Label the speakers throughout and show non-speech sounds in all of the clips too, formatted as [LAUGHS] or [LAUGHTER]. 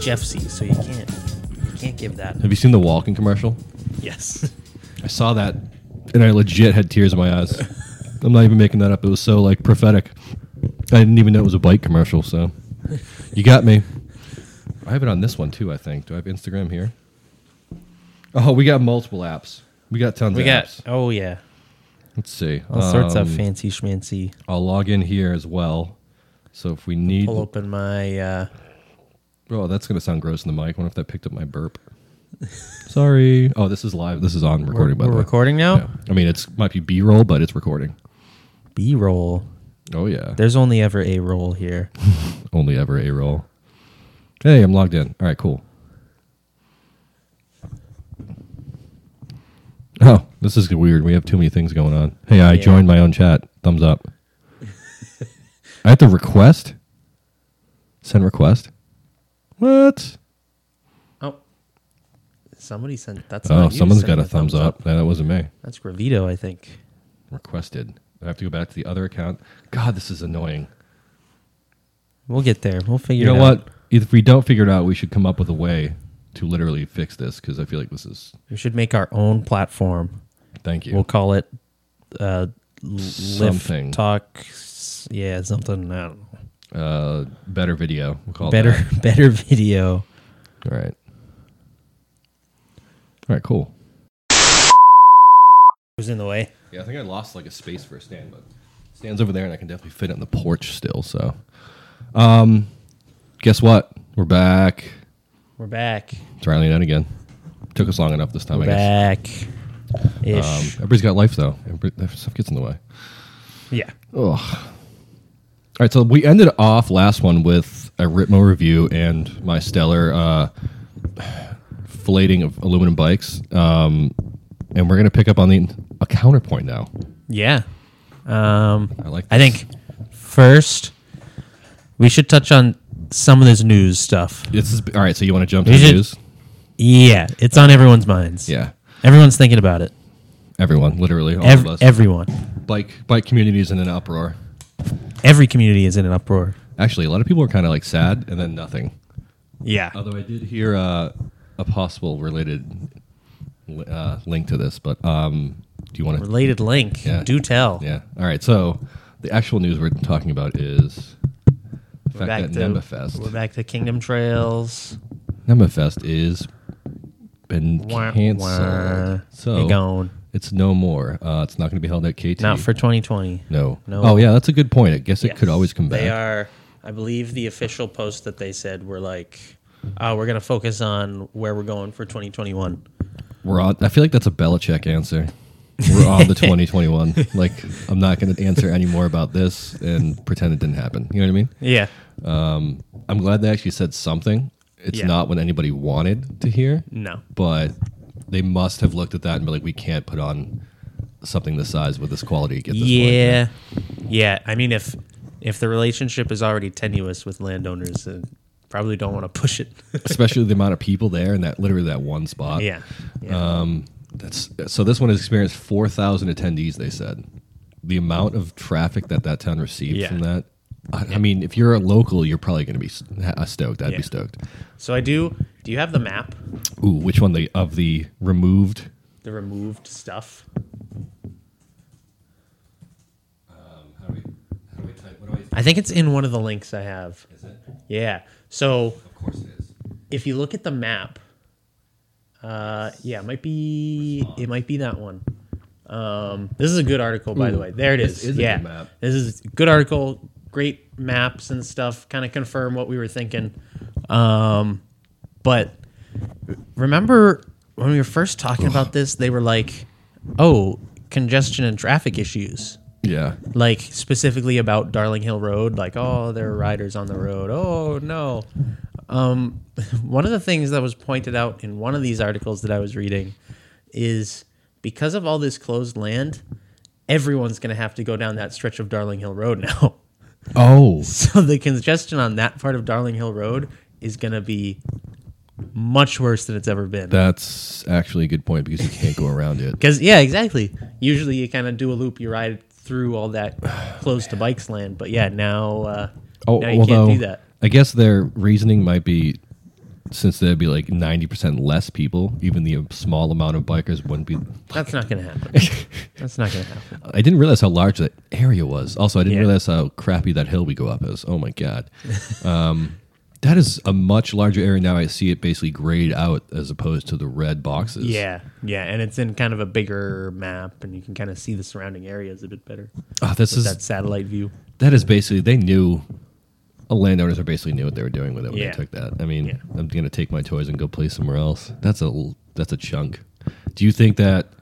Speaker 1: Jeff sees, uh, so you can't you can't give that.
Speaker 2: Have you seen the Walking commercial?
Speaker 1: Yes.
Speaker 2: I saw that, and I legit had tears in my
Speaker 1: [LAUGHS]
Speaker 2: eyes. I'm not even making that up. It was so like prophetic. I didn't even know it was a bike
Speaker 1: [LAUGHS]
Speaker 2: commercial. So, you got me. I have it on this one too. I think. Do I have Instagram here? Oh, we got multiple apps. We got tons.
Speaker 1: We
Speaker 2: of
Speaker 1: got
Speaker 2: apps.
Speaker 1: oh yeah.
Speaker 2: Let's see.
Speaker 1: All sorts of
Speaker 2: Um,
Speaker 1: fancy schmancy.
Speaker 2: I'll log in here as well. So if we need,
Speaker 1: Pull open my uh
Speaker 2: oh, that's gonna sound gross in the mic. I wonder if that picked up my burp. [LAUGHS] Sorry. Oh, this is live. This is on recording. by
Speaker 1: we're
Speaker 2: the way.
Speaker 1: recording now?
Speaker 2: Yeah. I mean, it's might be B-roll, but it's recording.
Speaker 1: B roll.
Speaker 2: Oh yeah.
Speaker 1: There's only ever a roll
Speaker 2: [LAUGHS]
Speaker 1: here.
Speaker 2: Only ever a roll. Hey, I'm logged in. All right, cool. Oh, this is weird. We have too many things going on. Hey, I
Speaker 1: Yeah.
Speaker 2: joined my own chat. Thumbs up. I have to request. Send request. What?
Speaker 1: Oh. Somebody sent that's
Speaker 2: oh,
Speaker 1: not you
Speaker 2: someone's
Speaker 1: sending
Speaker 2: got a
Speaker 1: the
Speaker 2: thumbs, up. No, that wasn't me.
Speaker 1: That's Gravito, I think.
Speaker 2: Requested. I have to go back to the other account. God, this is annoying.
Speaker 1: We'll get there. We'll figure
Speaker 2: You know
Speaker 1: it out.
Speaker 2: what? If we don't figure it out, we should come up with a way to literally fix this because I feel like this is.
Speaker 1: We should make our own platform.
Speaker 2: Thank you.
Speaker 1: We'll call it uh
Speaker 2: Something.
Speaker 1: Lift Talk s- yeah, something I don't know.
Speaker 2: uh, better video. We'll call it
Speaker 1: better [LAUGHS]
Speaker 2: that.
Speaker 1: better video.
Speaker 2: All right. All right. Cool.
Speaker 1: Who's in the way?
Speaker 2: Yeah, I think I lost like a space for a stand, but stands over there, and I can definitely fit it on the porch still. So, um, guess what? We're back.
Speaker 1: We're back.
Speaker 2: It's Riley and Ed again. Took us long enough this time, I guess.
Speaker 1: back. Ish.
Speaker 2: Um, everybody's got life though. Everybody, that stuff gets in the way.
Speaker 1: yeah.
Speaker 2: All right, so we ended off last one with a Ritmo review and my stellar uh, filleting of aluminum bikes, um, and we're gonna pick up on the a counterpoint now.
Speaker 1: Yeah. Um,
Speaker 2: I like.
Speaker 1: I
Speaker 2: This.
Speaker 1: think first we should touch on some of this news stuff.
Speaker 2: this is all right. So you want to jump to
Speaker 1: We
Speaker 2: the
Speaker 1: should-
Speaker 2: news?
Speaker 1: Yeah, it's on everyone's minds.
Speaker 2: Yeah,
Speaker 1: Everyone's thinking about it.
Speaker 2: everyone, literally all
Speaker 1: Ev-
Speaker 2: of us.
Speaker 1: everyone.
Speaker 2: bike bike community is in an uproar.
Speaker 1: Every community is in an uproar.
Speaker 2: Actually, a lot of people are kind of like sad and then nothing.
Speaker 1: Yeah.
Speaker 2: Although I did hear uh, a possible related li- uh, link to this, but um, do you want to
Speaker 1: Related link.
Speaker 2: Yeah.
Speaker 1: Do tell.
Speaker 2: Yeah. All right. So the actual news we're talking about is the
Speaker 1: We're back
Speaker 2: fact that
Speaker 1: to We're
Speaker 2: NemaFest.
Speaker 1: back to Kingdom Trails.
Speaker 2: NemaFest is been
Speaker 1: Wah,
Speaker 2: canceled.
Speaker 1: wah.
Speaker 2: So
Speaker 1: You're gone.
Speaker 2: it's no more. Uh, it's not going to be held at KT.
Speaker 1: Not for 2020.
Speaker 2: no.
Speaker 1: No.
Speaker 2: Oh yeah, that's a good point. I guess it could
Speaker 1: Yes.
Speaker 2: always come back.
Speaker 1: They are, I believe, the official post that they said were like, oh, we're going to focus on where we're going for 2021.
Speaker 2: We're on. I feel like that's a Belichick answer. We're
Speaker 1: [LAUGHS]
Speaker 2: on the 2021. Like I'm not going to answer any more about this and pretend it didn't happen. You know what I mean?
Speaker 1: Yeah.
Speaker 2: I'm glad they actually said something. It's
Speaker 1: Yeah.
Speaker 2: not what anybody wanted to hear.
Speaker 1: No.
Speaker 2: but they must have looked at that and be like, we can't put on something this size with this quality. Get this
Speaker 1: Yeah. Yeah. I mean, if if the relationship is already tenuous with landowners, uh, probably don't want to push it. [LAUGHS]
Speaker 2: especially the amount of people there in that literally that one spot.
Speaker 1: yeah. Yeah.
Speaker 2: Uh, that's so. This one has experienced four thousand attendees. They said the amount of traffic that that town received
Speaker 1: Yeah.
Speaker 2: from that. I, I mean, if you're a local, you're probably going to be s- ha- uh, stoked. I'd
Speaker 1: Yeah.
Speaker 2: be stoked.
Speaker 1: so I do. Do you have the map?
Speaker 2: Ooh, which one the of the removed?
Speaker 1: The removed stuff.
Speaker 2: How do we, how do we type? What do
Speaker 1: I think it's in one of the links I have.
Speaker 2: Is it?
Speaker 1: Yeah. So
Speaker 2: Of course it is.
Speaker 1: if you look at the map, uh, yeah, it might be it might be that one. Um, this is a good article, by the
Speaker 2: Ooh,
Speaker 1: way. There it is.
Speaker 2: this is a good
Speaker 1: yeah,
Speaker 2: map.
Speaker 1: this is a good article. Great maps and stuff. Kind of confirm what we were thinking. Um, but remember when we were first talking about this, they were like, "Oh, congestion and traffic issues."
Speaker 2: Yeah,
Speaker 1: like specifically about Darling Hill Road, like, oh, there are riders on the road. Oh, no. Um, [LAUGHS] one of the things that was pointed out in one of these articles that I was reading is because of all this closed land, everyone's going to have to go down that stretch of Darling Hill Road [LAUGHS] now.
Speaker 2: Oh,
Speaker 1: so the congestion on that part of Darling Hill Road is going to be much worse than it's ever been.
Speaker 2: that's actually a good point because you can't go around it.
Speaker 1: Because yeah, exactly. Usually you kind of do a loop, you ride through all
Speaker 2: [SIGHS]
Speaker 1: that close to bikes land, but yeah, now uh,
Speaker 2: Oh,
Speaker 1: now you
Speaker 2: although
Speaker 1: can't do that.
Speaker 2: I guess their reasoning might be since there'd be like ninety percent less people, even the small amount of bikers wouldn't be.
Speaker 1: That's not going to
Speaker 2: [LAUGHS]
Speaker 1: happen. That's not going to happen.
Speaker 2: I didn't realize how large that area was. Also, I didn't
Speaker 1: Yeah.
Speaker 2: realize how crappy that hill we go up is. Oh my god, [LAUGHS] um, that is a much larger area now. I see it basically grayed out as opposed to the red boxes.
Speaker 1: Yeah, yeah, and it's in kind of a bigger map, and you can kind of see the surrounding areas a bit better.
Speaker 2: Oh, this is
Speaker 1: That satellite view.
Speaker 2: That is basically they knew. uh, Landowners are basically knew what they were doing with it when
Speaker 1: Yeah.
Speaker 2: they took that. I mean,
Speaker 1: Yeah.
Speaker 2: I'm gonna take my toys and go play somewhere else. That's a l- that's a chunk. Do you think that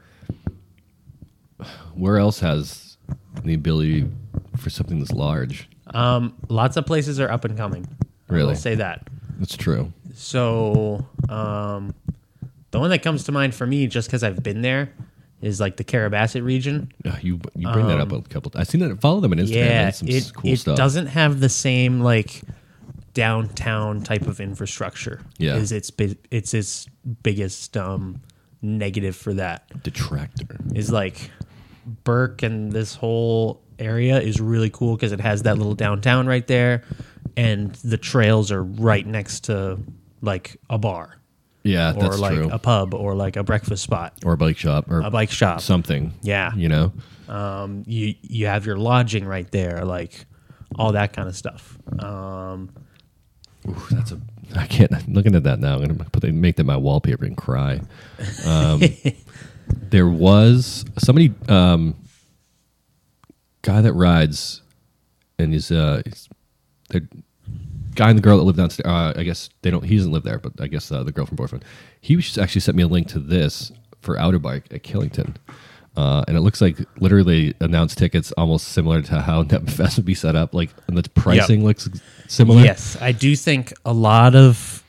Speaker 2: where else has the ability for something that's large?
Speaker 1: Um, lots of places are up and coming.
Speaker 2: Really?
Speaker 1: I'll say that.
Speaker 2: That's true.
Speaker 1: So, um, the one that comes to mind for me, just because I've been there, is like the Carabasset region.
Speaker 2: Uh, You you bring that up a couple. I've seen that. Follow them on Instagram.
Speaker 1: Um, Yeah,
Speaker 2: That's some s-
Speaker 1: it,
Speaker 2: cool
Speaker 1: it
Speaker 2: stuff.
Speaker 1: doesn't have the same like downtown type of infrastructure.
Speaker 2: Yeah.
Speaker 1: is its bi- it's its biggest um, negative for that.
Speaker 2: Detractor.
Speaker 1: is like Burke and this whole area is really cool because it has that little downtown right there, and the trails are right next to like a bar
Speaker 2: Yeah,
Speaker 1: or
Speaker 2: that's
Speaker 1: like
Speaker 2: true.
Speaker 1: a pub or like a breakfast spot,
Speaker 2: or a bike shop or
Speaker 1: a bike shop.
Speaker 2: something.
Speaker 1: Yeah.
Speaker 2: You know.
Speaker 1: Um, you you have your lodging right there, like all that kind of stuff. Um,
Speaker 2: Ooh, that's a. I can't. I'm looking at that now. I'm gonna put, make that my wallpaper and cry. Um, there was somebody, um, guy that rides, and he's uh, he's, the guy and the girl that live downstairs. Uh, I guess they don't. He doesn't live there, but I guess uh, the girlfriend boyfriend. He was- actually sent me a link to this for Outer Bike at Killington. Uh, and it looks like literally announced tickets almost similar to how [LAUGHS] NetFest would be set up. Like, and the pricing looks similar.
Speaker 1: yes, I do think a lot of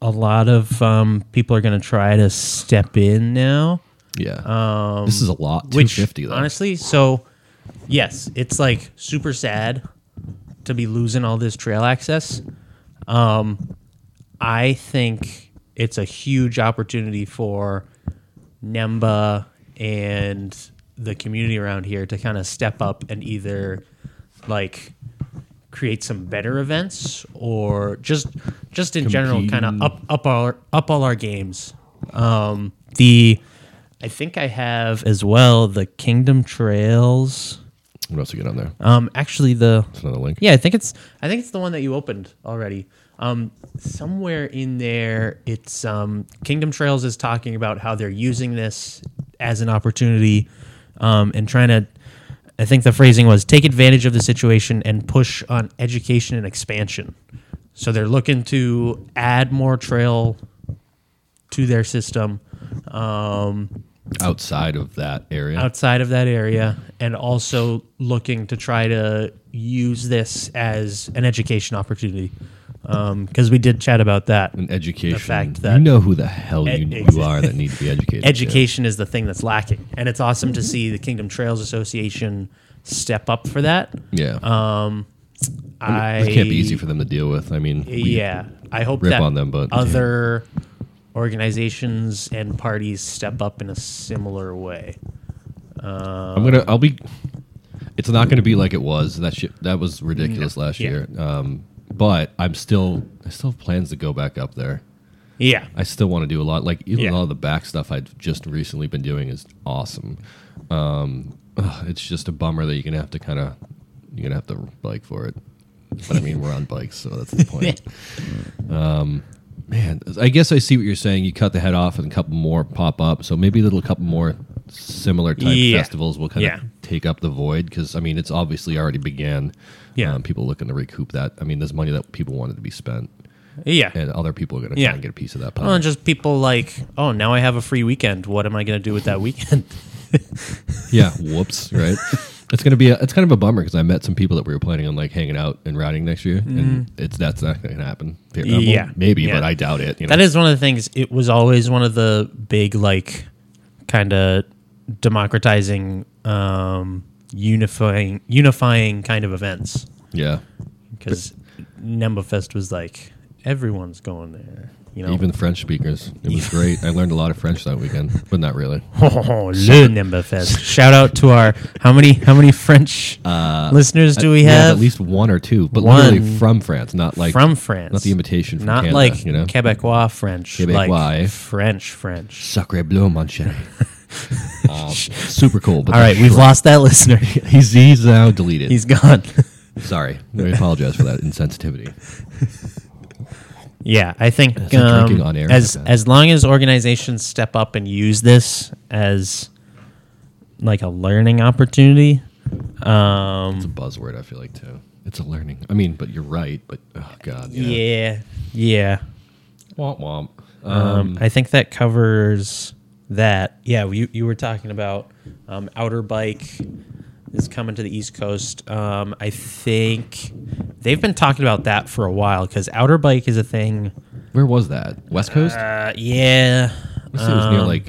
Speaker 1: a lot of um, people are going to try to step in now.
Speaker 2: Yeah. this is a lot. Two
Speaker 1: Um, which
Speaker 2: fifty though.
Speaker 1: honestly so yes it's like super sad to be losing all this trail access um i think it's a huge opportunity for nemba and the community around here to kind of step up and either like create some better events or just just in general kind of
Speaker 2: Compete.
Speaker 1: up up our up all our games um the I think I have as well the Kingdom Trails.
Speaker 2: what else we got on there?
Speaker 1: Um, actually, the
Speaker 2: That's another link.
Speaker 1: yeah, I think it's I think it's the one that you opened already. Um, somewhere in there, it's um, Kingdom Trails is talking about how they're using this as an opportunity um, and trying to. I think the phrasing was take advantage of the situation and push on education and expansion. So they're looking to add more trail to their system. Um,
Speaker 2: Outside of that area.
Speaker 1: outside of that area and also looking to try to use this as an education opportunity because we did chat about that
Speaker 2: an education.
Speaker 1: fact
Speaker 2: you
Speaker 1: that-
Speaker 2: know who the hell you,
Speaker 1: Ed-
Speaker 2: you
Speaker 1: [LAUGHS]
Speaker 2: are that need to be educated. yeah. Mm-hmm.
Speaker 1: education is the thing that's lacking and it's awesome to see the kingdom trails association step up for that
Speaker 2: Yeah.
Speaker 1: i
Speaker 2: it can't be easy for them to deal with. I mean, we-
Speaker 1: yeah i hope
Speaker 2: rip
Speaker 1: that
Speaker 2: on them, but-
Speaker 1: other organizations and parties step up in a similar way
Speaker 2: I'm gonna. I'll be. It's not gonna be like it was. That shit. That was ridiculous last
Speaker 1: Yeah.
Speaker 2: year. Um, but I'm still. I still have plans to go back up there.
Speaker 1: yeah
Speaker 2: I still want to do a lot. Like even
Speaker 1: Yeah.
Speaker 2: a lot of the back stuff I've just recently been doing is awesome. Um, ugh, it's just a bummer that you're gonna have to kind of you're gonna have to bike for it. But I mean, we're on bikes, so
Speaker 1: [LAUGHS]
Speaker 2: that's the point. um, man, I guess I see what you're saying. You cut the head off, and a couple more pop up. So maybe a little couple more similar type
Speaker 1: Yeah.
Speaker 2: festivals will kind of
Speaker 1: Yeah.
Speaker 2: take up the void because I mean, it's obviously already began.
Speaker 1: Yeah.
Speaker 2: um, people looking to recoup that. I mean, there's money that people wanted to be spent,
Speaker 1: yeah
Speaker 2: and other people are gonna
Speaker 1: Yeah.
Speaker 2: try and get a piece of that. Pie.
Speaker 1: Well, and just people like, oh, now I have a free weekend. What am I going to do with that weekend?
Speaker 2: Yeah. [LAUGHS] Whoops. Right. It's gonna be a, it's kind of a bummer because I met some people that we were planning on like hanging out and riding next year, and it's that's not gonna happen. Fair- well,
Speaker 1: Mm. Yeah.
Speaker 2: maybe,
Speaker 1: Yeah.
Speaker 2: but I doubt it. You know?
Speaker 1: that is one of the things. It was always one of the big, like, kind of democratizing, um, unifying, unifying kind of events.
Speaker 2: yeah,
Speaker 1: Because Nembafest was like, everyone's going there. You know,
Speaker 2: Even French speakers. It was great. I learned a lot of French that weekend, but
Speaker 1: [LAUGHS]
Speaker 2: not really.
Speaker 1: [LAUGHS] oh, Le
Speaker 2: [LAUGHS]
Speaker 1: Nimberfest. Shout out to our how many how many French
Speaker 2: Uh,
Speaker 1: listeners do we
Speaker 2: Yeah,
Speaker 1: have?
Speaker 2: at least one or two, but
Speaker 1: One.
Speaker 2: literally from France, not like
Speaker 1: from France,
Speaker 2: not the imitation from
Speaker 1: not
Speaker 2: Canada,
Speaker 1: like
Speaker 2: you know?
Speaker 1: Quebecois French, like
Speaker 2: Quebecois.
Speaker 1: French French.
Speaker 2: Sacre bleu, mon
Speaker 1: [LAUGHS]
Speaker 2: chéri. um, super cool. But
Speaker 1: All right, we've lost that [LAUGHS] listener.
Speaker 2: He's, he's now deleted.
Speaker 1: He's gone.
Speaker 2: Sorry. I apologize for that insensitivity.
Speaker 1: yeah, I think
Speaker 2: like
Speaker 1: um,
Speaker 2: drinking on air
Speaker 1: as
Speaker 2: like that.
Speaker 1: as long as organizations step up and use this as like a learning opportunity, um,
Speaker 2: It's a buzzword, I feel like, too. It's a learning. I mean, but you're right, but oh, God. you know.
Speaker 1: yeah, yeah.
Speaker 2: Womp womp.
Speaker 1: Um, I think that covers that. Yeah, you, you were talking about um, Outer Bike is coming to the East Coast. Um, I think they've been talking about that for a while because Outer Bike is a thing.
Speaker 2: Where was that? West Coast?
Speaker 1: Uh, yeah.
Speaker 2: I say it was near
Speaker 1: um,
Speaker 2: like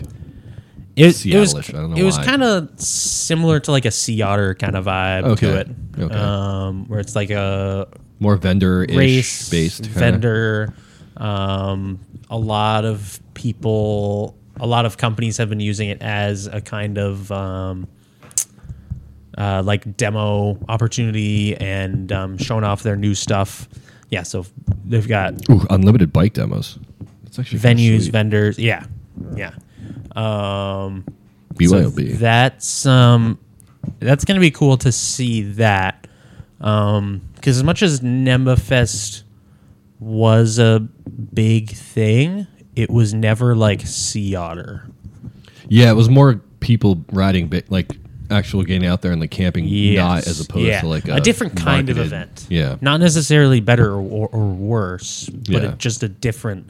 Speaker 1: It, it was,
Speaker 2: Seattle-ish, I don't know
Speaker 1: it was
Speaker 2: why.
Speaker 1: kind of similar to like a Sea Otter kind of vibe to
Speaker 2: Okay,
Speaker 1: it.
Speaker 2: okay.
Speaker 1: Um, where it's like a
Speaker 2: more vendor ish
Speaker 1: race
Speaker 2: based. kinda.
Speaker 1: vendor. Um, a lot of people, a lot of companies have been using it as a kind of um, uh, like demo opportunity and um, showing off their new stuff. Yeah, so they've got
Speaker 2: Ooh, unlimited bike demos. It's actually kinda
Speaker 1: venues,
Speaker 2: sweet.
Speaker 1: vendors. Yeah, yeah. Um, so
Speaker 2: BYOB.
Speaker 1: that's um, that's gonna be cool to see that. Um, because as much as Nemba Fest was a big thing, it was never like Sea Otter.
Speaker 2: yeah, it was more people riding, bi- like actual getting out there and like camping, not
Speaker 1: Yes,
Speaker 2: as opposed
Speaker 1: yeah.
Speaker 2: to like
Speaker 1: a, different kind of
Speaker 2: marketed-
Speaker 1: event.
Speaker 2: Yeah.
Speaker 1: not necessarily better or, or, or worse, but
Speaker 2: Yeah.
Speaker 1: it, just a different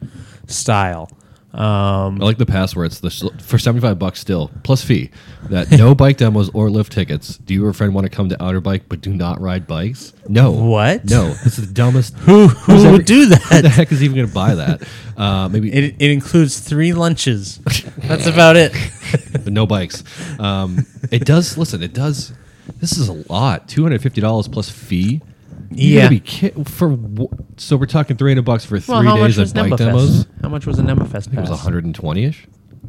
Speaker 1: style. Um,
Speaker 2: I like the pass where it's the sl- for seventy five bucks still plus fee
Speaker 1: [LAUGHS]
Speaker 2: that no bike demos or lift tickets. Do you or a friend want to come to Outer Bike but do not ride bikes? No.
Speaker 1: What?
Speaker 2: No. It's the dumbest.
Speaker 1: [LAUGHS] who
Speaker 2: Who's
Speaker 1: who
Speaker 2: ever-
Speaker 1: would do
Speaker 2: Who the
Speaker 1: that?
Speaker 2: heck is even going to buy that? Uh, maybe
Speaker 1: It, it includes three lunches.
Speaker 2: [LAUGHS]
Speaker 1: That's about it.
Speaker 2: but no bikes. Um, it does. Listen, it does. This is a lot. Two hundred fifty dollars plus fee. You
Speaker 1: Yeah.
Speaker 2: gotta be kid- for wh- so we're talking three hundred bucks for three
Speaker 1: well, how much
Speaker 2: days
Speaker 1: was
Speaker 2: of bike
Speaker 1: Nemba
Speaker 2: demos.
Speaker 1: Fest? How much was a Nemba Fest
Speaker 2: It was
Speaker 1: pass?
Speaker 2: one hundred and twenty ish.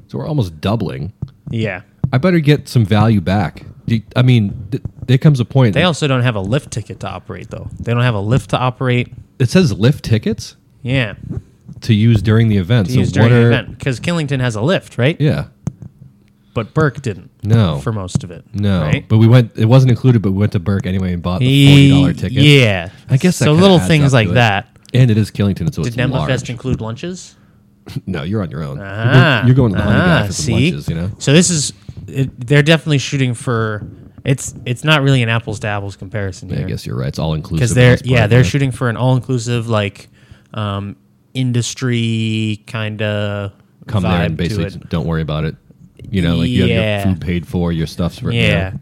Speaker 2: So we're almost doubling.
Speaker 1: Yeah.
Speaker 2: I better get some value back. Do you- I mean, th- there comes a point.
Speaker 1: They also don't have a lift ticket to operate, though. They don't have a lift to operate.
Speaker 2: it says lift tickets
Speaker 1: Yeah.
Speaker 2: to use during the event.
Speaker 1: To use during the event. Because Killington has a lift, right?
Speaker 2: Yeah.
Speaker 1: But Burke didn't.
Speaker 2: No.
Speaker 1: For most of it.
Speaker 2: No.
Speaker 1: Right?
Speaker 2: But we went. It wasn't included, but we went to Burke anyway and bought the forty dollar
Speaker 1: Ye-
Speaker 2: ticket.
Speaker 1: Yeah.
Speaker 2: I guess that
Speaker 1: So
Speaker 2: kinda
Speaker 1: little
Speaker 2: adds
Speaker 1: things
Speaker 2: up
Speaker 1: like
Speaker 2: to it.
Speaker 1: that.
Speaker 2: And it is Killington, so
Speaker 1: Did
Speaker 2: it's
Speaker 1: Nemba
Speaker 2: large.
Speaker 1: Fest include lunches?
Speaker 2: [LAUGHS] No, you're on your own. You're go-
Speaker 1: Ah,
Speaker 2: you're going to the honey
Speaker 1: ah,
Speaker 2: guy for some lunches, you know.
Speaker 1: So this is, it, they're definitely shooting for. It's it's not really an apples to apples comparison
Speaker 2: Yeah,
Speaker 1: here.
Speaker 2: I guess you're right. It's all inclusive.
Speaker 1: because they're yeah they're shooting for an all inclusive like um, industry kind of
Speaker 2: come
Speaker 1: vibe
Speaker 2: there and
Speaker 1: to
Speaker 2: basically
Speaker 1: it.
Speaker 2: don't worry about it. You know, like you
Speaker 1: Yeah.
Speaker 2: have your food paid for, your stuff's written.
Speaker 1: Yeah,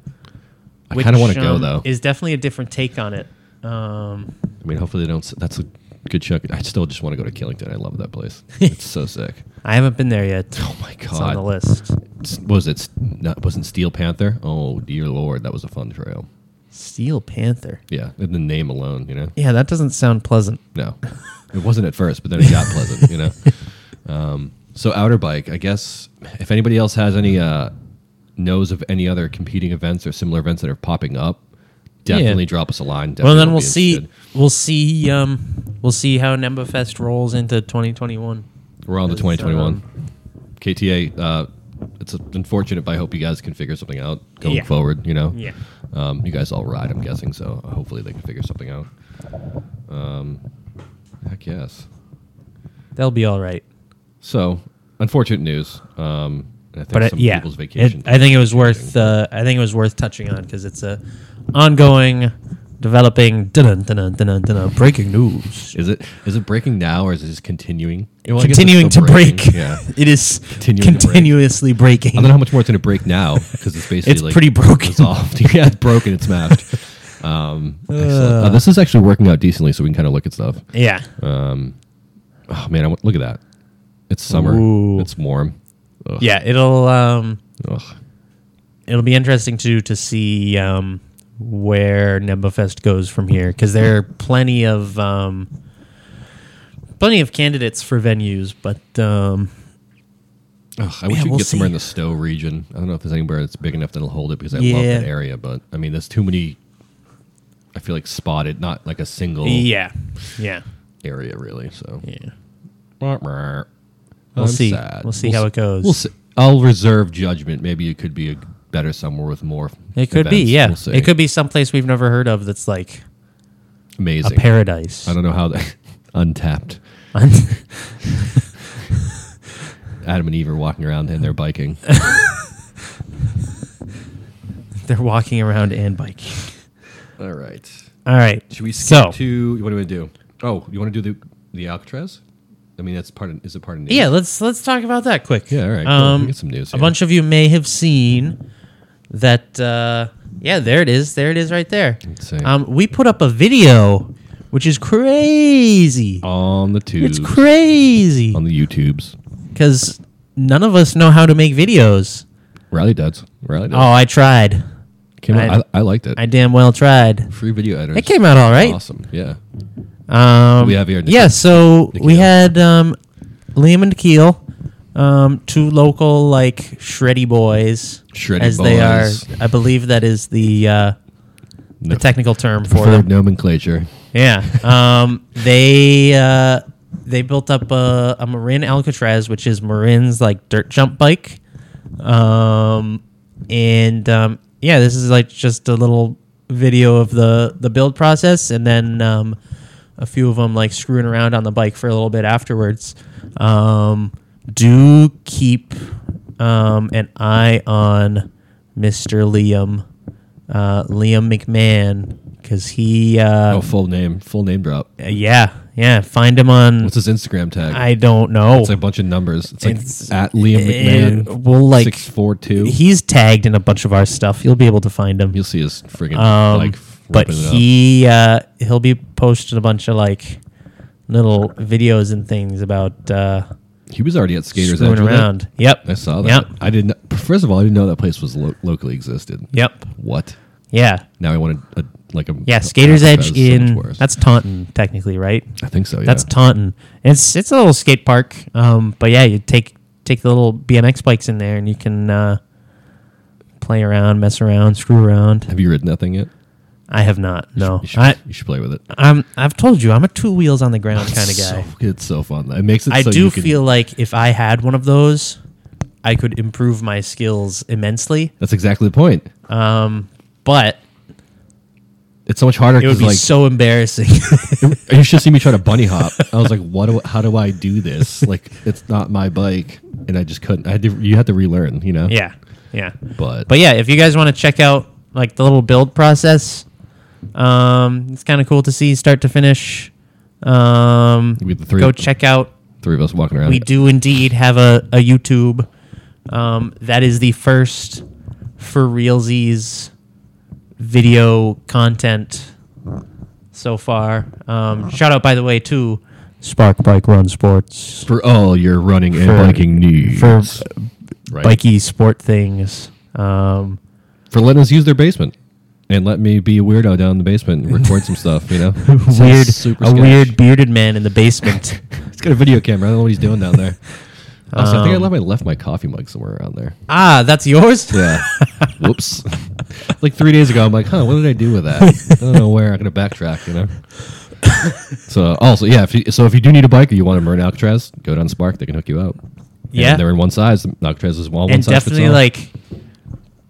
Speaker 2: I kind of want to
Speaker 1: Which,
Speaker 2: go
Speaker 1: um,
Speaker 2: though.
Speaker 1: Is definitely a different take on it. Um,
Speaker 2: I mean, hopefully they don't. s- That's a good chunk. I still just want to go to Killington. I love
Speaker 1: [LAUGHS]
Speaker 2: that place. It's so sick.
Speaker 1: I haven't been there yet.
Speaker 2: Oh my
Speaker 1: It's on the
Speaker 2: god.
Speaker 1: list.
Speaker 2: S- Was it s- not, wasn't Steel Panther? Oh dear lord, that was a fun trail.
Speaker 1: Steel Panther.
Speaker 2: Yeah, and the name alone, you know.
Speaker 1: Yeah, that doesn't sound pleasant. [LAUGHS]
Speaker 2: No, it wasn't at first, but then it got pleasant, you know. Um, so outer bike, I guess. If anybody else has any uh, knows of any other competing events or similar events that are popping up, definitely
Speaker 1: Yeah.
Speaker 2: drop us a line.
Speaker 1: Well,
Speaker 2: Definitely
Speaker 1: then
Speaker 2: be
Speaker 1: we'll see.
Speaker 2: interested.
Speaker 1: We'll see. Um, we'll see how Nemba Fest rolls into 2021.
Speaker 2: We're on the
Speaker 1: Because,
Speaker 2: 2021
Speaker 1: um,
Speaker 2: KTA. Uh, it's unfortunate, but I hope you guys can figure something out going
Speaker 1: Yeah.
Speaker 2: forward. You know,
Speaker 1: Yeah.
Speaker 2: Um, you guys all ride, I'm guessing, so hopefully they can figure something out. Um, heck yes.
Speaker 1: They'll be all right.
Speaker 2: So, unfortunate news. Um, and I think
Speaker 1: but it,
Speaker 2: some
Speaker 1: yeah,
Speaker 2: people's
Speaker 1: It-
Speaker 2: vacation.
Speaker 1: I think it was worth. Uh, I think it was worth touching on because it's a ongoing, developing. Dun dun dun dun breaking news.
Speaker 2: is it is it breaking now or is it just continuing? You know, I guess it's
Speaker 1: Continuing to
Speaker 2: still breaking,
Speaker 1: break.
Speaker 2: Yeah.
Speaker 1: [LAUGHS] it is
Speaker 2: Continuing to break.
Speaker 1: continuously breaking.
Speaker 2: I don't know how much more it's going to break now because it's basically
Speaker 1: [LAUGHS] It's
Speaker 2: like
Speaker 1: pretty broken.
Speaker 2: dissolved. [LAUGHS] yeah, it's broken. It's smashed. Um, excellent. Uh, this is actually working out decently, so we can kind of look at stuff.
Speaker 1: [LAUGHS] Yeah.
Speaker 2: Oh man, I want, look at that. It's summer.
Speaker 1: Ooh.
Speaker 2: It's warm. Ugh.
Speaker 1: yeah. It'll um,
Speaker 2: Ugh.
Speaker 1: it'll be interesting to to see um, where Nembafest goes from here because there are plenty of um, plenty of candidates for venues, but um,
Speaker 2: Ugh, I
Speaker 1: Yeah,
Speaker 2: wish you could
Speaker 1: we'll
Speaker 2: get somewhere in
Speaker 1: see.
Speaker 2: the Stowe region. I don't know if there's anywhere that's big enough that'll hold it because I love
Speaker 1: Yeah.
Speaker 2: that area. But I mean, there's too many. I feel like spotted, not like a single
Speaker 1: yeah, yeah,
Speaker 2: area really. So
Speaker 1: yeah.
Speaker 2: we'll
Speaker 1: We'll see. We'll see how it goes.
Speaker 2: We'll see. I'll reserve judgment. Maybe it could be a better somewhere with more.
Speaker 1: It could be,
Speaker 2: events.
Speaker 1: yeah.
Speaker 2: We'll see.
Speaker 1: it could be someplace we've never heard of that's like a
Speaker 2: amazing.
Speaker 1: paradise. [LAUGHS]
Speaker 2: I don't know how that [LAUGHS] untapped. Adam and Eve are walking around and they're biking.
Speaker 1: They're walking around and biking.
Speaker 2: [LAUGHS] All right.
Speaker 1: All right.
Speaker 2: Should we skip
Speaker 1: So-
Speaker 2: to what do we do? Oh, you want to do the the Alcatraz? I mean, that's part of is it part of news?
Speaker 1: Yeah, let's let's talk about that quick.
Speaker 2: Yeah, all right, cool.
Speaker 1: Um,
Speaker 2: We get some news
Speaker 1: A
Speaker 2: here.
Speaker 1: bunch of you may have seen that. Uh, yeah, there it is. There it is, right there.
Speaker 2: Let's see.
Speaker 1: Um, we put up a video, which is crazy.
Speaker 2: on the
Speaker 1: It's
Speaker 2: tubes,
Speaker 1: crazy
Speaker 2: on the YouTubes.
Speaker 1: because none of us know how to make videos.
Speaker 2: Riley does. Riley does.
Speaker 1: Oh, I tried.
Speaker 2: Came out,
Speaker 1: Oh, I-
Speaker 2: I, I liked it.
Speaker 1: I damn well tried.
Speaker 2: Free video editor.
Speaker 1: It came out all right.
Speaker 2: Awesome. Yeah.
Speaker 1: Um,
Speaker 2: We have here Nikhil-
Speaker 1: Yeah, so we
Speaker 2: Nikhil.
Speaker 1: had um, Liam and Keel, um, two local like shreddy boys,
Speaker 2: Shreddy
Speaker 1: as they are.
Speaker 2: boys.
Speaker 1: I believe that is the uh,
Speaker 2: No.
Speaker 1: the technical term for
Speaker 2: Preferred
Speaker 1: them.
Speaker 2: nomenclature.
Speaker 1: Yeah, um, they uh, they built up a, a Marin Alcatraz, which is Marin's like dirt jump bike, um, and um, yeah, this is like just a little video of the the build process, and then um, a few of them like screwing around on the bike for a little bit afterwards. Um, do keep um, an eye on Mr. Liam uh, Liam McMahon because he uh,
Speaker 2: Oh, full name. Full name drop.
Speaker 1: uh, Yeah, yeah. Find him on.
Speaker 2: What's his Instagram tag?
Speaker 1: I don't know.
Speaker 2: it's like a bunch of numbers. It's like
Speaker 1: It's-
Speaker 2: at Liam
Speaker 1: Eh,
Speaker 2: McMahon.
Speaker 1: well, like-
Speaker 2: six four two.
Speaker 1: He's tagged in a bunch of our stuff. You'll be able to find him.
Speaker 2: You'll see his friggin'
Speaker 1: Um,
Speaker 2: like. f-
Speaker 1: but
Speaker 2: ripping it up.
Speaker 1: he uh, he'll be posting a bunch of like little videos and things about uh,
Speaker 2: he was already at Skaters Edge.
Speaker 1: screwing
Speaker 2: with it.
Speaker 1: around. Yep.
Speaker 2: I saw that.
Speaker 1: Yep.
Speaker 2: I didn't. First of all, I didn't know that place was lo- locally existed.
Speaker 1: Yep.
Speaker 2: What?
Speaker 1: Yeah.
Speaker 2: Now I wanted a, like a
Speaker 1: Yeah. Skater's Edge
Speaker 2: That's so much
Speaker 1: in
Speaker 2: worse.
Speaker 1: that's Taunton technically, right?
Speaker 2: I think so. Yeah.
Speaker 1: That's Taunton. It's it's a little skate park. Um, but yeah, you take take the little BMX bikes in there and you can uh, play around, mess around, screw around.
Speaker 2: Have you ridden that thing yet?
Speaker 1: I have not. No,
Speaker 2: You should,
Speaker 1: I
Speaker 2: you should play with it.
Speaker 1: I'm I've told you I'm a two wheels on the ground kind of
Speaker 2: It's
Speaker 1: guy.
Speaker 2: So, it's so fun. It makes it.
Speaker 1: I
Speaker 2: so
Speaker 1: do
Speaker 2: you can-
Speaker 1: feel like if I had one of those, I could improve my skills immensely.
Speaker 2: that's exactly the point.
Speaker 1: Um, but
Speaker 2: It's so much harder
Speaker 1: it would
Speaker 2: because
Speaker 1: be
Speaker 2: like [LAUGHS]
Speaker 1: so embarrassing. [LAUGHS]
Speaker 2: you should see me try to bunny hop. I was like, what? Do, how do I do this? Like, it's not my bike, and I just couldn't. I had to, you had to relearn. You know.
Speaker 1: yeah, yeah.
Speaker 2: But,
Speaker 1: But yeah, if you guys want to check out like the little build process, um, it's kind of cool to see start to finish. Um,
Speaker 2: we had the three
Speaker 1: go check out
Speaker 2: three of us walking around.
Speaker 1: We do indeed have a, a YouTube. Um, that is the first for realsies video content so far. Um, shout out, by the way, to Spark Bike Run Sports
Speaker 2: for all your running and
Speaker 1: For-
Speaker 2: biking needs.
Speaker 1: for
Speaker 2: right.
Speaker 1: bikey sport things. Um,
Speaker 2: for letting us use their basement and let me be a weirdo down in the basement and record some
Speaker 1: [LAUGHS]
Speaker 2: stuff, you know? Sounds
Speaker 1: weird,
Speaker 2: super
Speaker 1: a
Speaker 2: sketch.
Speaker 1: weird bearded man in the basement.
Speaker 2: He's got a video camera. I don't know what he's doing down there. Also, I think I
Speaker 1: Um,
Speaker 2: left my, left my coffee mug somewhere around there.
Speaker 1: [LAUGHS] ah, that's yours. [LAUGHS]
Speaker 2: Yeah. [LAUGHS] Whoops. [LAUGHS] like three days ago, I'm like, huh, what did I do with that? I don't know where. I'm going to backtrack, you know?
Speaker 1: [LAUGHS]
Speaker 2: so, also, yeah, if you, so if you do need a bike or you want to learn Alcatraz, go down Spark. They can hook you up.
Speaker 1: Yeah.
Speaker 2: And they're in one size. Alcatraz is one, one
Speaker 1: and
Speaker 2: size fits
Speaker 1: definitely
Speaker 2: all.
Speaker 1: like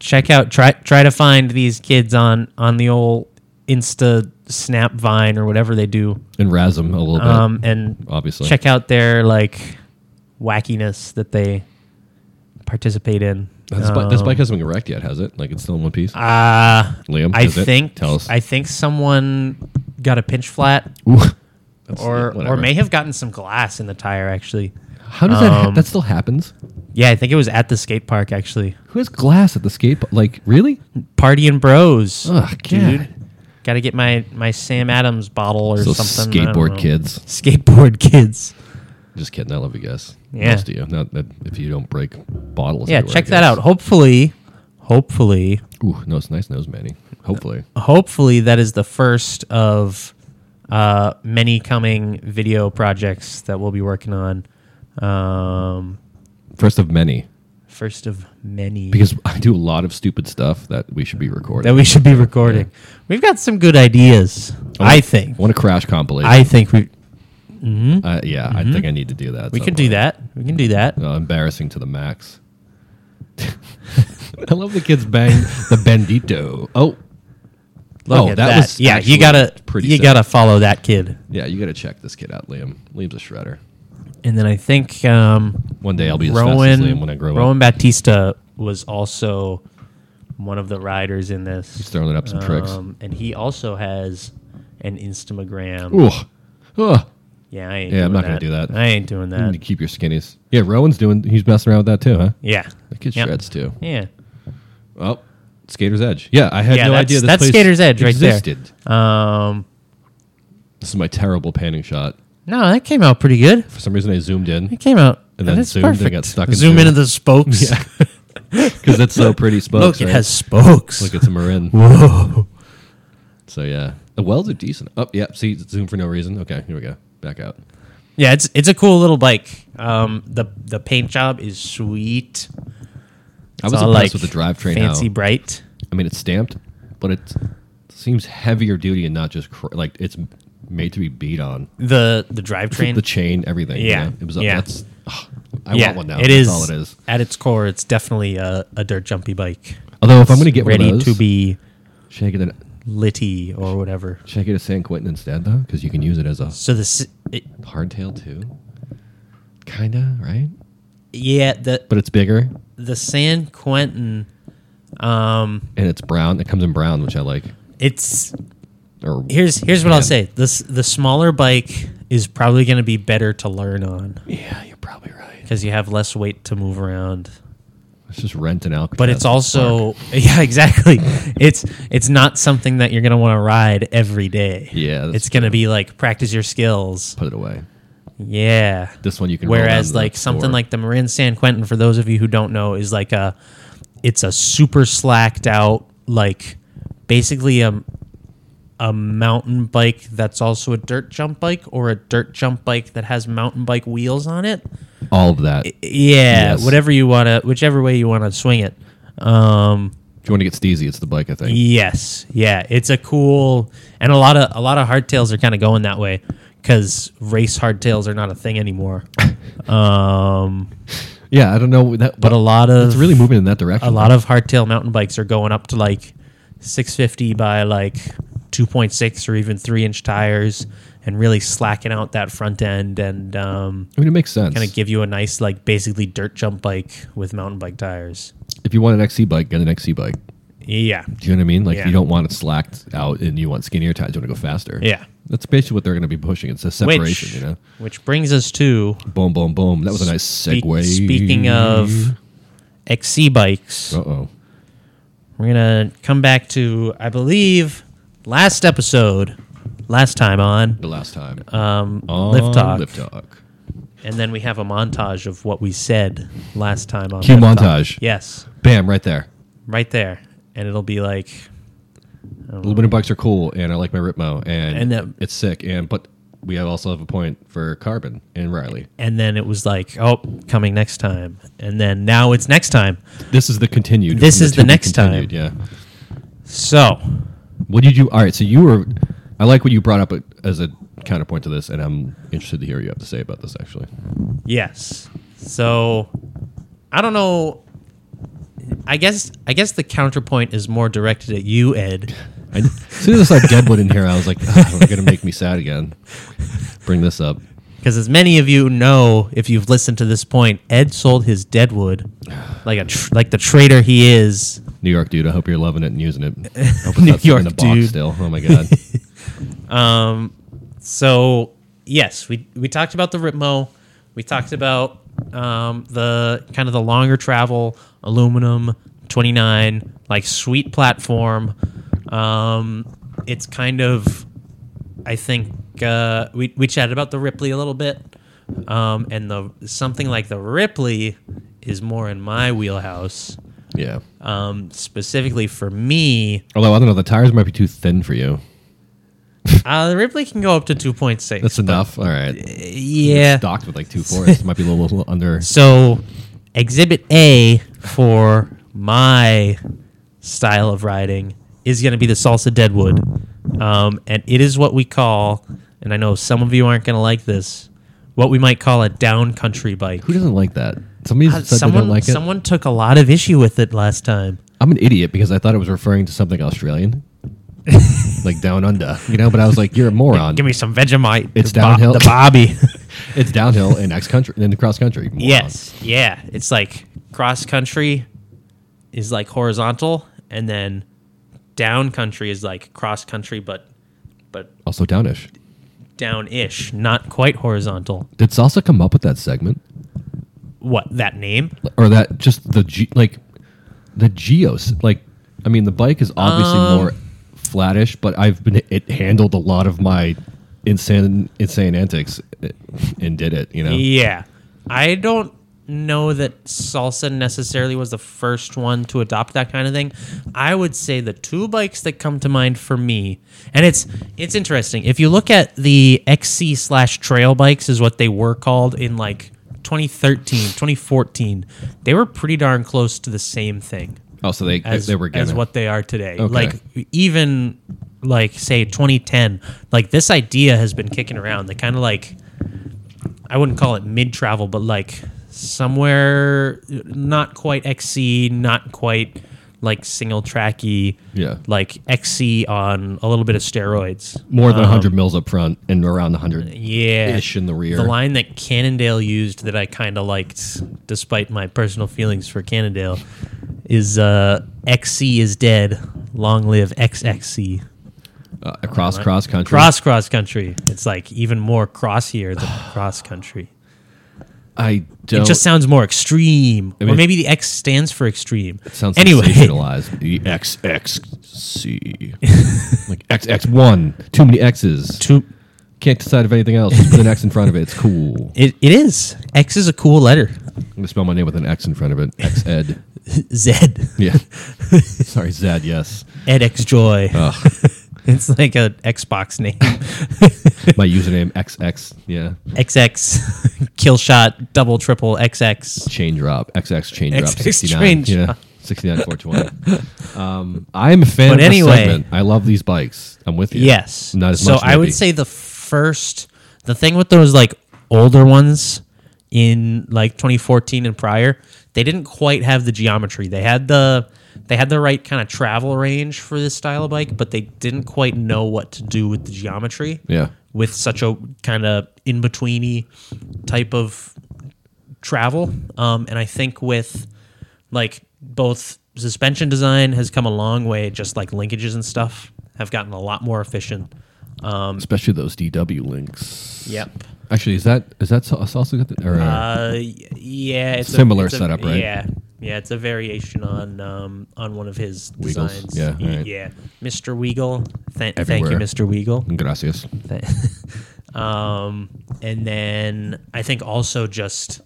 Speaker 1: check out try try to find these kids on on the old insta snap vine or whatever they do
Speaker 2: And Rasm a little bit,
Speaker 1: um and
Speaker 2: obviously.
Speaker 1: check out their like wackiness that they participate in
Speaker 2: This, bi- this bike hasn't been wrecked yet, has it? Like it's still in one piece.
Speaker 1: um, uh
Speaker 2: Liam,
Speaker 1: i
Speaker 2: is it?
Speaker 1: think
Speaker 2: Tell us.
Speaker 1: i think someone got a pinch flat
Speaker 2: [LAUGHS] That's-
Speaker 1: or
Speaker 2: whatever.
Speaker 1: or may um, have gotten some glass in the tire actually
Speaker 2: How does that? Ha- that still happens.
Speaker 1: yeah i think it was at the skate park actually
Speaker 2: Who has glass at the skate? park? Like really?
Speaker 1: partying bros
Speaker 2: Ugh, God.
Speaker 1: Got to get my my Sam Adams bottle or
Speaker 2: Those
Speaker 1: something. I don't
Speaker 2: skateboard
Speaker 1: know.
Speaker 2: kids.
Speaker 1: Skateboard [LAUGHS] kids.
Speaker 2: Just kidding. I love you guys.
Speaker 1: Yeah.
Speaker 2: Most of you. Not that if you don't break bottles.
Speaker 1: Yeah,
Speaker 2: everywhere,
Speaker 1: check
Speaker 2: I
Speaker 1: that out.
Speaker 2: guess.
Speaker 1: Hopefully, hopefully,
Speaker 2: Ooh, no, it's nice nose, Manny. Hopefully,
Speaker 1: hopefully that is the first of uh, many coming video projects that we'll be working on. Um,
Speaker 2: First of many,
Speaker 1: first of many
Speaker 2: because [LAUGHS] I do a lot of stupid stuff that we should be recording.
Speaker 1: that we should be recording. We've got some good ideas. I think.
Speaker 2: I want to crash compilation.
Speaker 1: I think we
Speaker 2: uh, yeah, I think I need to do that. at
Speaker 1: Mm-hmm. we
Speaker 2: some
Speaker 1: can do
Speaker 2: point.
Speaker 1: that. We can do that.
Speaker 2: Uh, embarrassing to the max. [LAUGHS] I love the kids bang the bandito. Oh,
Speaker 1: Look
Speaker 2: Oh,
Speaker 1: at
Speaker 2: that
Speaker 1: that.
Speaker 2: was
Speaker 1: yeah, you
Speaker 2: actually
Speaker 1: gotta
Speaker 2: pretty
Speaker 1: you
Speaker 2: sick.
Speaker 1: gotta follow that kid.
Speaker 2: yeah, you got to check this kid out, Liam. Liam's a shredder.
Speaker 1: And then I think um,
Speaker 2: One day I'll be as fast as
Speaker 1: Rowan
Speaker 2: Liam when I grow up.
Speaker 1: Rowan Batista was also one of the riders in
Speaker 2: He's
Speaker 1: this.
Speaker 2: throwing up some tricks.
Speaker 1: Um, and he also has an Instagram.
Speaker 2: Ooh, oh,
Speaker 1: Yeah, I ain't
Speaker 2: Yeah,
Speaker 1: doing
Speaker 2: I'm not gonna do that.
Speaker 1: I ain't doing
Speaker 2: you need
Speaker 1: that.
Speaker 2: to keep your skinnies. Yeah, Rowan's doing. He's messing around with that too, huh?
Speaker 1: Yeah.
Speaker 2: The kid
Speaker 1: Yep.
Speaker 2: shreds too.
Speaker 1: Yeah.
Speaker 2: Oh, Skater's Edge. Yeah, I had
Speaker 1: Yeah,
Speaker 2: no
Speaker 1: that's-
Speaker 2: idea this
Speaker 1: that's
Speaker 2: place
Speaker 1: Skater's Edge right there.
Speaker 2: existed.
Speaker 1: Um,
Speaker 2: This is my terrible panning shot.
Speaker 1: no, that came out pretty good.
Speaker 2: For some reason, I zoomed in
Speaker 1: It came out.
Speaker 2: And then
Speaker 1: that's
Speaker 2: zoomed and it
Speaker 1: perfect.
Speaker 2: got stuck in
Speaker 1: Zoom
Speaker 2: zoom.
Speaker 1: into the
Speaker 2: [LAUGHS]
Speaker 1: spokes.
Speaker 2: because it's so pretty.
Speaker 1: [LAUGHS] Look,
Speaker 2: Spokes,
Speaker 1: it
Speaker 2: right?
Speaker 1: has spokes.
Speaker 2: Look, it's a
Speaker 1: [LAUGHS]
Speaker 2: marin.
Speaker 1: Whoa.
Speaker 2: So yeah, the wells are decent. Oh yeah, see zoom for no reason. Okay, here we go. Back out.
Speaker 1: Yeah, it's it's a cool little bike. Um, the the paint job is sweet.
Speaker 2: I was
Speaker 1: all,
Speaker 2: impressed
Speaker 1: like,
Speaker 2: with the drivetrain.
Speaker 1: Fancy
Speaker 2: How,
Speaker 1: bright.
Speaker 2: I mean, it's stamped, but it seems heavier duty and not just cr- like it's made to be beat on.
Speaker 1: The the drivetrain.
Speaker 2: The chain, everything. you
Speaker 1: Yeah,
Speaker 2: know? it was.
Speaker 1: yeah.
Speaker 2: That's. ugh, I
Speaker 1: yeah,
Speaker 2: want one now.
Speaker 1: It
Speaker 2: that's
Speaker 1: is,
Speaker 2: all it is.
Speaker 1: At its core, it's definitely a, a dirt jumpy bike.
Speaker 2: Although if I'm going to get
Speaker 1: ready
Speaker 2: one of those,
Speaker 1: to be
Speaker 2: should I get a
Speaker 1: litty or whatever.
Speaker 2: should I get a San Quentin instead though? Because you can use it as a
Speaker 1: So this, it,
Speaker 2: hardtail too. Kinda right,
Speaker 1: yeah, the
Speaker 2: but it's bigger
Speaker 1: the San Quentin, um,
Speaker 2: and it's brown. It comes in brown, which I like.
Speaker 1: it's
Speaker 2: Or
Speaker 1: here's here's what I'll
Speaker 2: Man.
Speaker 1: say. This the smaller bike is probably going to be better to learn on
Speaker 2: yeah, you're probably right.
Speaker 1: because you have less weight to move around.
Speaker 2: It's just rent an Alcatraz.
Speaker 1: but it's also [LAUGHS] yeah exactly it's it's not something that you're going to want to ride every day
Speaker 2: Yeah, that's
Speaker 1: it's going to be like practice your skills
Speaker 2: put it away.
Speaker 1: yeah
Speaker 2: This one you can. roll down
Speaker 1: whereas
Speaker 2: to the
Speaker 1: like something
Speaker 2: floor.
Speaker 1: like the marin san quentin for those of you who don't know is like a it's a super slacked out like basically a a mountain bike that's also a dirt jump bike or a dirt jump bike that has mountain bike wheels on it
Speaker 2: all of that.
Speaker 1: yeah
Speaker 2: Yes.
Speaker 1: whatever you want to whichever way you want to swing it um
Speaker 2: if you want to get steezy, it's the bike. I think.
Speaker 1: Yes, yeah, it's a cool and a lot of a lot of hardtails are kind of going that way because race hardtails are not a thing anymore. um,
Speaker 2: Yeah, I don't know that,
Speaker 1: but a lot of
Speaker 2: it's really moving in that direction.
Speaker 1: a lot of hardtail mountain bikes are going up to like 650 by like 2.6 or even three inch tires and really slacking out that front end and um,
Speaker 2: I mean, it makes sense.
Speaker 1: kind of give you a nice like basically dirt jump bike with mountain bike tires.
Speaker 2: if you want an XC bike, get an XC bike.
Speaker 1: Yeah,
Speaker 2: Do you know what I mean? Like,
Speaker 1: Yeah.
Speaker 2: you don't want it slacked out, and you want skinnier tires. You want to go faster.
Speaker 1: yeah.
Speaker 2: that's basically what they're going to be pushing. It's a separation.
Speaker 1: Which
Speaker 2: You know,
Speaker 1: which brings us to
Speaker 2: boom, boom, boom. That was a nice
Speaker 1: Speak-
Speaker 2: segue.
Speaker 1: Speaking of XC bikes,
Speaker 2: uh oh,
Speaker 1: we're gonna come back to I believe last episode, last time on
Speaker 2: the last time
Speaker 1: um,
Speaker 2: on
Speaker 1: Lift Talk,
Speaker 2: Lift Talk.
Speaker 1: and then we have a montage of what we said last time on
Speaker 2: Cue
Speaker 1: Lift Talk.
Speaker 2: montage.
Speaker 1: Yes,
Speaker 2: Bam, right there.
Speaker 1: right there, and it'll be like
Speaker 2: Aluminum bikes are cool, and I like my Ripmo, and,
Speaker 1: And that-
Speaker 2: it's sick. And but we have also have a point for Carbon and Riley.
Speaker 1: and then it was like, oh, coming next time. And then now it's next time.
Speaker 2: This is the continued.
Speaker 1: This
Speaker 2: from
Speaker 1: is
Speaker 2: to
Speaker 1: the
Speaker 2: be
Speaker 1: next
Speaker 2: continued, Yeah.
Speaker 1: So,
Speaker 2: What did you? All right. So you were. I like what you brought up uh, as a counterpoint to this, and I'm interested to hear what you have to say about this. Actually,
Speaker 1: Yes. So I don't know. I guess I guess the counterpoint is more directed at you, Ed.
Speaker 2: I, as soon
Speaker 1: [LAUGHS]
Speaker 2: as I saw Deadwood in here, I was like, oh, "They're gonna make me sad again." Bring this up.
Speaker 1: Because as many of you know, if you've listened to this point, Ed sold his deadwood like a tr- like the traitor he is.
Speaker 2: New York dude, I hope you're loving it and
Speaker 1: [LAUGHS]
Speaker 2: using it. I hope it's
Speaker 1: New
Speaker 2: not
Speaker 1: York
Speaker 2: in the box
Speaker 1: dude.
Speaker 2: still. Oh
Speaker 1: [LAUGHS]
Speaker 2: my god.
Speaker 1: So yes, we we talked about the Ripmo. We talked about um, the kind of the longer travel aluminum 29, like sweet platform. Um, it's kind of, I think uh, we we chatted about the Ripley a little bit, um, and the something like the Ripley is more in my wheelhouse.
Speaker 2: Yeah.
Speaker 1: Um, specifically for me,
Speaker 2: Although I don't know, the tires might be too thin for you.
Speaker 1: Uh, Ripley can go up to 2.6.
Speaker 2: That's enough. All right.
Speaker 1: yeah.
Speaker 2: Stocked with like two fours. Might be a little, little under.
Speaker 1: So, Exhibit A for my style of riding is going to be the Salsa Deadwood. Um, and it is what we call, and I know some of you aren't going to like this, what we might call a down country bike.
Speaker 2: Who doesn't like that? Somebody
Speaker 1: Uh,
Speaker 2: said they
Speaker 1: someone,
Speaker 2: don't like it.
Speaker 1: someone took a lot of issue with it last time.
Speaker 2: I'm an idiot because I thought it was referring to
Speaker 1: [LAUGHS]
Speaker 2: something Australian, like down under, you know. But I was like, "You're a moron."
Speaker 1: Give me some Vegemite.
Speaker 2: It's
Speaker 1: The bo-
Speaker 2: downhill.
Speaker 1: The Bobby.
Speaker 2: [LAUGHS] it's downhill and next country and then cross country. moron.
Speaker 1: yes. Yeah. It's like cross country is like horizontal, and then down country is like cross country, but but
Speaker 2: Also downish.
Speaker 1: down ish, not quite horizontal.
Speaker 2: Did Salsa come up with that segment
Speaker 1: What that name?
Speaker 2: or that just the ge- like the geos? Like, I mean, the bike is obviously
Speaker 1: Um.
Speaker 2: more flattish, but I've been it handled a lot of my insane insane antics eh, and did it. You know,
Speaker 1: Yeah. I don't know that Salsa necessarily was the first one to adopt that kind of thing. I would say the two bikes that come to mind for me, and it's it's interesting. If you look at the XC slash trail bikes is what they were called in like 2013, 2014, they were pretty darn close to the same thing
Speaker 2: oh, so they
Speaker 1: as,
Speaker 2: they were
Speaker 1: as
Speaker 2: getting
Speaker 1: what they are today.
Speaker 2: Okay.
Speaker 1: Like even like say 2010, like this idea has been kicking around. They kind of like I wouldn't call it mid travel, but like somewhere not quite XC, not quite like single tracky,
Speaker 2: Yeah.
Speaker 1: like XC on a little bit of steroids.
Speaker 2: more than 100 mils up front and around 100
Speaker 1: Um, Yeah,
Speaker 2: ish in the rear.
Speaker 1: the line that Cannondale used that I kind of liked, despite my personal feelings for Cannondale, is uh, XC is dead. Long live XXC.
Speaker 2: uh, across cross country.
Speaker 1: Cross cross country. It's like even more crossier
Speaker 2: [SIGHS]
Speaker 1: than cross country.
Speaker 2: I don't.
Speaker 1: It just sounds more extreme.
Speaker 2: mean-
Speaker 1: or maybe the X stands for extreme.
Speaker 2: sounds
Speaker 1: anyway.
Speaker 2: sensationalized. E The XXC. like XX1. Too many
Speaker 1: [LAUGHS]
Speaker 2: X's.
Speaker 1: Two,
Speaker 2: Can't decide if anything else. Just put an X in front of it. It's cool.
Speaker 1: it, it is. X is a cool letter. [LAUGHS]
Speaker 2: I'm going to spell my name with an X in front of it. X Ed.
Speaker 1: Zed. [LAUGHS]
Speaker 2: Yeah. Sorry, Zed, yes.
Speaker 1: Ed X Joy.
Speaker 2: Ugh.
Speaker 1: It's like a Xbox name.
Speaker 2: My username XX. Yeah.
Speaker 1: XX. [LAUGHS] Kill shot. Double triple XX.
Speaker 2: Chain drop. XX chain drop.
Speaker 1: XX
Speaker 2: 69.
Speaker 1: chain
Speaker 2: yeah.
Speaker 1: drop.
Speaker 2: 69 420. Um, I'm a fan
Speaker 1: But
Speaker 2: of this
Speaker 1: anyway-
Speaker 2: segment. I love these bikes. I'm with you.
Speaker 1: Yes.
Speaker 2: Not as
Speaker 1: so
Speaker 2: much,
Speaker 1: I
Speaker 2: maybe.
Speaker 1: would say the first, the thing with those like older ones in like 2014 and prior, they didn't quite have the geometry. They had the they had the right kind of travel range for this style of bike, but they didn't quite know what to do with the geometry.
Speaker 2: Yeah.
Speaker 1: With such a kind of in betweeny type of travel. Um, and I think with like both suspension design has come a long way, just like linkages and stuff have gotten a lot more efficient. Um,
Speaker 2: Especially those DW links.
Speaker 1: yep.
Speaker 2: Actually, is that is that sa- also got the, or, uh,
Speaker 1: Uh, y- yeah, it's a-
Speaker 2: Similar
Speaker 1: it's a-
Speaker 2: setup, right?
Speaker 1: Yeah, yeah, it's a variation on um, on one of his
Speaker 2: Weagle's,
Speaker 1: designs.
Speaker 2: yeah,
Speaker 1: Y-
Speaker 2: right.
Speaker 1: yeah. Mr. Weagle, Th- thank you,
Speaker 2: Everywhere.
Speaker 1: Mr. Weagle.
Speaker 2: gracias?
Speaker 1: [LAUGHS] um, and then I think also just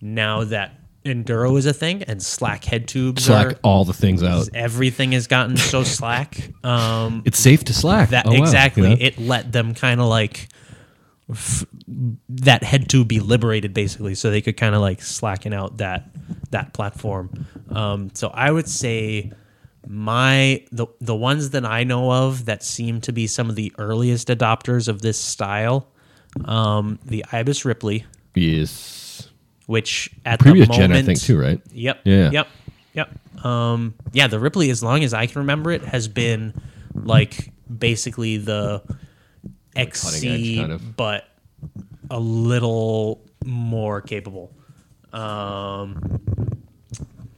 Speaker 1: now that enduro is a thing and slack head tubes
Speaker 2: Slack
Speaker 1: are
Speaker 2: all the things out.
Speaker 1: everything has gotten so slack. Um,
Speaker 2: It's safe to slack.
Speaker 1: that
Speaker 2: Oh, wow.
Speaker 1: exactly
Speaker 2: You know?
Speaker 1: it let them kind of like f- that head to be liberated basically, so they could kind of like slacken out that that platform. Um, so I would say my the the ones that I know of that seem to be some of the earliest adopters of this style, um, the Ibis Ripley,
Speaker 2: yes.
Speaker 1: which at
Speaker 2: Previous
Speaker 1: the
Speaker 2: gen,
Speaker 1: moment
Speaker 2: I think too, right?
Speaker 1: Yep.
Speaker 2: Yeah.
Speaker 1: Yep. Yep. Um, yeah, the Ripley, as long as I can remember it, has been like basically the XC,
Speaker 2: edge, kind of.
Speaker 1: but a little more capable. Um,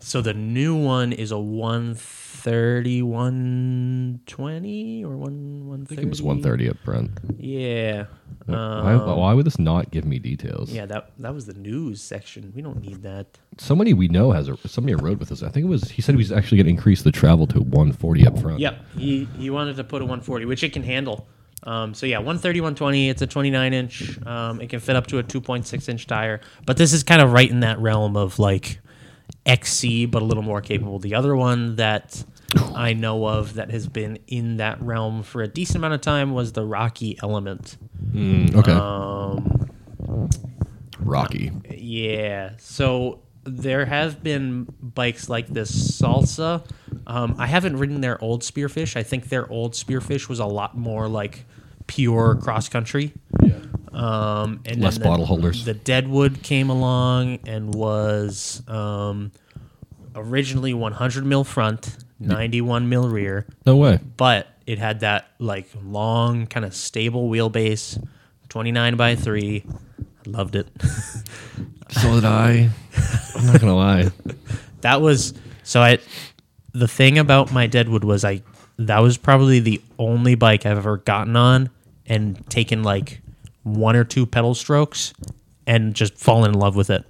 Speaker 1: so the new one is a 130, 120 or one, 130?
Speaker 2: It was one thirty up front.
Speaker 1: Yeah.
Speaker 2: why,
Speaker 1: Um,
Speaker 2: why would this not give me details?
Speaker 1: Yeah, that, that was the news section. We don't need that.
Speaker 2: Somebody we know has a somebody rode with us. I think it was. He said he was actually going to increase the travel to one forty up front.
Speaker 1: Yep. He he wanted to put a 140, which it can handle. Um, so yeah, 130, 120. It's a 29 inch. Um, it can fit up to a 2.6 inch tire. But this is kind of right in that realm of like XC, but a little more capable. The other one that I know of that has been in that realm for a decent amount of time was the rocky element.
Speaker 2: Mm, okay.
Speaker 1: Um,
Speaker 2: Rocky.
Speaker 1: Yeah. So there have been bikes like this salsa. Um, I haven't ridden their old spearfish. I think their old spearfish was a lot more like pure cross country. Um, and
Speaker 2: Less
Speaker 1: then
Speaker 2: bottle
Speaker 1: the,
Speaker 2: holders.
Speaker 1: The Deadwood came along and was um, originally 100 mil front, 91 mil rear
Speaker 2: No way.
Speaker 1: but it had that like long kind of stable wheelbase 29 by 3 i loved it [LAUGHS]
Speaker 2: So did I. [LAUGHS] I'm not gonna lie.
Speaker 1: that was so i the thing about my deadwood was i that was probably the only bike i've ever gotten on and taken like one or two pedal strokes and just fallen in love with it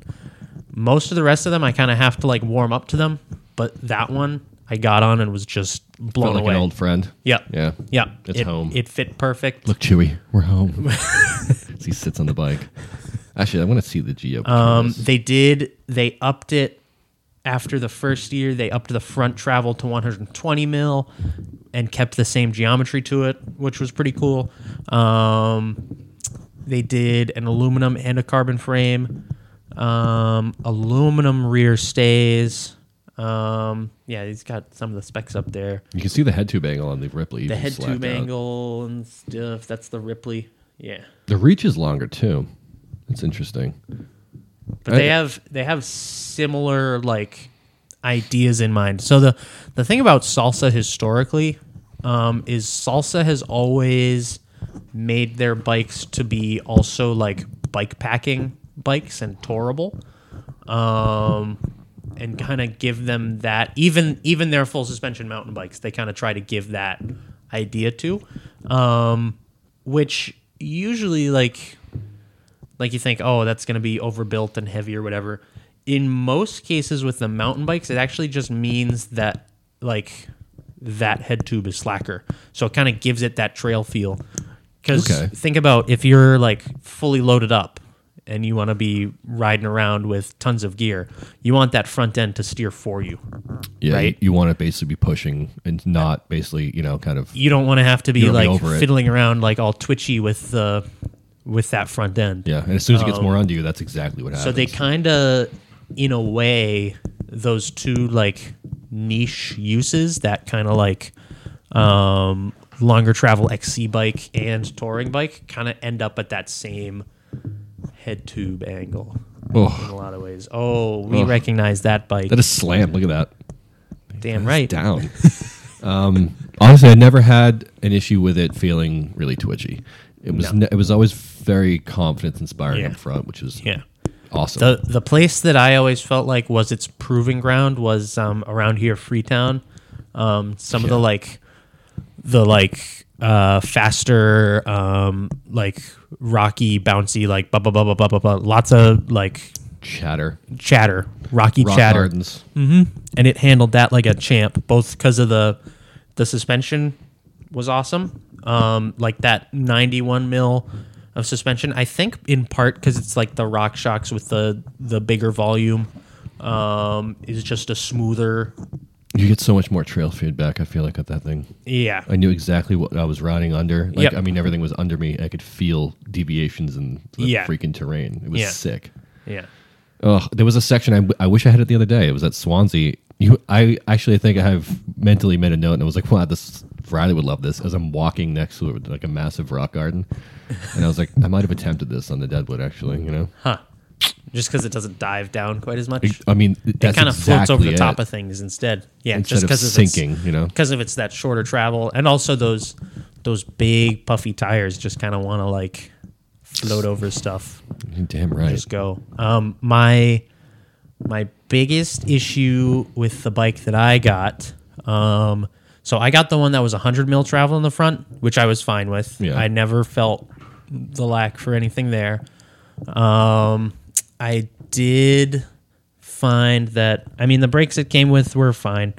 Speaker 1: most of the rest of them i kind of have to like warm up to them but that one i got on and was just blown
Speaker 2: Felt like
Speaker 1: away
Speaker 2: an old friend.
Speaker 1: yeah
Speaker 2: Yeah.
Speaker 1: yeah
Speaker 2: It's
Speaker 1: it,
Speaker 2: home.
Speaker 1: it fit perfect
Speaker 2: Look, Chewy, we're home. [LAUGHS] As he sits on the bike. Actually, I want to see the Geo. between
Speaker 1: Um,
Speaker 2: us.
Speaker 1: they did. They upped it after the first year. They upped the front travel to 120 mil and kept the same geometry to it, which was pretty cool. Um, they did an aluminum and a carbon frame, um, aluminum rear stays. Um, yeah, he's got some of the specs up there.
Speaker 2: you can see the head tube angle on the Ripley.
Speaker 1: The
Speaker 2: even
Speaker 1: head
Speaker 2: slacked
Speaker 1: tube
Speaker 2: out.
Speaker 1: angle and stuff. That's the Ripley. Yeah.
Speaker 2: The reach is longer too. That's interesting.
Speaker 1: but they have they have similar like ideas in mind. So the the thing about salsa historically um, is salsa has always made their bikes to be also like bike packing bikes and tourable, um, and kind of give them that even even their full suspension mountain bikes they kind of try to give that idea to, um, which usually like like you think, oh, that's going to be overbuilt and heavy or whatever. In most cases with the mountain bikes, it actually just means that like that head tube is slacker, so it kind of gives it that trail feel. Because
Speaker 2: Okay.
Speaker 1: think about if you're like fully loaded up and you want to be riding around with tons of gear, you want that front end to steer for you.
Speaker 2: Yeah,
Speaker 1: Right.
Speaker 2: you, you want to basically be pushing and not basically, you know, kind of
Speaker 1: You don't want to have to be
Speaker 2: don't be
Speaker 1: like
Speaker 2: over it.
Speaker 1: fiddling around like all twitchy with the with that front end.
Speaker 2: yeah. And as soon as it gets more onto you, that's exactly what happens.
Speaker 1: Um, So they kind of, in a way, those two like niche uses that kind of like um, longer travel XC bike and touring bike kind of end up at that same head tube angle in
Speaker 2: oh,
Speaker 1: a lot of ways. Oh, we
Speaker 2: Ugh.
Speaker 1: recognize that bike.
Speaker 2: that is slammed. Look at that.
Speaker 1: Damn right.
Speaker 2: [LAUGHS] down. um, honestly, I never had an issue with it feeling really twitchy. It was
Speaker 1: No.
Speaker 2: ne- it was always very confidence inspiring
Speaker 1: Yeah.
Speaker 2: up front, which was
Speaker 1: Yeah.
Speaker 2: awesome.
Speaker 1: The the place that I always felt like was its proving ground was um, around here, Freetown. Um, some of the
Speaker 2: Yeah.
Speaker 1: like, the like uh, faster, um, like rocky, bouncy, like blah blah blah blah blah blah. blah lots of like
Speaker 2: Chatter,
Speaker 1: chatter, rocky
Speaker 2: rock
Speaker 1: chatter,
Speaker 2: gardens.
Speaker 1: and it handled that like a champ. Both because of the the suspension was awesome. Um, like that 91 mil of suspension. I think in part because it's like the Rock Shocks with the the bigger volume um, is just a smoother.
Speaker 2: You get so much more trail feedback. I feel like at that thing,
Speaker 1: Yeah,
Speaker 2: I knew exactly what I was riding under. Like
Speaker 1: Yep.
Speaker 2: I mean, everything was under me. I could feel deviations in the
Speaker 1: Yeah.
Speaker 2: freaking terrain. It was
Speaker 1: Yeah.
Speaker 2: sick.
Speaker 1: yeah.
Speaker 2: Oh, there was a section I, I wish I had it the other day. It was at Swansea. You, I actually think I have mentally made a note and I was like, wow, this Riley would love this. As I'm walking next to it, like a massive rock garden, and I was like, I might have attempted this on the Deadwood. Actually, you know,
Speaker 1: Huh. Just because it doesn't dive down quite as much, it,
Speaker 2: I mean, that's
Speaker 1: kind of floats over the
Speaker 2: exactly
Speaker 1: top
Speaker 2: it.
Speaker 1: of things instead. Yeah,
Speaker 2: instead
Speaker 1: just
Speaker 2: of
Speaker 1: because
Speaker 2: sinking. You know,
Speaker 1: because of it's that shorter travel and also those those big puffy tires just kind of want to like float over stuff
Speaker 2: damn right.
Speaker 1: just go um my my biggest issue with the bike that i got um so i got the one that was 100 mil travel in the front which i was fine with
Speaker 2: Yeah.
Speaker 1: i never felt the lack for anything there um i did find that i mean the brakes it came with were fine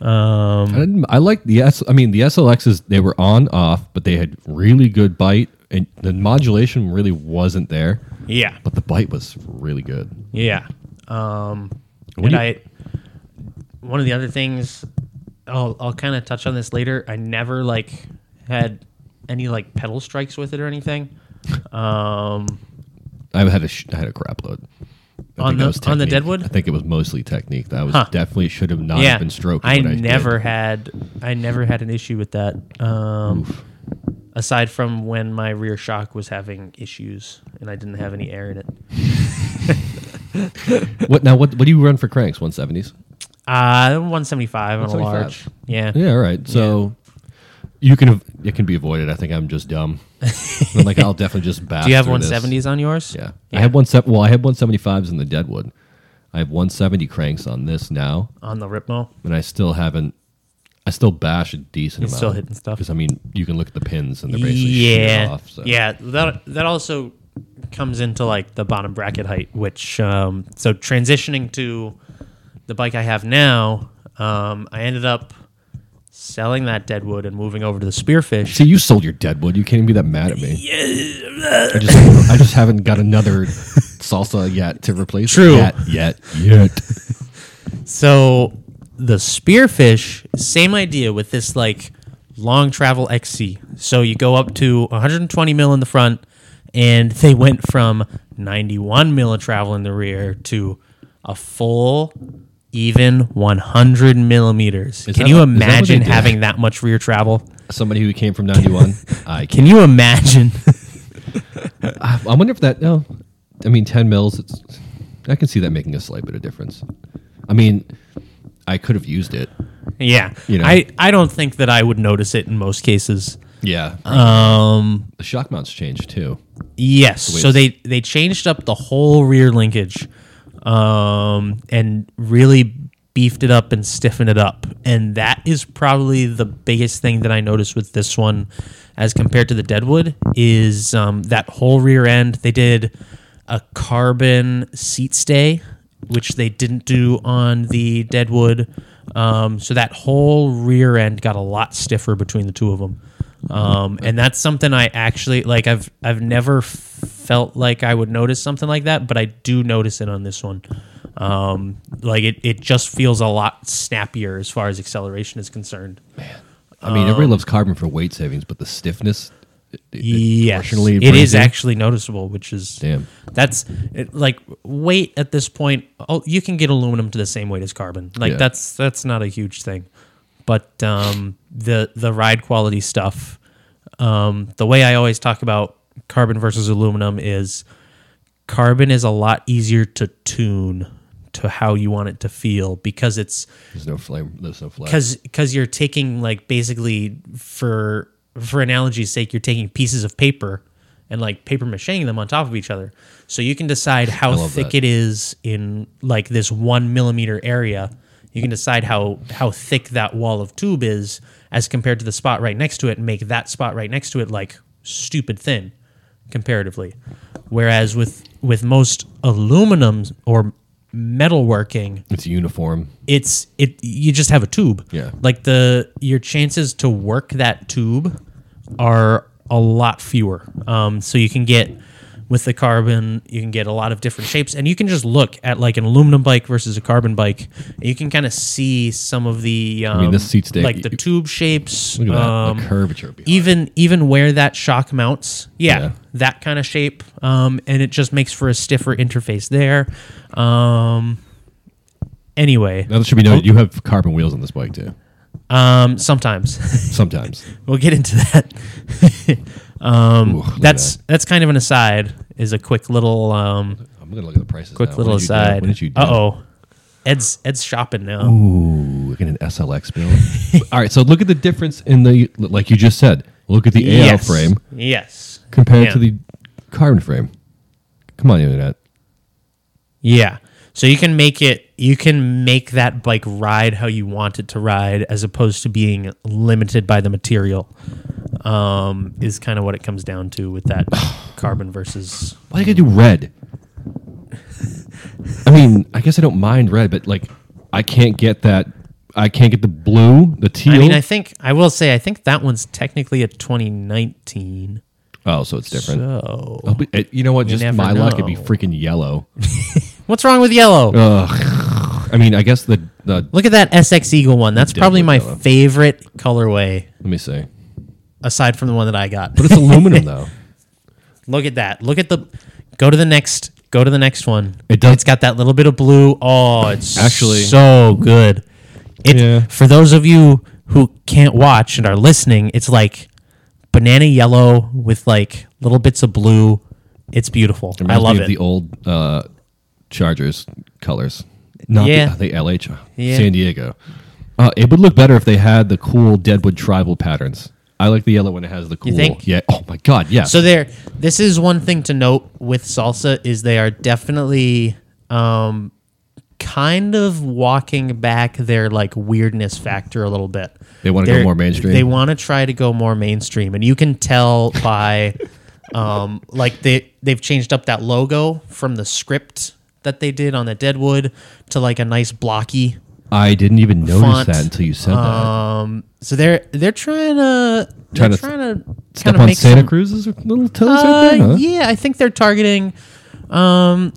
Speaker 1: um
Speaker 2: I, didn't- I like the S. I mean, the SLXs they were on off, but they had really good bite, and the modulation really wasn't there.
Speaker 1: yeah
Speaker 2: But the bite was really good.
Speaker 1: Yeah. Um, and
Speaker 2: What do you-
Speaker 1: I, one of the other things, I'll I'll kind of touch on this later. I never like had any like pedal strikes with it or anything. Um,
Speaker 2: I had a sh- I had a crap load. I
Speaker 1: On
Speaker 2: think
Speaker 1: the-
Speaker 2: that was
Speaker 1: on the
Speaker 2: technique.
Speaker 1: Deadwood?
Speaker 2: I think it was mostly technique. That was
Speaker 1: Huh.
Speaker 2: definitely should have not
Speaker 1: yeah,
Speaker 2: have been stroking.
Speaker 1: I
Speaker 2: what did.
Speaker 1: never had I never had an issue with that. Um, aside from when my rear shock was having issues and I didn't have any air in it.
Speaker 2: What now? What what do you run for cranks? One seventies.
Speaker 1: Uh, 175 on a
Speaker 2: 175.
Speaker 1: large. Yeah.
Speaker 2: Yeah. All right. So you can av- it can be avoided. I think I'm just dumb. I'm like I'll definitely just bash.
Speaker 1: [LAUGHS] Do you have
Speaker 2: through this.
Speaker 1: 170s on yours?
Speaker 2: Yeah. I had one se- Well, I had one seventy fives in the Deadwood. I have one seventy cranks on this now,
Speaker 1: On the Ripmo.
Speaker 2: and I still haven't. I still bash a decent
Speaker 1: You're
Speaker 2: amount.
Speaker 1: still hitting stuff.
Speaker 2: because I mean you can look at the pins and they're basically sheared
Speaker 1: Yeah.
Speaker 2: off. So.
Speaker 1: Yeah. That that also comes into like the bottom bracket height, which um, so transitioning to the bike I have now, um, I ended up selling that Deadwood and moving over to the
Speaker 2: [LAUGHS]
Speaker 1: Spearfish.
Speaker 2: See, you sold your Deadwood. You can't even be that mad at me. I just, I just haven't
Speaker 1: [LAUGHS]
Speaker 2: got another salsa yet to replace. it.
Speaker 1: True.
Speaker 2: Yet, yet, yet.
Speaker 1: So the spearfish, same idea with this like long travel XC. So you go up to 120 mil in the front, and [LAUGHS] they went from 91 mil of travel in the rear to a full, even 100 millimeters.
Speaker 2: Is
Speaker 1: Can
Speaker 2: that
Speaker 1: you
Speaker 2: what- is that what they
Speaker 1: imagine
Speaker 2: did?
Speaker 1: having that much rear travel?
Speaker 2: Somebody who came from '91. I can.
Speaker 1: Can you imagine?
Speaker 2: I I wonder if that. No, I mean ten mils. It's. I can see that making a slight bit of difference. I mean, I could have used it.
Speaker 1: [LAUGHS] yeah,
Speaker 2: You know.
Speaker 1: I I don't think that I would notice it in most cases.
Speaker 2: Yeah.
Speaker 1: Um,
Speaker 2: the shock mounts changed too.
Speaker 1: Yes. So they they changed up the whole rear linkage, um, and really beefed it up and stiffened it up, and that is probably the biggest thing that I noticed with this one, as compared to the Deadwood, is um, that whole rear end. They did a carbon seat stay, which they didn't do on the Deadwood. Um, so that whole rear end got a lot stiffer between the two of them um,
Speaker 2: Mm-hmm.
Speaker 1: and that's something I actually like. I've I've never f- felt like I would notice something like that, but I do notice it on this one. Um, like it, it just feels a lot snappier as far as acceleration is concerned.
Speaker 2: I mean,
Speaker 1: Um,
Speaker 2: everybody loves carbon for weight savings, but the stiffness. It, it
Speaker 1: Yes,
Speaker 2: proportionally
Speaker 1: it
Speaker 2: brings
Speaker 1: is
Speaker 2: in-
Speaker 1: actually noticeable, which is
Speaker 2: Damn.
Speaker 1: That's it, like weight at this point. Oh, you can get aluminum to the same weight as carbon. Like
Speaker 2: Yeah.
Speaker 1: that's that's not a huge thing, but um, the the ride quality stuff. Um, the way I always talk about carbon versus aluminum is carbon is a lot easier to tune to how you want it to feel because it's
Speaker 2: There's no flame. There's no flash.
Speaker 1: because because you're taking like basically for for analogy's sake you're taking pieces of paper and like paper macheing them on top of each other so you can decide how
Speaker 2: love
Speaker 1: thick
Speaker 2: that.
Speaker 1: it is in like this one millimeter area you can decide how how thick that wall of tube is as compared to the spot right next to it and make that spot right next to it like stupid thin comparatively whereas with with most aluminum or metalworking
Speaker 2: It's uniform.
Speaker 1: it's it you just have a tube
Speaker 2: Yeah.
Speaker 1: like the your chances to work that tube are a lot fewer um so you can get with the carbon you can get a lot of different shapes and you can just look at like an aluminum bike versus a carbon bike and you can kind of see some of the um,
Speaker 2: this seat stay-
Speaker 1: like the tube shapes
Speaker 2: Look at that.
Speaker 1: um,
Speaker 2: the curvature. behind.
Speaker 1: even even where that shock mounts yeah,
Speaker 2: Yeah.
Speaker 1: that kind of shape um, and it just makes for a stiffer interface there um anyway
Speaker 2: Now, that should be
Speaker 1: Oh.
Speaker 2: noted. You have carbon wheels on this bike too.
Speaker 1: Um, sometimes [LAUGHS]
Speaker 2: Sometimes.
Speaker 1: we'll get into that. [LAUGHS]
Speaker 2: Ooh, look at
Speaker 1: Um, that's
Speaker 2: that.
Speaker 1: that's kind of an aside. Is a quick little um,
Speaker 2: I'm gonna look at the prices.
Speaker 1: quick
Speaker 2: now.
Speaker 1: little
Speaker 2: Uh, What did you
Speaker 1: aside.
Speaker 2: do? What did you do?
Speaker 1: Uh oh, Ed's Ed's shopping now.
Speaker 2: Ooh, look at an SLX
Speaker 1: [LAUGHS]
Speaker 2: bill. All right, so look at the difference in the like you just said. Look at the AL
Speaker 1: yes.
Speaker 2: frame
Speaker 1: Yes.
Speaker 2: compared to
Speaker 1: Yeah.
Speaker 2: the carbon frame. Come on, internet.
Speaker 1: Yeah. So you can make it you can make that bike ride how you want it to ride as opposed to being limited by the material. Um, is kind of what it comes down to with
Speaker 2: [SIGHS]
Speaker 1: that carbon versus
Speaker 2: Why do you gotta do red? I mean, I guess I don't mind red, but like, I can't get that. I can't get the blue, the teal.
Speaker 1: I mean, I think I will say I think that one's technically a 2019.
Speaker 2: oh, so it's different.
Speaker 1: So
Speaker 2: Oh, but it- you know what? Just
Speaker 1: never
Speaker 2: my luck, it'd be
Speaker 1: know.
Speaker 2: freaking yellow. Oh.
Speaker 1: what's wrong with yellow?
Speaker 2: I mean, I guess the The,
Speaker 1: Look at that SX Eagle one. That's probably my
Speaker 2: Definitely yellow.
Speaker 1: favorite colorway
Speaker 2: let me see.
Speaker 1: aside from the one that I got. [LAUGHS]
Speaker 2: But it's aluminum though.
Speaker 1: Look at that. Look at the. Go to the next. Go to the next one.
Speaker 2: It does-
Speaker 1: It's got that little bit of blue. Oh, it's actually
Speaker 2: Actually-
Speaker 1: so good. It,
Speaker 2: Yeah.
Speaker 1: For those of you who can't watch and are listening, it's like banana yellow with like little bits of blue. It's beautiful. I
Speaker 2: Reminds me
Speaker 1: love
Speaker 2: of
Speaker 1: it.
Speaker 2: The old uh, Chargers colors. Not
Speaker 1: Yeah.
Speaker 2: the, the LH,
Speaker 1: Yeah.
Speaker 2: uh, San Diego. Uh, it would look better if they had the cool Deadwood tribal patterns. I like the yellow when it has the cool.
Speaker 1: think?
Speaker 2: Yeah. Oh my God. Yeah.
Speaker 1: So there, this is one thing to note with salsa is they are definitely um, kind of walking back their like weirdness factor a little bit.
Speaker 2: They wanna go
Speaker 1: They're-
Speaker 2: more mainstream?
Speaker 1: They want to try to go more mainstream, and you can tell by [LAUGHS] um, like they they've changed up that logo from the script that they did on the Deadwood to like a nice blocky
Speaker 2: I didn't even notice
Speaker 1: Font,
Speaker 2: that until you said
Speaker 1: um so they're they're trying to
Speaker 2: Trying
Speaker 1: they're
Speaker 2: to
Speaker 1: trying to
Speaker 2: that.
Speaker 1: kind
Speaker 2: Step
Speaker 1: of
Speaker 2: on
Speaker 1: make
Speaker 2: Santa
Speaker 1: some-
Speaker 2: Cruz's little toes right
Speaker 1: uh,
Speaker 2: there, huh?
Speaker 1: yeah, I think they're targeting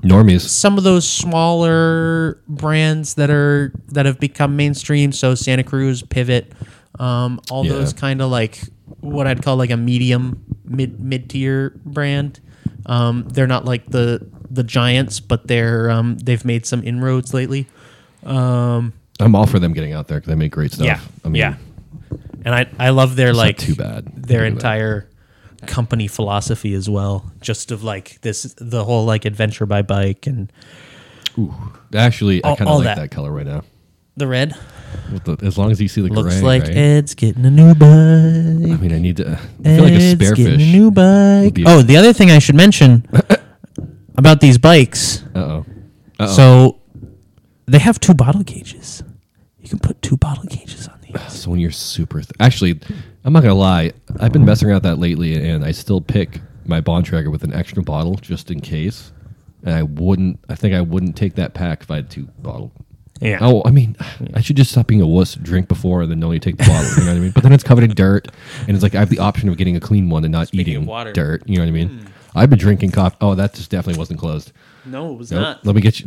Speaker 2: Normies.
Speaker 1: some of those smaller brands that are that have become mainstream. So Santa Cruz, Pivot, um, all
Speaker 2: Yeah.
Speaker 1: those kind of like what I'd call like a medium mid mid tier brand. Um, they're not like the the giants, but they're um, they've made some inroads lately.
Speaker 2: I'm all for them getting out there because they make great stuff. Oh, I mean,
Speaker 1: yeah. And I I love their
Speaker 2: it's
Speaker 1: like
Speaker 2: not too bad.
Speaker 1: their
Speaker 2: Think about it.
Speaker 1: entire company philosophy as well just of like this the whole like adventure by bike and
Speaker 2: Actually, I
Speaker 1: all-
Speaker 2: kind of
Speaker 1: all
Speaker 2: like that.
Speaker 1: that.
Speaker 2: color right now.
Speaker 1: the red
Speaker 2: With the- as long as you see the
Speaker 1: Looks
Speaker 2: gray,
Speaker 1: like
Speaker 2: right?
Speaker 1: Ed's getting a new bike.
Speaker 2: I mean, I need to. I feel like a
Speaker 1: Ed's
Speaker 2: sparefish.
Speaker 1: getting a new bike.
Speaker 2: be- [LAUGHS]
Speaker 1: Oh, the other thing I should mention about these bikes.
Speaker 2: Uh oh. Uh oh.
Speaker 1: So they have two bottle cages. You can put two bottle cages on
Speaker 2: [LAUGHS]
Speaker 1: these.
Speaker 2: So when you're super. Th- Actually, I'm not going to lie. I've been messing around with that lately, and I still pick my Bond Tracker with an extra bottle just in case. And I wouldn't. I think I wouldn't take that pack if I had two bottle.
Speaker 1: Yeah.
Speaker 2: Oh, I mean, I should just stop being a wuss, drink before, and then only take the bottle. You know what I mean? But then it's covered in dirt, and it's like I have the option of getting a clean one and not
Speaker 1: Speaking of
Speaker 2: eating
Speaker 1: water. Hmm.
Speaker 2: dirt. You know what I mean? I've been drinking coffee. Oh, that just definitely wasn't closed.
Speaker 1: No, it was
Speaker 2: Nope. Let me get [LAUGHS] you.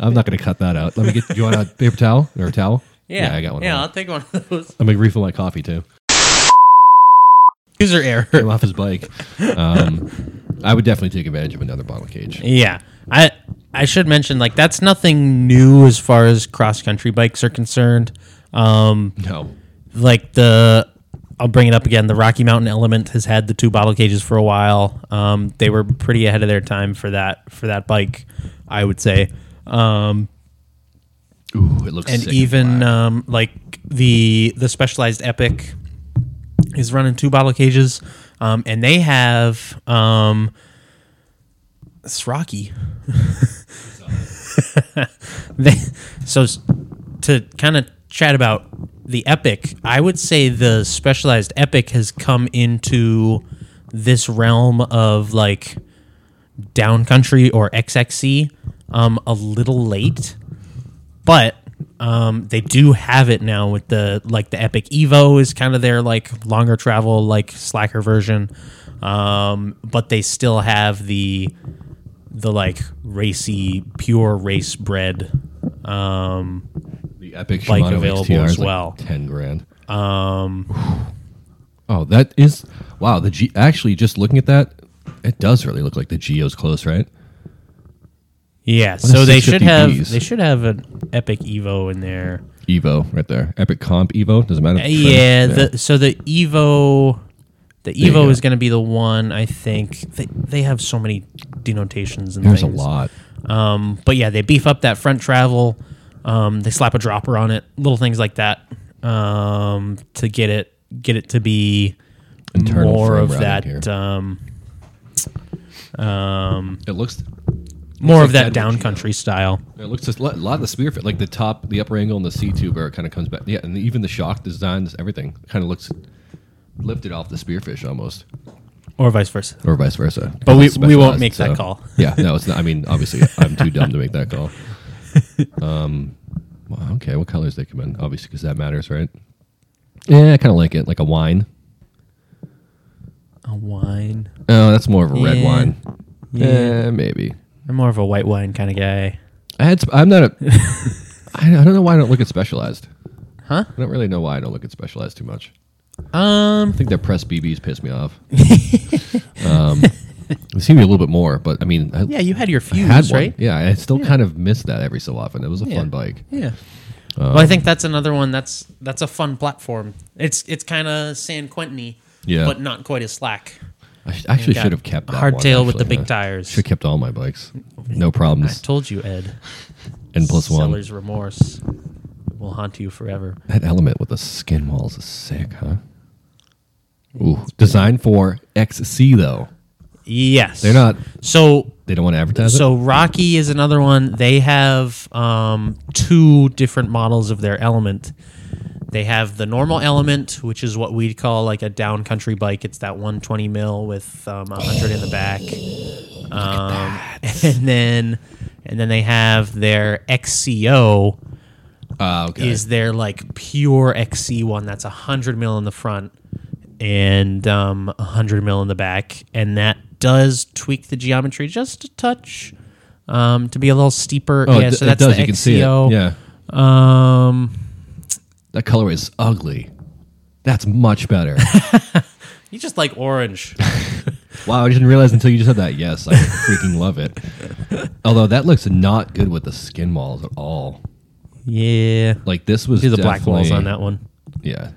Speaker 2: I'm not going to cut that out. Let me get. Do you want a paper towel or a towel? I got one. on.
Speaker 1: take one [LAUGHS] of those.
Speaker 2: I'm going to refill my coffee too.
Speaker 1: User error.
Speaker 2: Came off his bike. Um, I would definitely take advantage of another bottle cage.
Speaker 1: Yeah. I I should mention like that's nothing new as far as cross country bikes are concerned. Um,
Speaker 2: No.
Speaker 1: like the I'll bring it up again. The Rocky Mountain Element has had the two bottle cages for a while. Um, they were pretty ahead of their time for that for that bike, I would say. Um,
Speaker 2: Ooh, it looks.
Speaker 1: and
Speaker 2: sick in
Speaker 1: even
Speaker 2: black.
Speaker 1: um, like the the Specialized Epic is running two bottle cages, um, and they have um, it's Rocky. [LAUGHS] they, so s- to kind of chat about the epic i would say the specialized epic has come into this realm of like downcountry or xxc um, a little late but um, they do have it now with the like the epic evo is kind of their like longer travel like slacker version um, but they still have the the like racy pure race bred um
Speaker 2: the epic
Speaker 1: bike
Speaker 2: Shimano
Speaker 1: available
Speaker 2: XTR is
Speaker 1: as
Speaker 2: like
Speaker 1: well.
Speaker 2: Ten grand.
Speaker 1: um
Speaker 2: Oh, that is wow. The G actually just looking at that, it does really look like the Geo's close, right?
Speaker 1: yeah so they should have
Speaker 2: 650Bs?
Speaker 1: they should have an epic evo in there
Speaker 2: Evo right there. Epic comp Evo doesn't matter.
Speaker 1: Uh,
Speaker 2: the trim.
Speaker 1: yeah the so the evo the
Speaker 2: you go.
Speaker 1: evo is going to be the one i think they, they have so many denotations and
Speaker 2: there's a
Speaker 1: things
Speaker 2: lot.
Speaker 1: um but yeah they beef up that front travel um they slap a dropper on it little things like that um to get it get it to be
Speaker 2: Internal
Speaker 1: more
Speaker 2: frame
Speaker 1: of
Speaker 2: routing here.
Speaker 1: that um um
Speaker 2: It looks.
Speaker 1: more
Speaker 2: like
Speaker 1: of that
Speaker 2: Edward Geo.
Speaker 1: down country style.
Speaker 2: It looks just a lot, lot of the spearfit, like the top, the upper angle, and the C tuber kind of comes back. Yeah, and even the shock designs, everything kind of looks lifted off the spearfish almost,
Speaker 1: Or vice versa.
Speaker 2: or vice versa.
Speaker 1: But we-
Speaker 2: It's
Speaker 1: we won't
Speaker 2: specialized,
Speaker 1: make that call.
Speaker 2: yeah, no, it's not. I mean, obviously, I'm too dumb to make
Speaker 1: [LAUGHS]
Speaker 2: that call. Um, well, okay, what colors they come in, obviously, because that matters, right? Yeah, I kind of like it, like a wine.
Speaker 1: A wine.
Speaker 2: Oh, that's more of a red
Speaker 1: Yeah.
Speaker 2: wine.
Speaker 1: Yeah.
Speaker 2: Eh, maybe.
Speaker 1: I'm more of a white wine kind of guy. [LAUGHS]
Speaker 2: I had. Sp- I'm not a. I, I don't know why I don't look at specialized.
Speaker 1: Huh?
Speaker 2: I don't really know why I don't look at specialized too much.
Speaker 1: Um,
Speaker 2: I think their press BBs piss
Speaker 1: [LAUGHS]
Speaker 2: me off. um, it seemed to be a little bit more, but I mean, I,
Speaker 1: yeah, you had your
Speaker 2: I
Speaker 1: fuse,
Speaker 2: had one.
Speaker 1: right?
Speaker 2: Yeah, I still
Speaker 1: Yeah.
Speaker 2: kind of miss that every so often. It was a
Speaker 1: Yeah.
Speaker 2: fun bike.
Speaker 1: Yeah. well,
Speaker 2: Um,
Speaker 1: I think that's another one. That's that's a fun platform. It's it's kind of San Quentin,
Speaker 2: Yeah.
Speaker 1: but not quite as slack.
Speaker 2: I sh- actually
Speaker 1: Got
Speaker 2: should have kept that
Speaker 1: hardtail with the big
Speaker 2: tires.
Speaker 1: tires.
Speaker 2: Should have kept all my bikes. No
Speaker 1: I
Speaker 2: problems.
Speaker 1: told you, Ed.
Speaker 2: And plus one.
Speaker 1: Seller's remorse will haunt you forever.
Speaker 2: That element with the skin walls is sick, huh?
Speaker 1: Mm.
Speaker 2: Ooh, designed for XC though.
Speaker 1: Yes,
Speaker 2: They're not.
Speaker 1: So
Speaker 2: They don't want to advertise it.
Speaker 1: so Rocky is another one. They have um, two different models of their element. They have the normal element, which is what we'd call like a downcountry bike. It's that 120 mil with um, 100 in the back. Um, [LAUGHS] and then and then they have their XCO,
Speaker 2: Ah, okay.
Speaker 1: is their like pure XC one that's 100 mil in the front and um, 100 mil in the back. And that does tweak the geometry just a touch um, to be a little steeper.
Speaker 2: oh,
Speaker 1: yeah,
Speaker 2: it,
Speaker 1: so
Speaker 2: it
Speaker 1: that's
Speaker 2: does.
Speaker 1: the
Speaker 2: you can see it.
Speaker 1: XCO.
Speaker 2: Yeah,
Speaker 1: Yeah. Um,
Speaker 2: that color is ugly. That's much
Speaker 1: [LAUGHS]
Speaker 2: better.
Speaker 1: you just like orange.
Speaker 2: wow, I didn't realize until you just said that. Yes, I freaking
Speaker 1: [LAUGHS]
Speaker 2: love it. Although that looks not good with the skin walls at all.
Speaker 1: [LAUGHS] yeah.
Speaker 2: Like this was
Speaker 1: See the black walls
Speaker 2: definitely-
Speaker 1: on that one.
Speaker 2: Yeah.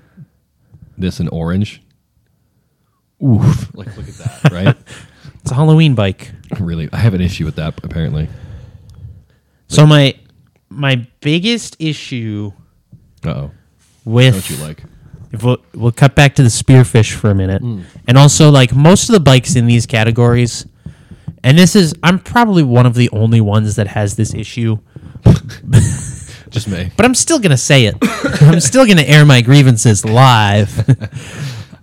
Speaker 2: This and orange. Oof. Like, look at
Speaker 1: [LAUGHS]
Speaker 2: that, right?
Speaker 1: It's a Halloween bike.
Speaker 2: really, I have an issue with that, apparently.
Speaker 1: So my my biggest issue
Speaker 2: Uh oh.
Speaker 1: with
Speaker 2: What you like?
Speaker 1: if we'll, we'll cut back to the spearfish for a minute and also like most of the bikes in these categories and this is i'm probably one of the only ones that has this issue
Speaker 2: Just me.
Speaker 1: but i'm still gonna say it [LAUGHS] i'm still gonna air my grievances live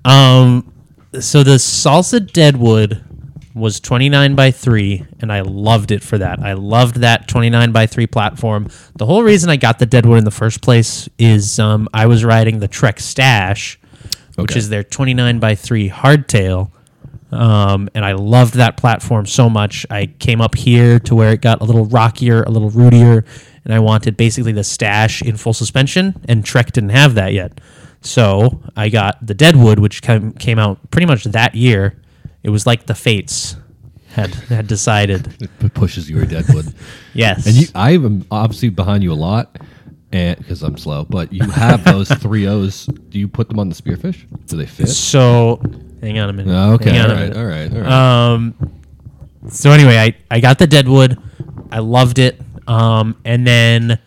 Speaker 1: [LAUGHS] um so the salsa deadwood was 29 by 3 and i loved it for that i loved that 29 by 3 platform the whole reason i got the deadwood in the first place is um, i was riding the trek stash which
Speaker 2: Okay.
Speaker 1: is their 29 by 3 hardtail. Um, and I loved that platform so much. I came up here to where it got a little rockier, a little rootier, and I wanted basically the stash in full suspension, and Trek didn't have that yet. So I got the Deadwood, which came, came out pretty much that year. It was like the fates had had decided.
Speaker 2: It p- pushes you
Speaker 1: [LAUGHS]
Speaker 2: a deadwood.
Speaker 1: Yes.
Speaker 2: and you, I am obviously behind you a lot and because I'm slow, but you
Speaker 1: [LAUGHS]
Speaker 2: have those three O's. Do you put them on the spearfish? Do they fit?
Speaker 1: so hang on a minute.
Speaker 2: Okay.
Speaker 1: Hang on
Speaker 2: All
Speaker 1: a
Speaker 2: right,
Speaker 1: minute.
Speaker 2: all right. All right.
Speaker 1: So anyway, I, I got the Deadwood. I loved it. Um, and then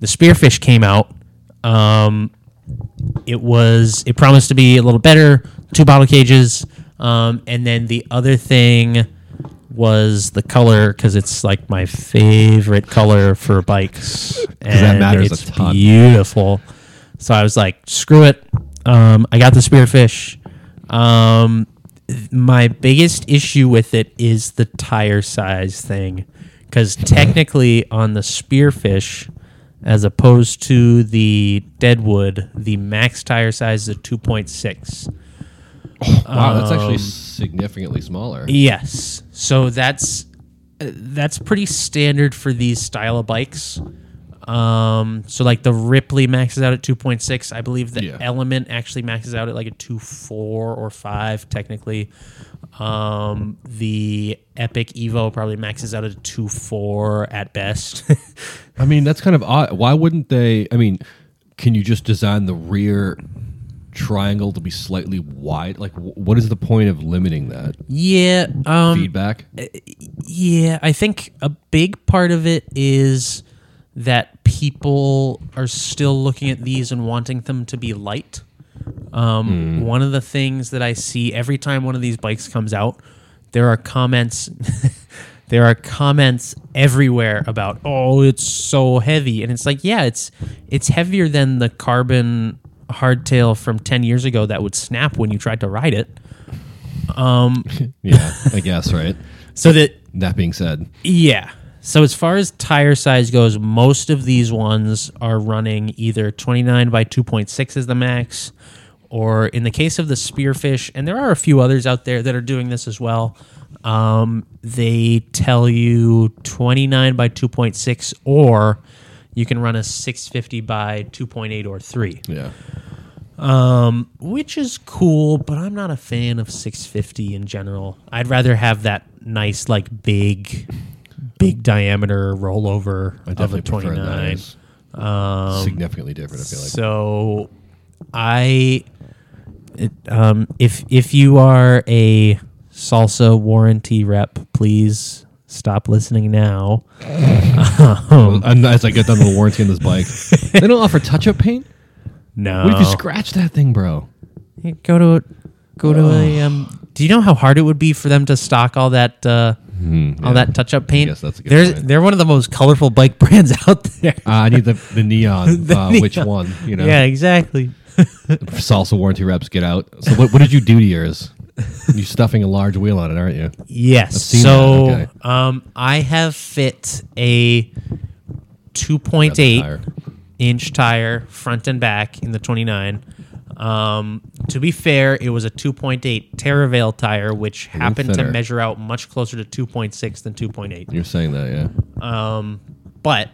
Speaker 1: the Spearfish came out. Um, it was it promised to be a little better, two bottle cages. Um, and then the other thing was the color because it's like my favorite color for
Speaker 2: [LAUGHS]
Speaker 1: bikes. and
Speaker 2: matters a
Speaker 1: it's
Speaker 2: ton.
Speaker 1: Beautiful. So I was like, screw it. Um, I got the Spearfish. Um, my biggest issue with it is the tire size thing because technically on the spearfish as opposed to the deadwood the max tire size is a 2.6
Speaker 2: wow, that's
Speaker 1: Um,
Speaker 2: actually significantly smaller.
Speaker 1: e- yes so that's uh, that's pretty standard for these style of bikes um so like the ripley maxes out at 2.6 i believe the
Speaker 2: Yeah.
Speaker 1: element actually maxes out at like a 2.4 or 5 technically Um, the Epic Evo probably maxes out at a two four at best. [LAUGHS]
Speaker 2: I mean, that's kind of odd. Why wouldn't they? I mean, can you just design the rear triangle to be slightly wide? Like, wh- what is the point of limiting that
Speaker 1: yeah, um,
Speaker 2: feedback?
Speaker 1: yeah. I think a big part of it is that people are still looking at these and wanting them to be light. Um, One of the things that I see every time one of these bikes comes out, there are comments. [LAUGHS] there are comments everywhere about, "Oh, it's so heavy," and it's like, yeah, it's it's heavier than the carbon hardtail from ten years ago that would snap when you tried to ride it. [LAUGHS]
Speaker 2: yeah, I guess right.
Speaker 1: So that
Speaker 2: That being said,
Speaker 1: Yeah. So as far as tire size goes, most of these ones are running either 29 by 2.6 is the max, or in the case of the Spearfish, and there are a few others out there that are doing this as well. Um, they tell you 29 by 2.6, or you can run a 650 by 2.8 or 3
Speaker 2: Yeah.
Speaker 1: um, which is cool, but I'm not a fan of 650 in general. I'd rather have that nice, like big, big diameter rollover
Speaker 2: I
Speaker 1: of
Speaker 2: definitely
Speaker 1: a Um,
Speaker 2: prefer that.
Speaker 1: 29.
Speaker 2: It's significantly different, I feel like.
Speaker 1: So, I, it, um, if if you are a salsa warranty rep, please stop listening now.
Speaker 2: And as I get done with the warranty on this bike, [LAUGHS] they don't offer touch up paint?
Speaker 1: No,
Speaker 2: What if you scratch that thing, bro?
Speaker 1: Yeah, go to go to a um do you know how hard it would be for them to stock all that uh all that touch up paint?
Speaker 2: guess Hmm, that's a good
Speaker 1: they're
Speaker 2: point.
Speaker 1: they're one of the most colorful bike [LAUGHS] brands out
Speaker 2: [LAUGHS]
Speaker 1: there.
Speaker 2: Uh, I need the, the
Speaker 1: [LAUGHS]
Speaker 2: neon,
Speaker 1: The
Speaker 2: uh, which
Speaker 1: neon.
Speaker 2: one, you know?
Speaker 1: Yeah, exactly.
Speaker 2: Salsa warranty reps get out. So what, what did you do to yours? You're stuffing a large wheel on it, aren't you?
Speaker 1: Yes.
Speaker 2: seen
Speaker 1: So
Speaker 2: that, okay.
Speaker 1: um I have fit a two point eight
Speaker 2: Tire.
Speaker 1: inch tire front and back in the 29 um, to be fair it was a 2.8 terravale tire which happened to
Speaker 2: thinner.
Speaker 1: measure out much closer to 2.6 than 2.8
Speaker 2: You're saying that, yeah.
Speaker 1: but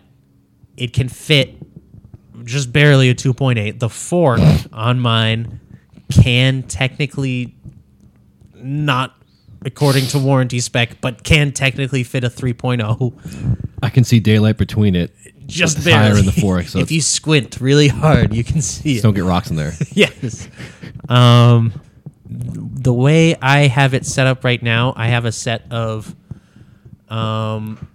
Speaker 1: it can fit just barely a 2.8. The
Speaker 2: [LAUGHS]
Speaker 1: fork on mine can technically not according to warranty spec, but can technically fit a 3.0
Speaker 2: I can see daylight between it.
Speaker 1: [LAUGHS] just
Speaker 2: The tire
Speaker 1: barely.
Speaker 2: and the fork, so
Speaker 1: if
Speaker 2: it's-
Speaker 1: you squint really hard, you can see
Speaker 2: Just
Speaker 1: it.
Speaker 2: don't get rocks
Speaker 1: [LAUGHS]
Speaker 2: in there.
Speaker 1: yes. Um, the way I have it set up right now, I have a set of, um,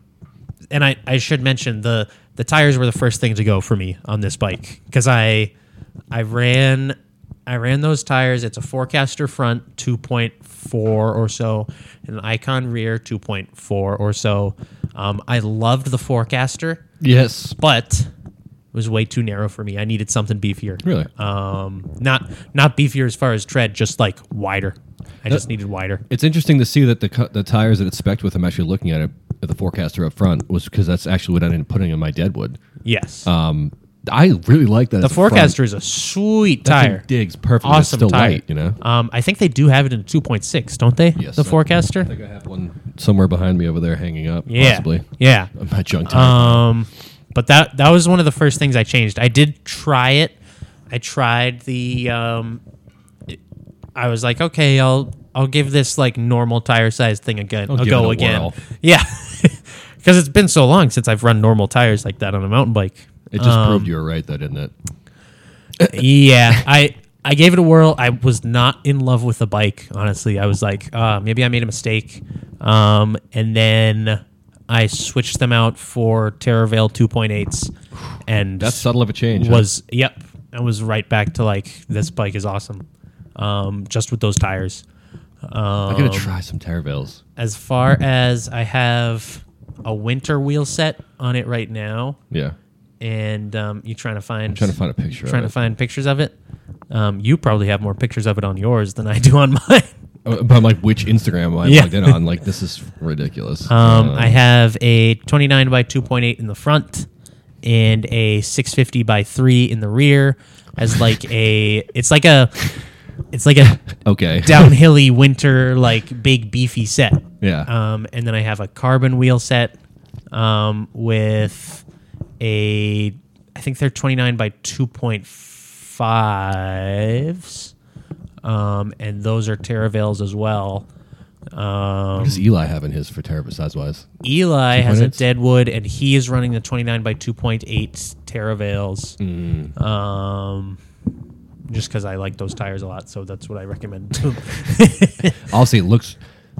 Speaker 1: and I, I should mention the the tires were the first thing to go for me on this bike because I I ran I ran those tires. It's a Forecaster front, two point four or so, and an Icon rear, two point four or so. Um, I loved the Forecaster,
Speaker 2: Yes.
Speaker 1: but it was way too narrow for me. I needed something beefier
Speaker 2: Really?
Speaker 1: um not not beefier as far as tread just like wider i just needed wider
Speaker 2: It's interesting to see that the cu- the tires that it's spec with. I'm actually looking at it at the forecaster up front was because that's actually what I ended up putting in my deadwood.
Speaker 1: yes
Speaker 2: Um, I really like that.
Speaker 1: the forecaster is a sweet tire
Speaker 2: digs perfect.
Speaker 1: awesome
Speaker 2: it's still
Speaker 1: tire
Speaker 2: light, you know.
Speaker 1: um i think they do have it in 2.6 don't they
Speaker 2: Yes,
Speaker 1: the
Speaker 2: I-
Speaker 1: forecaster
Speaker 2: I think I have one somewhere behind me over there hanging up.
Speaker 1: yeah
Speaker 2: Possibly.
Speaker 1: yeah
Speaker 2: My junk tire.
Speaker 1: Um, but that that was one of the first things I changed. I did try it. I tried the. Um, it- I was like, okay, I'll I'll give this like normal tire size thing again. I'll,
Speaker 2: give it
Speaker 1: go
Speaker 2: a
Speaker 1: again.
Speaker 2: whirl.
Speaker 1: [LAUGHS] Yeah, because it's been so long since I've run normal tires like that on a mountain bike.
Speaker 2: it just
Speaker 1: um,
Speaker 2: proved you were right, though, didn't it?
Speaker 1: yeah, I. I gave it a whirl. I was not in love with the bike, honestly. I was like, uh, maybe I made a mistake. Um, and then I switched them out for Terravale 2.8s. And
Speaker 2: That's subtle of a change. huh?
Speaker 1: was yep i was right back to like this bike is awesome um just with those tires
Speaker 2: I'm gonna try some Terravales.
Speaker 1: as far as i have a winter wheel set on it right now
Speaker 2: Yeah.
Speaker 1: and um you trying to find
Speaker 2: Trying to find a picture.
Speaker 1: trying to
Speaker 2: of it.
Speaker 1: find pictures of it um you probably have more pictures of it on yours than i do on [LAUGHS] mine
Speaker 2: Oh, but I'm like, which Instagram am I
Speaker 1: Yeah.
Speaker 2: logged in on? Like, this is ridiculous.
Speaker 1: [LAUGHS]
Speaker 2: Uh,
Speaker 1: um i have a 29 by 2.8 in the front and a 650 by 3 in the rear as like a it's like a it's like a
Speaker 2: okay. [LAUGHS]
Speaker 1: downhilly winter like big beefy set.
Speaker 2: Yeah.
Speaker 1: Um, and then I have a carbon wheel set um, with a I think they're 29 by 2.5s. Um, and those are Terravales as well. Um,
Speaker 2: What does Eli have in his for Terra besides wise?
Speaker 1: Eli has a
Speaker 2: 2.8s?
Speaker 1: Deadwood, and he is running the 29 by 2.8 Terravales. Um, just because I like those tires a lot, so that's what I recommend. to him. [LAUGHS]
Speaker 2: Obviously, it looks.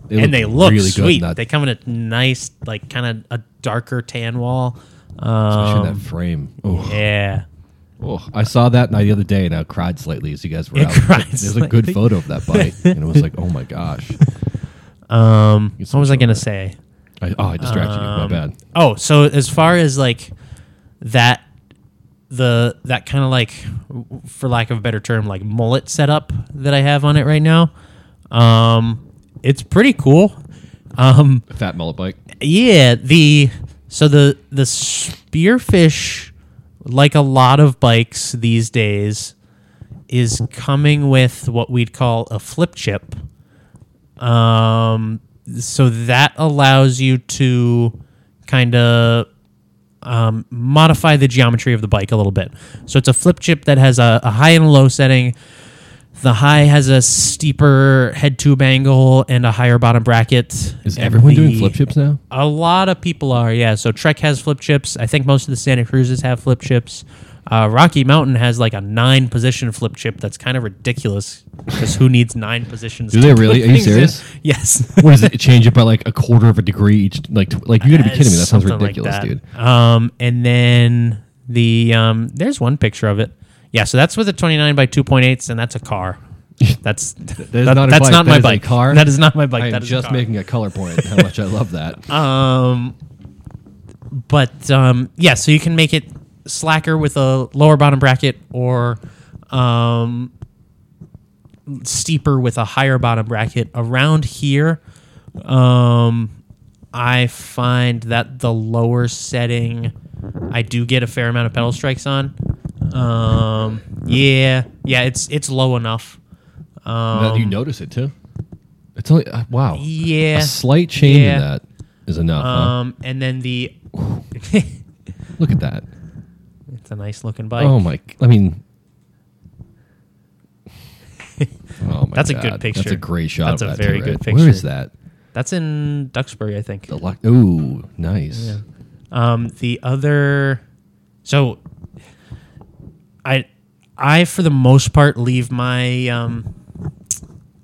Speaker 2: They
Speaker 1: and they look
Speaker 2: really
Speaker 1: sweet.
Speaker 2: Good in that,
Speaker 1: They come in a nice, like kind of a darker tan wall.
Speaker 2: especially
Speaker 1: Um,
Speaker 2: that frame. Oh,
Speaker 1: yeah,
Speaker 2: oh. I saw that night the other day, and I cried slightly as you guys were
Speaker 1: I
Speaker 2: out.
Speaker 1: cried
Speaker 2: There's a good
Speaker 1: slightly.
Speaker 2: photo of that
Speaker 1: [LAUGHS]
Speaker 2: bike, and it was like, oh my gosh.
Speaker 1: Um,
Speaker 2: It's
Speaker 1: what was I
Speaker 2: so
Speaker 1: gonna say?
Speaker 2: I, oh, I distracted you. My
Speaker 1: Um,
Speaker 2: bad.
Speaker 1: Oh, so as far as like that, the that kind of like, for lack of a better term, like mullet setup that I have on it right now, um, it's pretty cool. Um,
Speaker 2: Fat mullet bike.
Speaker 1: Yeah, the so the the spearfish, like a lot of bikes these days, is coming with what we'd call a flip chip. Um, so that allows you to kind of um, modify the geometry of the bike a little bit. So it's a flip chip that has a, a high and a low setting. The high has a steeper head tube angle and a higher bottom bracket.
Speaker 2: Is
Speaker 1: And
Speaker 2: everyone doing
Speaker 1: the-
Speaker 2: flip chips
Speaker 1: [LAUGHS]
Speaker 2: now?
Speaker 1: a lot of people are, yeah. So Trek has flip chips. I think most of the Santa Cruzes have flip chips. Uh, Rocky Mountain has like a nine position flip chip that's kind of ridiculous because who needs nine positions?
Speaker 2: [LAUGHS] Do
Speaker 1: to
Speaker 2: they
Speaker 1: put
Speaker 2: really? Are you
Speaker 1: things in?
Speaker 2: serious? [LAUGHS]
Speaker 1: Yes.
Speaker 2: What is it? Change it by like a quarter of a degree each? Like, tw- like you gotta be kidding me. That sounds
Speaker 1: Something like
Speaker 2: ridiculous,
Speaker 1: that.
Speaker 2: dude.
Speaker 1: Um, and then the um, there's one picture of it. Yeah, so that's with a 29 by 2.8s, and that's a
Speaker 2: [LAUGHS]
Speaker 1: car. That's
Speaker 2: is
Speaker 1: that-
Speaker 2: not a
Speaker 1: that's
Speaker 2: bike.
Speaker 1: not
Speaker 2: That
Speaker 1: my
Speaker 2: is a
Speaker 1: bike.
Speaker 2: car.
Speaker 1: That is not my bike.
Speaker 2: I am
Speaker 1: that is a
Speaker 2: just
Speaker 1: car.
Speaker 2: making a color point. How much I love
Speaker 1: [LAUGHS]
Speaker 2: that.
Speaker 1: Um, but um, yeah, so you can make it slacker with a lower bottom bracket or um, steeper with a higher bottom bracket. Around here, um, I find that the lower setting, I do get a fair amount of pedal strikes on. Um, yeah, yeah, it's it's low enough.
Speaker 2: Now
Speaker 1: Um,
Speaker 2: that you notice it too. It's only uh, wow.
Speaker 1: yeah.
Speaker 2: A slight change
Speaker 1: Yeah.
Speaker 2: in that is enough.
Speaker 1: Um, and then the [LAUGHS] it's
Speaker 2: huh? Look at that.
Speaker 1: a nice looking bike.
Speaker 2: oh my!
Speaker 1: [LAUGHS]
Speaker 2: I mean, oh my
Speaker 1: That's a good
Speaker 2: God. That's
Speaker 1: picture.
Speaker 2: a great shot.
Speaker 1: That's
Speaker 2: of
Speaker 1: a
Speaker 2: that
Speaker 1: very
Speaker 2: too,
Speaker 1: good
Speaker 2: right? Where is
Speaker 1: picture.
Speaker 2: that?
Speaker 1: That's in Duxbury, I think.
Speaker 2: The lock. Ooh, nice.
Speaker 1: Um, the other, so I, I for the most part leave my um,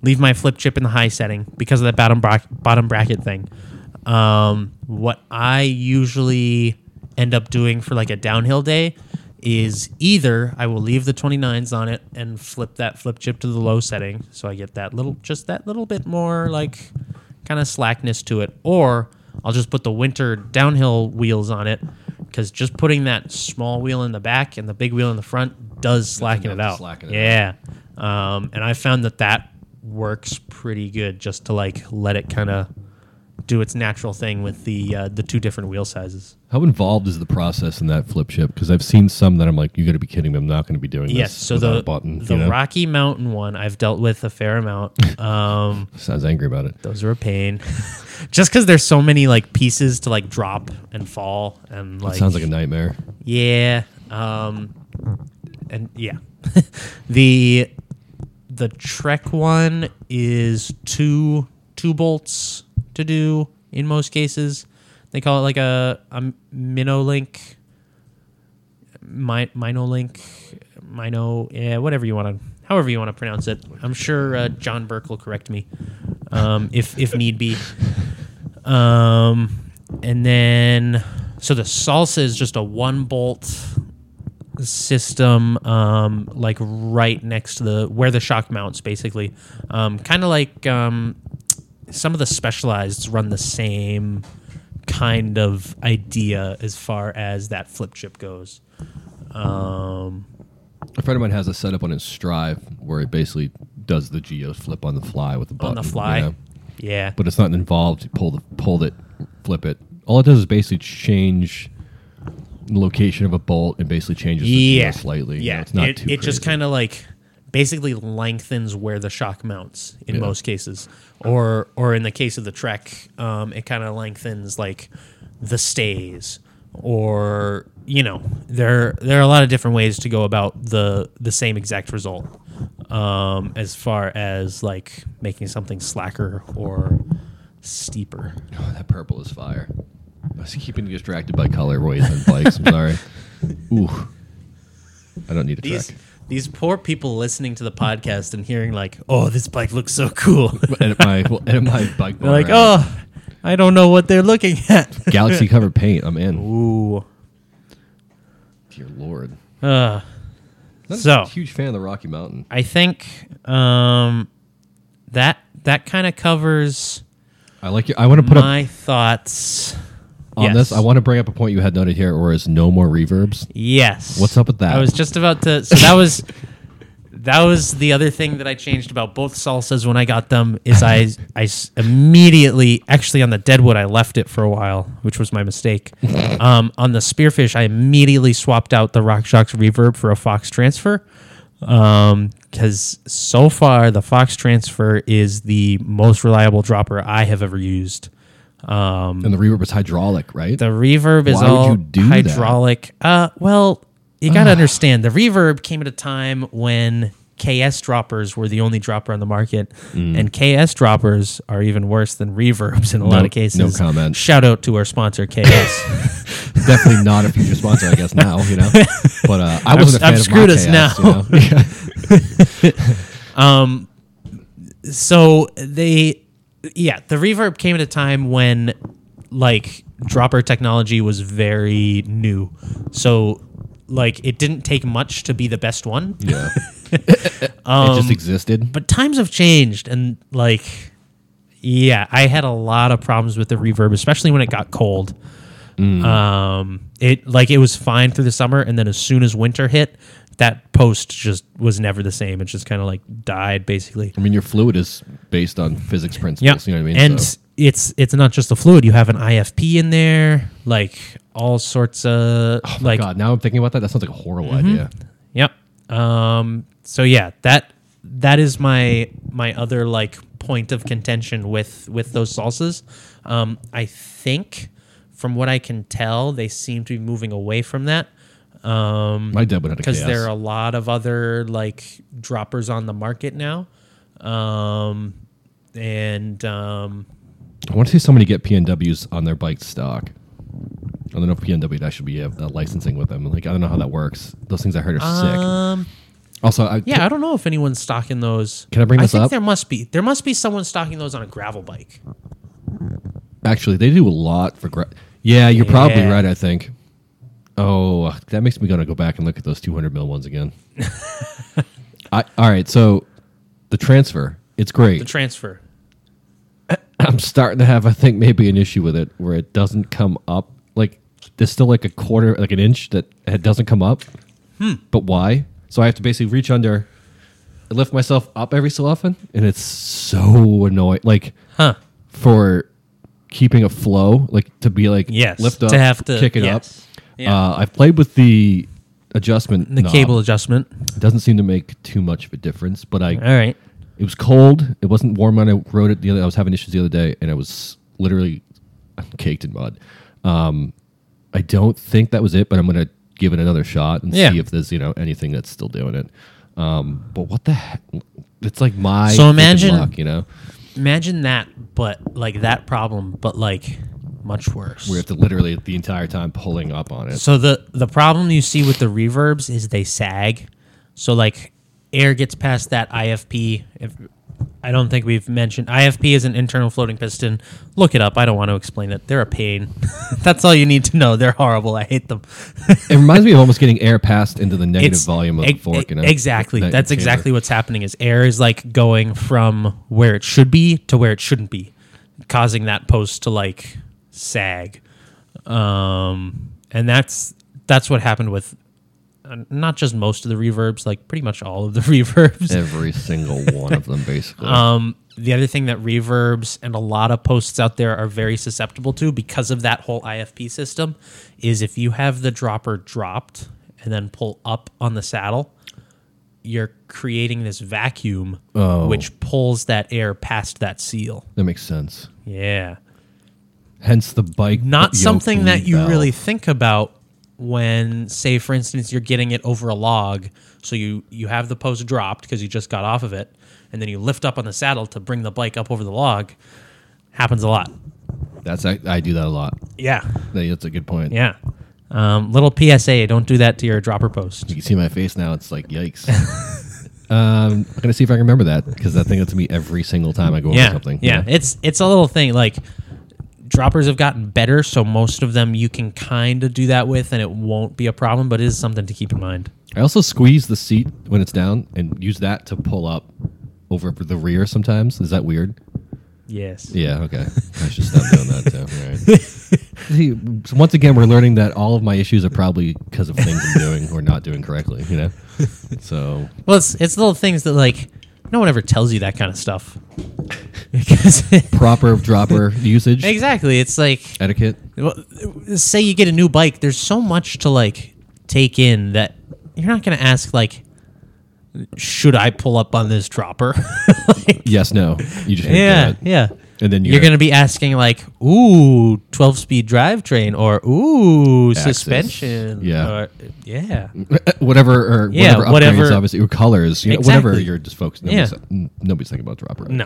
Speaker 1: leave my flip chip in the high setting because of that bottom bra- bottom bracket thing. Um, what I usually end up doing for like a downhill day is either I will leave the 29s on it and flip that flip chip to the low setting so I get that little just that little bit more like kind of slackness to it or I'll just put the winter downhill wheels on it cuz just putting that small wheel in the back and the big wheel in the front does slacken it
Speaker 2: enough to
Speaker 1: out.
Speaker 2: slacken it out.
Speaker 1: yeah, yeah. Um, and I found that that works pretty good just to like let it kind of do its natural thing with the uh, the two different wheel sizes.
Speaker 2: How involved is the process in that flip chip? Because I've seen some that I'm like, you got to be kidding me! I'm not going to be doing
Speaker 1: Yes.
Speaker 2: this.
Speaker 1: So
Speaker 2: without
Speaker 1: the
Speaker 2: a button.
Speaker 1: the
Speaker 2: you know?
Speaker 1: Rocky Mountain one I've dealt with a fair
Speaker 2: [LAUGHS]
Speaker 1: amount. Um,
Speaker 2: sounds angry about it.
Speaker 1: those are a pain. [LAUGHS] just because there's so many like pieces to like drop and fall and like
Speaker 2: sounds like a nightmare.
Speaker 1: Yeah. Um, and yeah, [LAUGHS] the the Trek one is two two bolts to do in most cases. They call it like a a Minolink, Mi- Minolink, Mino, yeah, whatever you want to, however you want to pronounce it. I'm sure uh, John Burke will correct me um, if if need be. Um, and then so the salsa is just a one bolt system, um, like right next to the where the shock mounts, basically. Um, kind of like um, some of the specialized run the same kind of idea as far as that flip chip goes. Um,
Speaker 2: A friend of mine has a setup on his Strive where it basically does the geo flip on the fly with the button
Speaker 1: on the
Speaker 2: you
Speaker 1: fly,
Speaker 2: know?
Speaker 1: yeah.
Speaker 2: but it's not involved. You Pull the pull it, flip it. All it does is basically change the location of a bolt and basically changes the geo
Speaker 1: yeah
Speaker 2: slightly. you know,
Speaker 1: yeah
Speaker 2: it's not
Speaker 1: it,
Speaker 2: too.
Speaker 1: it just
Speaker 2: crazy.
Speaker 1: kind of like basically lengthens where the shock mounts in
Speaker 2: Yeah.
Speaker 1: most cases or or in the case of the trek um, it kind of lengthens like the stays or you know there there are a lot of different ways to go about the the same exact result um, as far as like making something slacker or steeper
Speaker 2: Oh, that purple is fire. I was keeping distracted by colorways on bikes.
Speaker 1: [LAUGHS]
Speaker 2: I'm sorry. Ooh, I don't need a
Speaker 1: these
Speaker 2: track.
Speaker 1: these poor people listening to the podcast and hearing like oh this bike looks so cool
Speaker 2: [LAUGHS] We'll edit my we'll edit my
Speaker 1: [LAUGHS]
Speaker 2: bike.
Speaker 1: They're like, oh, I don't know what they're looking at. [LAUGHS]
Speaker 2: galaxy covered paint. I'm in.
Speaker 1: Ooh.
Speaker 2: Dear Lord.
Speaker 1: Uh,
Speaker 2: Not a
Speaker 1: So-
Speaker 2: huge fan of the Rocky Mountain.
Speaker 1: I think um, that that kind of covers
Speaker 2: I like your. I want to put up
Speaker 1: my thoughts
Speaker 2: on
Speaker 1: yes.
Speaker 2: this. I want to bring up a point you had noted here, or is no more reverbs.
Speaker 1: Yes.
Speaker 2: What's up with that?
Speaker 1: I was just about to. So that was that was the other thing that I changed about both salsas when I got them is I I s- immediately actually on the deadwood I left it for a while, which was my
Speaker 2: [LAUGHS]
Speaker 1: mistake. um, on the spearfish, I immediately swapped out the RockShox reverb for a Fox transfer. Um, because so far the Fox transfer is the most reliable dropper I have ever used.
Speaker 2: Um, and the reverb is hydraulic, right?
Speaker 1: The reverb is
Speaker 2: Why would
Speaker 1: all
Speaker 2: you do that?
Speaker 1: hydraulic. Uh, well, you got to understand the reverb came at a time when KS droppers were the only dropper on the market,
Speaker 2: Mm.
Speaker 1: and KS droppers are even worse than reverbs in a lot
Speaker 2: No-
Speaker 1: of cases.
Speaker 2: no comment.
Speaker 1: Shout out to our sponsor
Speaker 2: [LAUGHS]
Speaker 1: KS.
Speaker 2: Definitely not a future sponsor, I guess. Now
Speaker 1: [LAUGHS]
Speaker 2: you know, but uh, I wasn't. a
Speaker 1: I've
Speaker 2: fan of
Speaker 1: screwed
Speaker 2: my
Speaker 1: us
Speaker 2: chaos,
Speaker 1: now.
Speaker 2: you know? [LAUGHS] Yeah.
Speaker 1: so they, yeah, the reverb came at a time when like dropper technology was very new, so like it didn't take much to be the best one.
Speaker 2: Yeah. it
Speaker 1: Um,
Speaker 2: just existed.
Speaker 1: but times have changed and like yeah i had a lot of problems with the reverb especially when it got cold um it like it was fine through the summer and then as soon as winter hit that post just was never the same it just kind of like died basically
Speaker 2: I mean, your fluid is based on physics
Speaker 1: yeah
Speaker 2: principles. You know what I mean?
Speaker 1: and
Speaker 2: So-
Speaker 1: it's it's not just the fluid you have an ifp in there like all sorts of
Speaker 2: Oh
Speaker 1: like Mm-hmm.
Speaker 2: God, now I'm thinking about that. That sounds like a horrible idea.
Speaker 1: Yep. Um, so yeah, that that is my my other like point of contention with with those salsas. Um, I think from what I can tell, they seem to be moving away from that Mm-hmm.
Speaker 2: My dad would have
Speaker 1: because
Speaker 2: chaos.
Speaker 1: there are a lot of other like droppers on the market now. Um, and um,
Speaker 2: I want to see somebody get PNWs on their bike stock. I don't know if PNW that should be uh, licensing with them. Like I don't know how that works. Those things I heard are
Speaker 1: um,
Speaker 2: sick. Also, I,
Speaker 1: yeah, I don't know if anyone's stocking those.
Speaker 2: Can I bring this
Speaker 1: I think
Speaker 2: up?
Speaker 1: There must be. There must be someone stocking those on a gravel bike.
Speaker 2: actually they do a lot for. Gra- yeah, you're probably
Speaker 1: Yeah.
Speaker 2: right. I think. Oh, that makes me gonna go back and look at those 200 mil
Speaker 1: [LAUGHS]
Speaker 2: ones again. I, all right, so the transfer, it's
Speaker 1: The
Speaker 2: great.
Speaker 1: transfer.
Speaker 2: I'm starting to have, I think, maybe an issue with it where it doesn't come up. Like there's still like a quarter, like an inch that it doesn't come up.
Speaker 1: Hmm.
Speaker 2: But why? So I have to basically reach under, and lift myself up every so often, and it's so annoying. Like
Speaker 1: Huh.
Speaker 2: for keeping a flow, like to be like
Speaker 1: Yes,
Speaker 2: lift
Speaker 1: to
Speaker 2: up,
Speaker 1: have to-
Speaker 2: kick it
Speaker 1: yes.
Speaker 2: up.
Speaker 1: Yeah.
Speaker 2: Uh, I've played with the adjustment.
Speaker 1: The
Speaker 2: knob.
Speaker 1: cable adjustment.
Speaker 2: It doesn't seem to make too much of a difference, but I
Speaker 1: All right.
Speaker 2: it was cold. It wasn't warm when I rode it. The other, I was having issues the other day, and I was literally caked in mud. Um, I don't think that was it, but I'm gonna give it another shot and
Speaker 1: Yeah.
Speaker 2: see if there's you know anything that's still doing it. Um, but what the heck? It's like my
Speaker 1: So
Speaker 2: freaking
Speaker 1: imagine-
Speaker 2: luck, you know
Speaker 1: Imagine that, but like that problem, but like much worse.
Speaker 2: we have to literally the entire time pulling up on it.
Speaker 1: So the the problem you see with the reverbs is they sag. So like air gets past that IFP. If I don't think we've mentioned IFP is an internal floating piston. Look it up. I don't want to explain it. They're a pain. [LAUGHS] That's all you need to know. They're horrible. I hate them. [LAUGHS]
Speaker 2: It reminds me of almost getting air passed into the negative volume of the
Speaker 1: ex-
Speaker 2: fork. You know?
Speaker 1: e-, Exactly.
Speaker 2: That
Speaker 1: That's
Speaker 2: chamber.
Speaker 1: exactly what's happening. Is air is like going from where it should be to where it shouldn't be, causing that post to like sag, um, and that's that's what happened with uh, not just most of the reverbs, like pretty much all of the [LAUGHS] reverbs.
Speaker 2: every single one of them,
Speaker 1: [LAUGHS]
Speaker 2: basically.
Speaker 1: Um, the other thing that reverbs and a lot of posts out there are very susceptible to because of that whole IFP system is if you have the dropper dropped and then pull up on the saddle, you're creating this vacuum
Speaker 2: Oh.
Speaker 1: which pulls that air past that seal.
Speaker 2: that makes sense.
Speaker 1: Yeah.
Speaker 2: Hence the bike.
Speaker 1: Not
Speaker 2: yoke
Speaker 1: something that you
Speaker 2: bell.
Speaker 1: really think about when say for instance you're getting it over a log so you you have the post dropped because you just got off of it and then you lift up on the saddle to bring the bike up over the log happens a lot
Speaker 2: That's I, I do that a lot.
Speaker 1: yeah
Speaker 2: That- That's a good point.
Speaker 1: yeah um, little psa don't do that to your dropper post
Speaker 2: You can see my face now. It's like
Speaker 1: [LAUGHS]
Speaker 2: yikes. um, I'm gonna see if I can remember that because that thing that's to me every single time I go
Speaker 1: yeah
Speaker 2: over something.
Speaker 1: yeah
Speaker 2: you know?
Speaker 1: it's it's a little thing like droppers have gotten better so most of them you can kind of do that with and it won't be a problem but it is something to keep in mind
Speaker 2: I also squeeze the seat when it's down and use that to pull up over the rear. Sometimes is that weird?
Speaker 1: yes
Speaker 2: Yeah, okay. I should stop doing that too. All right. See, so once again, we're learning that all of my issues are probably because of things I'm doing or not doing correctly. You know, so
Speaker 1: Well, it's it's little things that like no one ever tells you that kind of stuff. [LAUGHS] Because
Speaker 2: proper dropper usage
Speaker 1: exactly, it's like
Speaker 2: etiquette.
Speaker 1: well, say you get a new bike. There's so much to like take in that you're not gonna ask like, should I pull up on this dropper? [LAUGHS] Like,
Speaker 2: Yes, no. You just
Speaker 1: yeah,
Speaker 2: yeah.
Speaker 1: yeah.
Speaker 2: And then you're,
Speaker 1: You're going to be asking like, "Ooh, 12-speed drivetrain," or "Ooh,
Speaker 2: Axis.
Speaker 1: suspension."
Speaker 2: Yeah.
Speaker 1: or- yeah.
Speaker 2: [LAUGHS] whatever or
Speaker 1: Yeah,
Speaker 2: whatever, upgrades,
Speaker 1: whatever-
Speaker 2: obviously or colors, you know, whatever
Speaker 1: Exactly.
Speaker 2: you're just focused. Nobody's,
Speaker 1: Yeah.
Speaker 2: n- nobody's thinking about drop rate.
Speaker 1: No,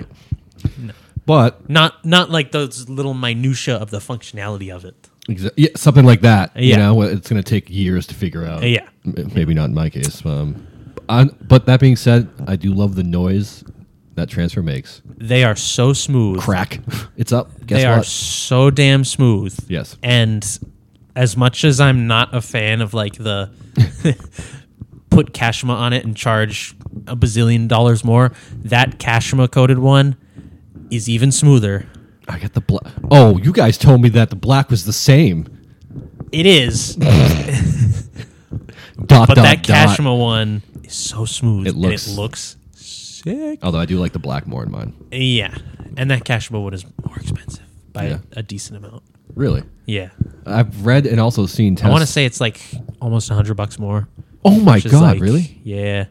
Speaker 2: but
Speaker 1: not not like those little minutia of the functionality of it.
Speaker 2: exa- yeah, something like that. You
Speaker 1: Yeah.
Speaker 2: know, wh- it's going to take years to figure out.
Speaker 1: Yeah.
Speaker 2: M- maybe not in my case. Um, I, but that being said, I do love the noise that transfer makes.
Speaker 1: They are so smooth.
Speaker 2: Crack, it's up. Guess
Speaker 1: they
Speaker 2: what?
Speaker 1: are so damn smooth.
Speaker 2: Yes.
Speaker 1: And as much as I'm not a fan of like the [LAUGHS] put Kashima on it and charge a bazillion dollars more, that Kashima coated one is even smoother.
Speaker 2: I got the black. Oh, you guys told me that the black was the same.
Speaker 1: It
Speaker 2: [LAUGHS]
Speaker 1: is,
Speaker 2: Dot
Speaker 1: but
Speaker 2: dot
Speaker 1: that
Speaker 2: dot.
Speaker 1: Kashima one is so smooth.
Speaker 2: It looks-
Speaker 1: and it looks sick.
Speaker 2: Although I do like the black more in mine.
Speaker 1: Yeah. And that Kashima one is more expensive by
Speaker 2: Yeah.
Speaker 1: a decent amount.
Speaker 2: Really,
Speaker 1: Yeah.
Speaker 2: I've read and also seen. Tests.
Speaker 1: I want to say it's like almost 100 bucks more.
Speaker 2: Oh my
Speaker 1: which
Speaker 2: god!
Speaker 1: is, like,
Speaker 2: really?
Speaker 1: Yeah.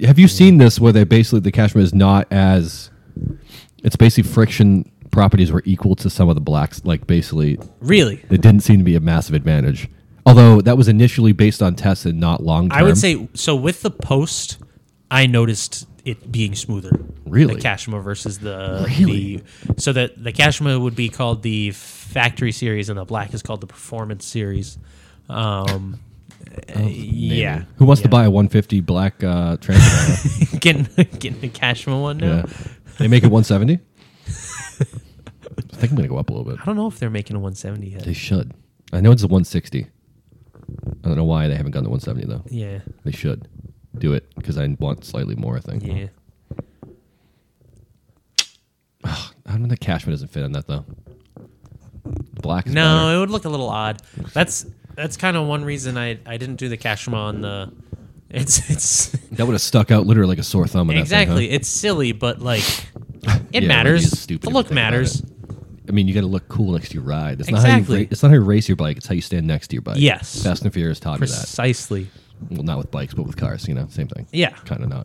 Speaker 2: Have you seen this where they basically the cashmere is not as it's basically friction properties were equal to some of the blacks like basically
Speaker 1: Really?
Speaker 2: it didn't seem to be a massive advantage. Although that was initially based on tests and not long term.
Speaker 1: I would say so with the post, I noticed it being smoother.
Speaker 2: Really?
Speaker 1: The Kashima versus the
Speaker 2: Really?
Speaker 1: the- so that the Kashima would be called the factory series and the black is called the performance series. Um
Speaker 2: Oh, Maybe.
Speaker 1: yeah.
Speaker 2: Who wants to
Speaker 1: Yeah.
Speaker 2: buy
Speaker 1: [LAUGHS]
Speaker 2: a 150 black uh transfer?
Speaker 1: getting getting the Kashima one now?
Speaker 2: yeah. They make it 170? I think I'm going to go up a little bit.
Speaker 1: I don't know if they're making a 170 yet.
Speaker 2: They should. I know it's a 160. I don't know why they haven't gone to 170 though.
Speaker 1: yeah.
Speaker 2: They should do it because I want slightly more, I think.
Speaker 1: Yeah.
Speaker 2: I don't know. The Cashman doesn't fit on that though. The black. Is
Speaker 1: No, it would look a little odd. That's that's kind of one reason I I didn't do the Kashima on the it's it's
Speaker 2: better. that would have stuck out literally like a sore thumb. on
Speaker 1: Exactly.
Speaker 2: That thing,
Speaker 1: It's silly, but
Speaker 2: [LAUGHS]
Speaker 1: like
Speaker 2: Yeah,
Speaker 1: it
Speaker 2: like,
Speaker 1: matters.
Speaker 2: it's stupid
Speaker 1: the
Speaker 2: if you
Speaker 1: look
Speaker 2: think about
Speaker 1: matters.
Speaker 2: huh? I mean, you got to look cool next to your ride. That's Not how
Speaker 1: Exactly.
Speaker 2: you ra- it's not how you race your bike. It's how you stand next to your bike.
Speaker 1: Yes.
Speaker 2: Fast and Furious taught me that.
Speaker 1: Precisely.
Speaker 2: Well, not with bikes, but with cars. You know, same thing.
Speaker 1: Yeah.
Speaker 2: Kind of not.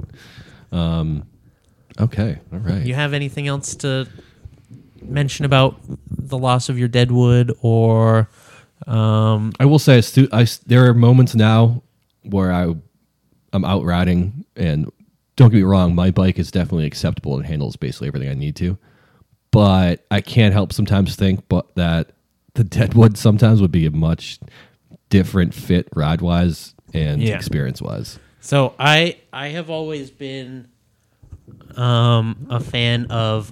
Speaker 2: Um. Okay. All right.
Speaker 1: You have anything else to mention about the loss of your deadwood or um
Speaker 2: I will say, I stu- I s there are moments now where I, I'm out riding, and don't get me wrong, my bike is definitely acceptable and handles basically everything I need to. But I can't help sometimes think, but that the Deadwood sometimes would be a much different fit ride wise and
Speaker 1: Yeah.
Speaker 2: experience wise.
Speaker 1: so I I have always been um a fan of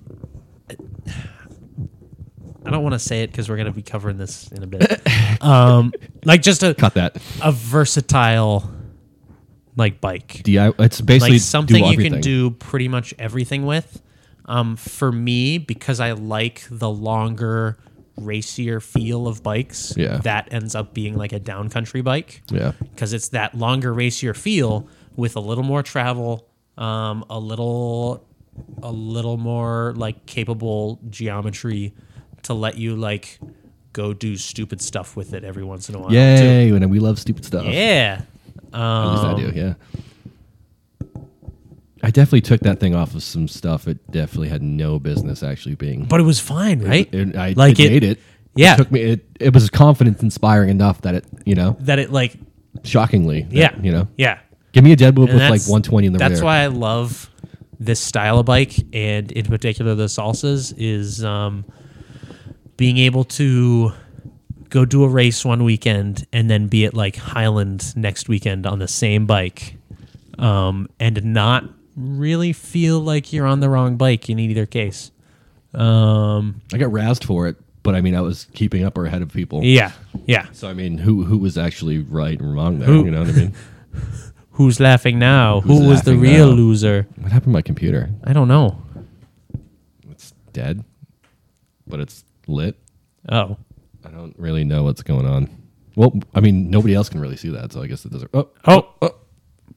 Speaker 1: I don't want to say it because we're going to be covering this in a
Speaker 2: [LAUGHS]
Speaker 1: bit. um like just a
Speaker 2: Cut that.
Speaker 1: a versatile like bike.
Speaker 2: DI. It's basically
Speaker 1: like something
Speaker 2: do
Speaker 1: you can
Speaker 2: everything.
Speaker 1: do pretty much everything with. Um, for me, because I like the longer, racier feel of bikes,
Speaker 2: Yeah.
Speaker 1: that ends up being like a downcountry bike
Speaker 2: Yeah.
Speaker 1: because it's that longer, racier feel with a little more travel, um, a little, a little more like capable geometry to let you like go do stupid stuff with it every once in a while. too.
Speaker 2: Yay! And we love stupid stuff.
Speaker 1: Yeah.
Speaker 2: At least
Speaker 1: Um,
Speaker 2: I do, yeah. I definitely took that thing off of some stuff. It definitely had no business actually being.
Speaker 1: but it was fine, right?
Speaker 2: it, I
Speaker 1: Like
Speaker 2: it
Speaker 1: it-
Speaker 2: made it.
Speaker 1: yeah.
Speaker 2: It took me. It, it was confidence inspiring enough that it, you know,
Speaker 1: that it like
Speaker 2: shockingly. that,
Speaker 1: yeah
Speaker 2: You know,
Speaker 1: yeah
Speaker 2: give me a Deadwood
Speaker 1: And
Speaker 2: with like
Speaker 1: that's-
Speaker 2: 120 in the
Speaker 1: that's
Speaker 2: rear.
Speaker 1: why i love this style of bike and in particular the salsas is um being able to go do a race one weekend and then be at like highland next weekend on the same bike um and not really feel like you're on the wrong bike in either case um
Speaker 2: I got razzed for it, but I mean, I was keeping up or ahead of people.
Speaker 1: yeah yeah
Speaker 2: So I mean, who who was actually right and wrong there?
Speaker 1: Who-
Speaker 2: You know what I mean?
Speaker 1: who's laughing now
Speaker 2: Who's
Speaker 1: who was the
Speaker 2: laughing
Speaker 1: real
Speaker 2: now?
Speaker 1: loser
Speaker 2: what happened to my computer?
Speaker 1: i don't know
Speaker 2: It's dead, but it's lit.
Speaker 1: oh
Speaker 2: I don't really know what's going on. Well, I mean, nobody else can really see that, so I guess it doesn't. Oh,
Speaker 1: Oh,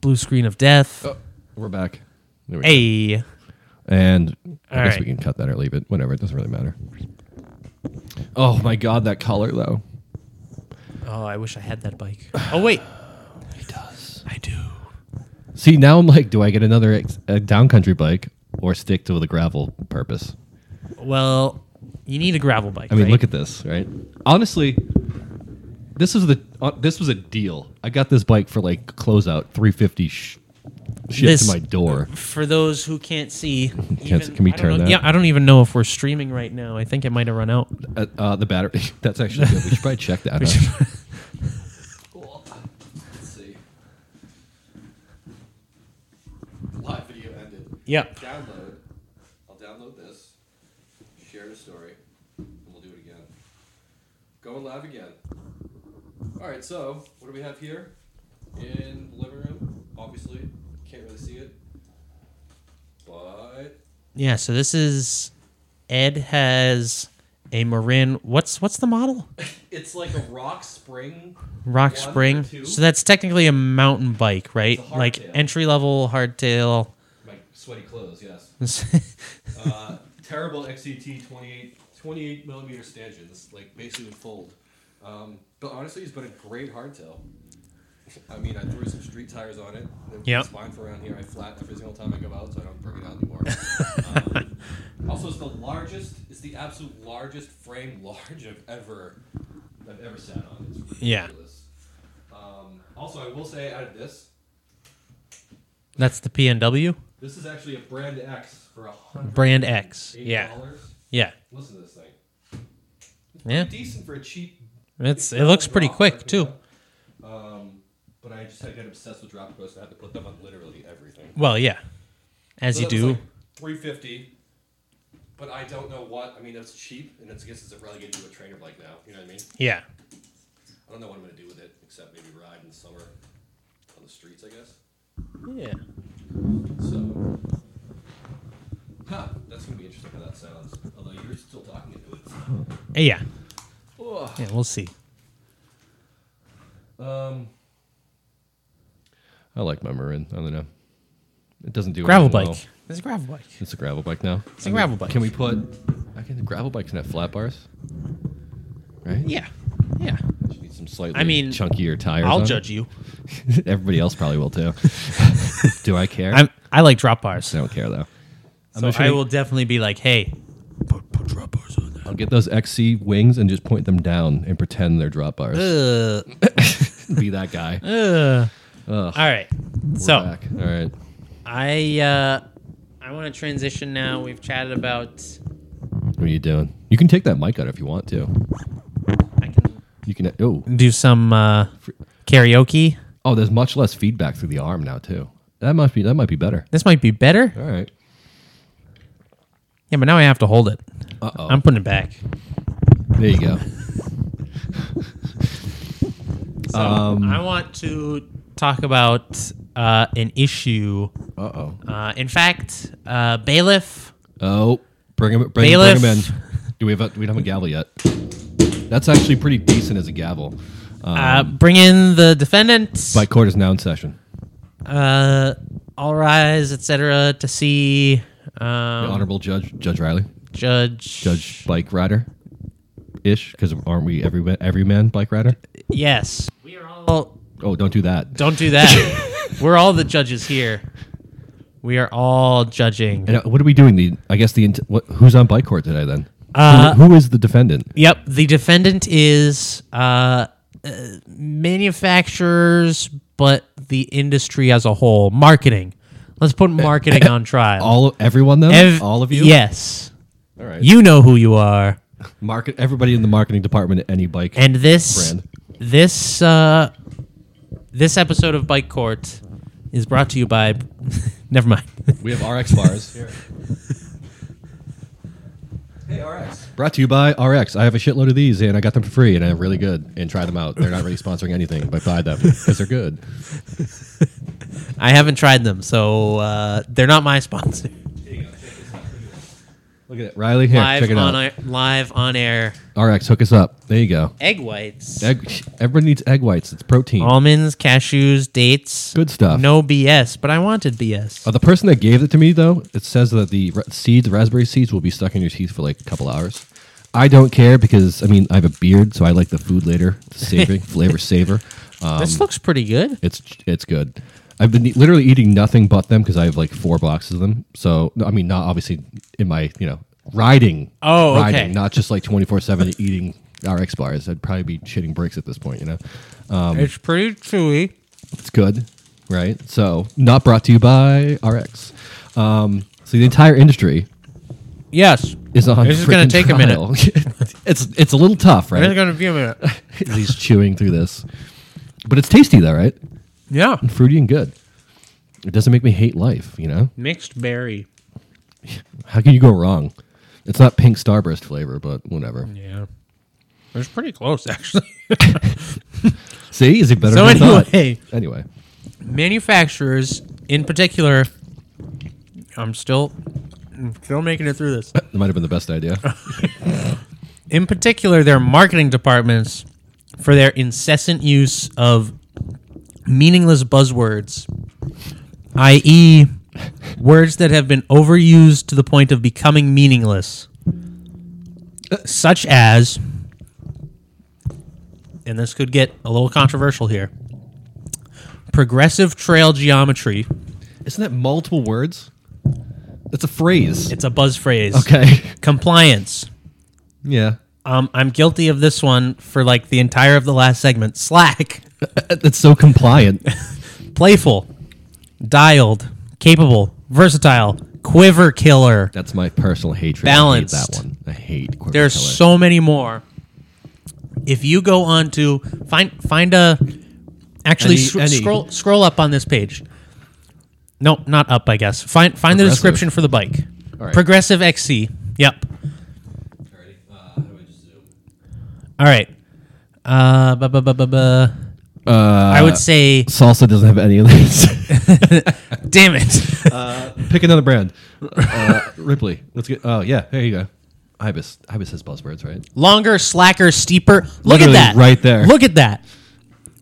Speaker 1: blue screen of death.
Speaker 2: oh we're back. There we go.
Speaker 1: Hey,
Speaker 2: And I
Speaker 1: All
Speaker 2: guess
Speaker 1: right.
Speaker 2: we can cut that or leave it. Whatever. It doesn't really matter. Oh my god, that color though.
Speaker 1: oh, I wish I had that bike. Oh wait,
Speaker 2: He does.
Speaker 1: I do.
Speaker 2: See, now I'm like, do I get another ex- a downcountry bike or stick to the gravel purpose?
Speaker 1: Well, you need a gravel bike.
Speaker 2: I mean,
Speaker 1: right?
Speaker 2: look at this, right? Honestly, this is the uh, this was a deal. I got this bike for like closeout three fifty sh- shipped
Speaker 1: This-
Speaker 2: to my door.
Speaker 1: for those who can't see. even-
Speaker 2: can we
Speaker 1: I don't
Speaker 2: turn
Speaker 1: know-
Speaker 2: that?
Speaker 1: Yeah, I don't even know if we're streaming right now. I think it might have run out.
Speaker 2: Uh, uh, the battery. [LAUGHS] That's actually good. We should probably check that. out. [LAUGHS] Let's see. Live video ended.
Speaker 1: Yep.
Speaker 2: Download. I'll download this. Share the story, and we'll do it again. Going live again. All right. So, what do we have here in the living room? Obviously, can't really see it, but
Speaker 1: Yeah, so this is Ed has a Marin. What's what's the model?
Speaker 2: it's like a rock spring.
Speaker 1: Rock
Speaker 2: One or
Speaker 1: Spring.
Speaker 2: two.
Speaker 1: So that's technically a mountain bike, right?
Speaker 2: It's a
Speaker 1: Like
Speaker 2: hardtail.
Speaker 1: entry level hardtail. [LAUGHS]
Speaker 2: My sweaty clothes. Yes. uh, terrible XCT 28, 28 millimeter stanchion. This like basically would fold. Um, but honestly, it's been a great hardtail. I mean, I threw some street tires on it. It
Speaker 1: Yep.
Speaker 2: was fine for around here. I flat every single time I go out, so I don't bring it out anymore. um, also, it's the largest. It's the absolute largest frame [LAUGHS] large I've ever I've ever sat on. It's ridiculous.
Speaker 1: Yeah.
Speaker 2: Um, also, I will say out of this,
Speaker 1: that's the PNW
Speaker 2: this is actually a brand X for a hundred
Speaker 1: brand X.
Speaker 2: eight
Speaker 1: Yeah.
Speaker 2: dollars.
Speaker 1: Yeah.
Speaker 2: Listen to this thing. It's
Speaker 1: Yeah.
Speaker 2: pretty decent for a cheap.
Speaker 1: It's it looks pretty
Speaker 2: rock,
Speaker 1: quick
Speaker 2: you
Speaker 1: too.
Speaker 2: know? Um, but I just I got obsessed with drop posts. and I had to put them on literally everything.
Speaker 1: Well, yeah. As
Speaker 2: So
Speaker 1: you
Speaker 2: that was
Speaker 1: do.
Speaker 2: like 350. But I don't know what. I mean, that's cheap, and it's, I guess it's relegated to a trainer bike now. You know what I mean?
Speaker 1: yeah.
Speaker 2: I don't know what I'm gonna do with it except maybe ride in the summer on the streets. I guess.
Speaker 1: Yeah.
Speaker 2: So. Huh, that's gonna be interesting how that sounds. Although you're still talking into it. so-
Speaker 1: Yeah.
Speaker 2: Ugh.
Speaker 1: Yeah, we'll see.
Speaker 2: Um, I like my Marin. I don't know. It doesn't do
Speaker 1: Gravel
Speaker 2: anything
Speaker 1: bike.
Speaker 2: well.
Speaker 1: It's a gravel bike.
Speaker 2: It's a gravel bike now.
Speaker 1: It's a gravel bike.
Speaker 2: Can we put? I can. Gravel bikes can have flat bars, right?
Speaker 1: Yeah. Yeah.
Speaker 2: Just need some slightly.
Speaker 1: I mean,
Speaker 2: chunkier tires.
Speaker 1: I'll
Speaker 2: on it. [LAUGHS]
Speaker 1: judge you.
Speaker 2: Everybody else probably
Speaker 1: [LAUGHS]
Speaker 2: will too. do I care?
Speaker 1: I'm I like drop bars.
Speaker 2: I don't care though.
Speaker 1: So
Speaker 2: I'm not sure
Speaker 1: I
Speaker 2: they-
Speaker 1: will definitely be like, hey, put, put drop bars on
Speaker 2: I'll get those XC wings and just point them down and pretend they're drop
Speaker 1: Uh.
Speaker 2: bars.
Speaker 1: there.
Speaker 2: Be that guy. We're
Speaker 1: All right. Uh, So
Speaker 2: back. All right.
Speaker 1: I uh, I want to transition now. We've chatted about.
Speaker 2: What are you doing? You can take that mic out if you want to.
Speaker 1: I can
Speaker 2: You can. Oh.
Speaker 1: do some uh, karaoke.
Speaker 2: Oh, there's much less feedback through the arm now too. That must be that might be better.
Speaker 1: This might be better.
Speaker 2: All right.
Speaker 1: Yeah, but now I have to hold it.
Speaker 2: Uh oh.
Speaker 1: I'm putting it back.
Speaker 2: there you go.
Speaker 1: So
Speaker 2: Um,
Speaker 1: I want to talk about uh, an issue.
Speaker 2: Uh oh.
Speaker 1: Uh, in fact, uh, bailiff.
Speaker 2: Oh, bring him, bring, him- bring him in.
Speaker 1: Bailiff.
Speaker 2: Do we have a, we don't have a gavel yet? That's actually pretty decent as a gavel.
Speaker 1: Uh,
Speaker 2: Um,
Speaker 1: bring in the defendant.
Speaker 2: My court is now in session.
Speaker 1: Uh, all rise, etc. To see
Speaker 2: The
Speaker 1: um,
Speaker 2: Honorable Judge Judge Riley,
Speaker 1: judge.
Speaker 2: Judge Bike Rider, ish. Because aren't we every ma- every man bike rider?
Speaker 1: Yes. We are all.
Speaker 2: Oh, don't do that.
Speaker 1: Don't do
Speaker 2: [LAUGHS]
Speaker 1: that. We're all the judges here. We are all judging.
Speaker 2: And, uh, what are we doing? The I guess the int- what, who's on bike court today then?
Speaker 1: Uh,
Speaker 2: who, who is the defendant?
Speaker 1: Yep. The defendant is uh, uh, manufacturers, but the industry as a whole. Marketing. Let's put marketing on trial.
Speaker 2: Eh, All of, everyone though.
Speaker 1: Ev-
Speaker 2: all of you.
Speaker 1: Yes.
Speaker 2: All right.
Speaker 1: You know who you are.
Speaker 2: Market everybody in the marketing department at any bike.
Speaker 1: And this
Speaker 2: Brand.
Speaker 1: this uh, this episode of Bike Court is brought to you by. [LAUGHS] Never mind.
Speaker 2: we have RX bars here.
Speaker 3: Hey, RX.
Speaker 2: Brought to you by RX. I have a shitload of these and I got them for free and they're really good. And try them out. They're not really sponsoring anything, but buy them because they're good.
Speaker 1: I haven't tried them, so uh, they're not my sponsor.
Speaker 2: Look at it, Riley. Here,
Speaker 1: live
Speaker 2: check it
Speaker 1: on
Speaker 2: out.
Speaker 1: Air, live on air.
Speaker 2: RX, hook us up. There you go.
Speaker 1: Egg whites,
Speaker 2: Egg, everybody needs egg whites. It's protein.
Speaker 1: almonds, cashews, dates.
Speaker 2: Good stuff.
Speaker 1: No BS, but I wanted BS.
Speaker 2: Uh, the person that gave it to me though, it says that the ra- seeds, raspberry seeds, will be stuck in your teeth for like a couple hours. I don't care because I mean I have a beard, so I like the food later, the
Speaker 1: [LAUGHS]
Speaker 2: savory flavor savor. Um,
Speaker 1: this looks pretty good.
Speaker 2: It's it's good. I've been e- literally eating nothing but them because I have like four boxes of them. So no, I mean, not obviously in my you know riding.
Speaker 1: Oh, okay.
Speaker 2: riding, not just like twenty four seven [LAUGHS] eating RX bars. I'd probably be shitting bricks at this point, you know. um,
Speaker 3: it's pretty chewy.
Speaker 2: It's good, right? So, not brought to you by RX. Um, so the entire industry
Speaker 3: Yes.
Speaker 2: is on.
Speaker 1: This is gonna
Speaker 2: frickin'
Speaker 1: take a minute.
Speaker 2: trial. [LAUGHS] it's it's a little tough,
Speaker 1: It's
Speaker 2: right?
Speaker 1: gonna be a minute.
Speaker 2: [LAUGHS] He's chewing through this, but it's tasty though, right?
Speaker 1: Yeah,
Speaker 2: Fruity and good. It doesn't make me hate life, you know.
Speaker 1: mixed berry.
Speaker 2: How can you go wrong? It's not pink starburst flavor, but whatever.
Speaker 1: Yeah, it's pretty close actually.
Speaker 2: See, is it [LAUGHS] better?
Speaker 1: So
Speaker 2: than I thought?
Speaker 1: anyway.
Speaker 2: anyway,
Speaker 1: Manufacturers, in particular, I'm still, I'm still making it through this.
Speaker 2: that might have been the best
Speaker 1: [LAUGHS]
Speaker 2: idea.
Speaker 1: in particular their marketing departments for their incessant use of meaningless buzzwords i.e. words that have been overused to the point of becoming meaningless such as and this could get a little controversial here progressive trail geometry
Speaker 2: Isn't that multiple words? That's a phrase.
Speaker 1: it's a buzz phrase
Speaker 2: okay. [LAUGHS]
Speaker 1: compliance
Speaker 2: Yeah.
Speaker 1: um, i'm guilty of this one for like the entire of the last segment slack
Speaker 2: That's
Speaker 1: [LAUGHS]
Speaker 2: so compliant.
Speaker 1: playful, dialed, capable, versatile, quiver killer.
Speaker 2: That's my personal hatred. I hate
Speaker 1: Balanced.
Speaker 2: that one. I hate. Corporate
Speaker 1: There's
Speaker 2: color.
Speaker 1: so many more. If you go on to find find a actually
Speaker 2: Any-
Speaker 1: sc-
Speaker 2: any.
Speaker 1: scroll scroll up on this page. No, not up. I guess find find the
Speaker 2: Progressive.
Speaker 1: description for the bike.
Speaker 2: All right.
Speaker 1: Progressive XC. Yep. All right. Uh, bu- bu- bu- bu- bu-
Speaker 2: Uh,
Speaker 1: I would say,
Speaker 2: salsa doesn't have any of
Speaker 1: [LAUGHS]
Speaker 2: these.
Speaker 1: damn it. [LAUGHS]
Speaker 2: Pick another brand. Uh, Ripley. Let's get. Oh yeah, there you go. Ibis. Ibis has buzzwords, right?
Speaker 1: longer, slacker, steeper. Look
Speaker 2: Literally
Speaker 1: at that.
Speaker 2: right there.
Speaker 1: Look at that.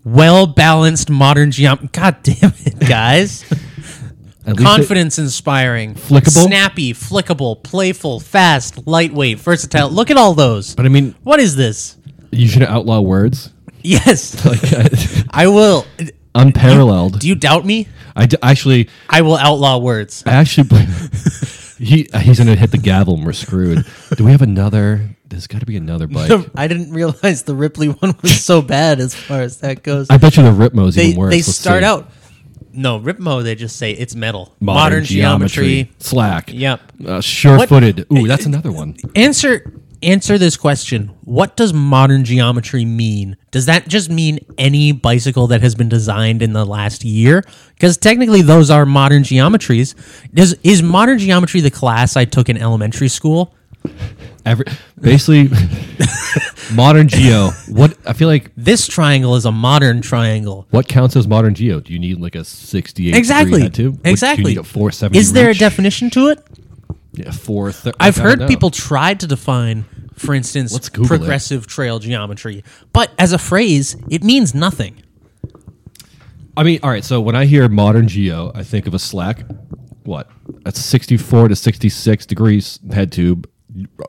Speaker 1: Well balanced modern geom. God damn it,
Speaker 2: [LAUGHS]
Speaker 1: guys.
Speaker 2: At least it-
Speaker 1: Confidence inspiring.
Speaker 2: Flickable?
Speaker 1: Snappy, flickable, playful, fast, lightweight, versatile. Look at all those.
Speaker 2: but I mean,
Speaker 1: What is this? [LAUGHS]
Speaker 2: you should outlaw words.
Speaker 1: Yes,
Speaker 2: Like [LAUGHS] I,
Speaker 1: I will.
Speaker 2: unparalleled.
Speaker 1: Do you doubt me?
Speaker 2: I d- actually,
Speaker 1: I will outlaw
Speaker 2: [LAUGHS]
Speaker 1: words.
Speaker 2: I actually. believe- he he's gonna hit the gavel and we're screwed. Do we have another? There's got to be another bike.
Speaker 1: [LAUGHS] I didn't realize the Ripley [LAUGHS] one was so bad as far as that goes.
Speaker 2: I bet you the Ripmo's
Speaker 1: they
Speaker 2: even worse.
Speaker 1: they
Speaker 2: Let's
Speaker 1: start
Speaker 2: see.
Speaker 1: out. No, Ripmo, they just say it's metal. Modern, geometry.
Speaker 2: slack.
Speaker 1: Yep.
Speaker 2: Uh, sure-footed. Ooh, that's another one.
Speaker 1: answer answer this question what does modern geometry mean does that just mean any bicycle that has been designed in the last year because technically those are modern geometries does is modern geometry the class i took in elementary school [LAUGHS]
Speaker 2: Every basically [LAUGHS] modern geo. What I feel like
Speaker 1: this triangle is a modern triangle
Speaker 2: What counts as modern geo? Do you need like a 68
Speaker 1: exactly
Speaker 2: head tube? What- Do
Speaker 1: exactly
Speaker 2: you need a 470
Speaker 1: is there a
Speaker 2: reach?
Speaker 1: definition to it
Speaker 2: Yeah, four thir-
Speaker 1: I've
Speaker 2: I don't
Speaker 1: heard
Speaker 2: know.
Speaker 1: people try to define, for instance,
Speaker 2: Let's Google it.
Speaker 1: progressive trail geometry, but as a phrase, it means nothing.
Speaker 2: I mean, all right. So when I hear modern geo, I think of a slack. What? That's 64 to 66 degrees head tube,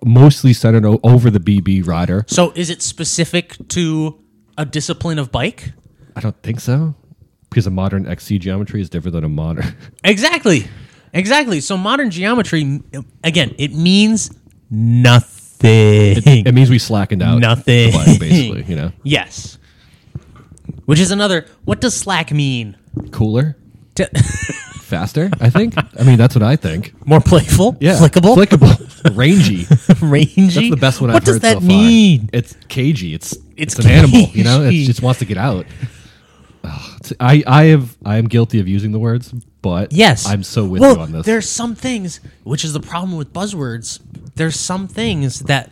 Speaker 2: mostly centered o- over the BB rider.
Speaker 1: So is it specific to a discipline of bike?
Speaker 2: I don't think so, because a modern XC geometry is different than a modern.
Speaker 1: Exactly. Exactly. So modern geometry again, it means nothing.
Speaker 2: it means we slackened out.
Speaker 1: Nothing.
Speaker 2: the bike, basically. You know,
Speaker 1: yes. Which is another what does slack mean?
Speaker 2: cooler,
Speaker 1: To- [LAUGHS]
Speaker 2: faster. I think. I mean, that's what I think.
Speaker 1: more playful,
Speaker 2: Yeah,
Speaker 1: flickable,
Speaker 2: flickable, rangy.
Speaker 1: [LAUGHS] rangy.
Speaker 2: That's the best one
Speaker 1: What
Speaker 2: I've
Speaker 1: does
Speaker 2: heard
Speaker 1: that
Speaker 2: so far.
Speaker 1: mean?
Speaker 2: It's cagey. It's
Speaker 1: It's
Speaker 2: it's, an animal. You know,
Speaker 1: cagey.
Speaker 2: it just wants to get out. Ugh, it's- I I have I am guilty of using the words, but
Speaker 1: Yes.
Speaker 2: I'm so with
Speaker 1: well,
Speaker 2: you on this.
Speaker 1: There's some things, which is the problem with buzzwords. There's some things that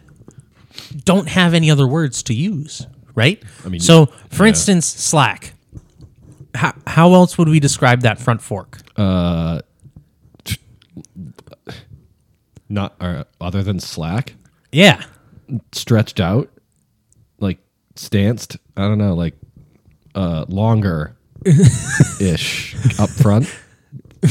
Speaker 1: don't have any other words to use, right? I
Speaker 2: mean,
Speaker 1: so for
Speaker 2: yeah.
Speaker 1: instance, Slack. How, how else would we describe that front fork?
Speaker 2: Uh, Not uh, other than slack,
Speaker 1: Yeah.
Speaker 2: stretched out, like stanced. I don't know, like uh, longer ish
Speaker 1: [LAUGHS]
Speaker 2: up front, a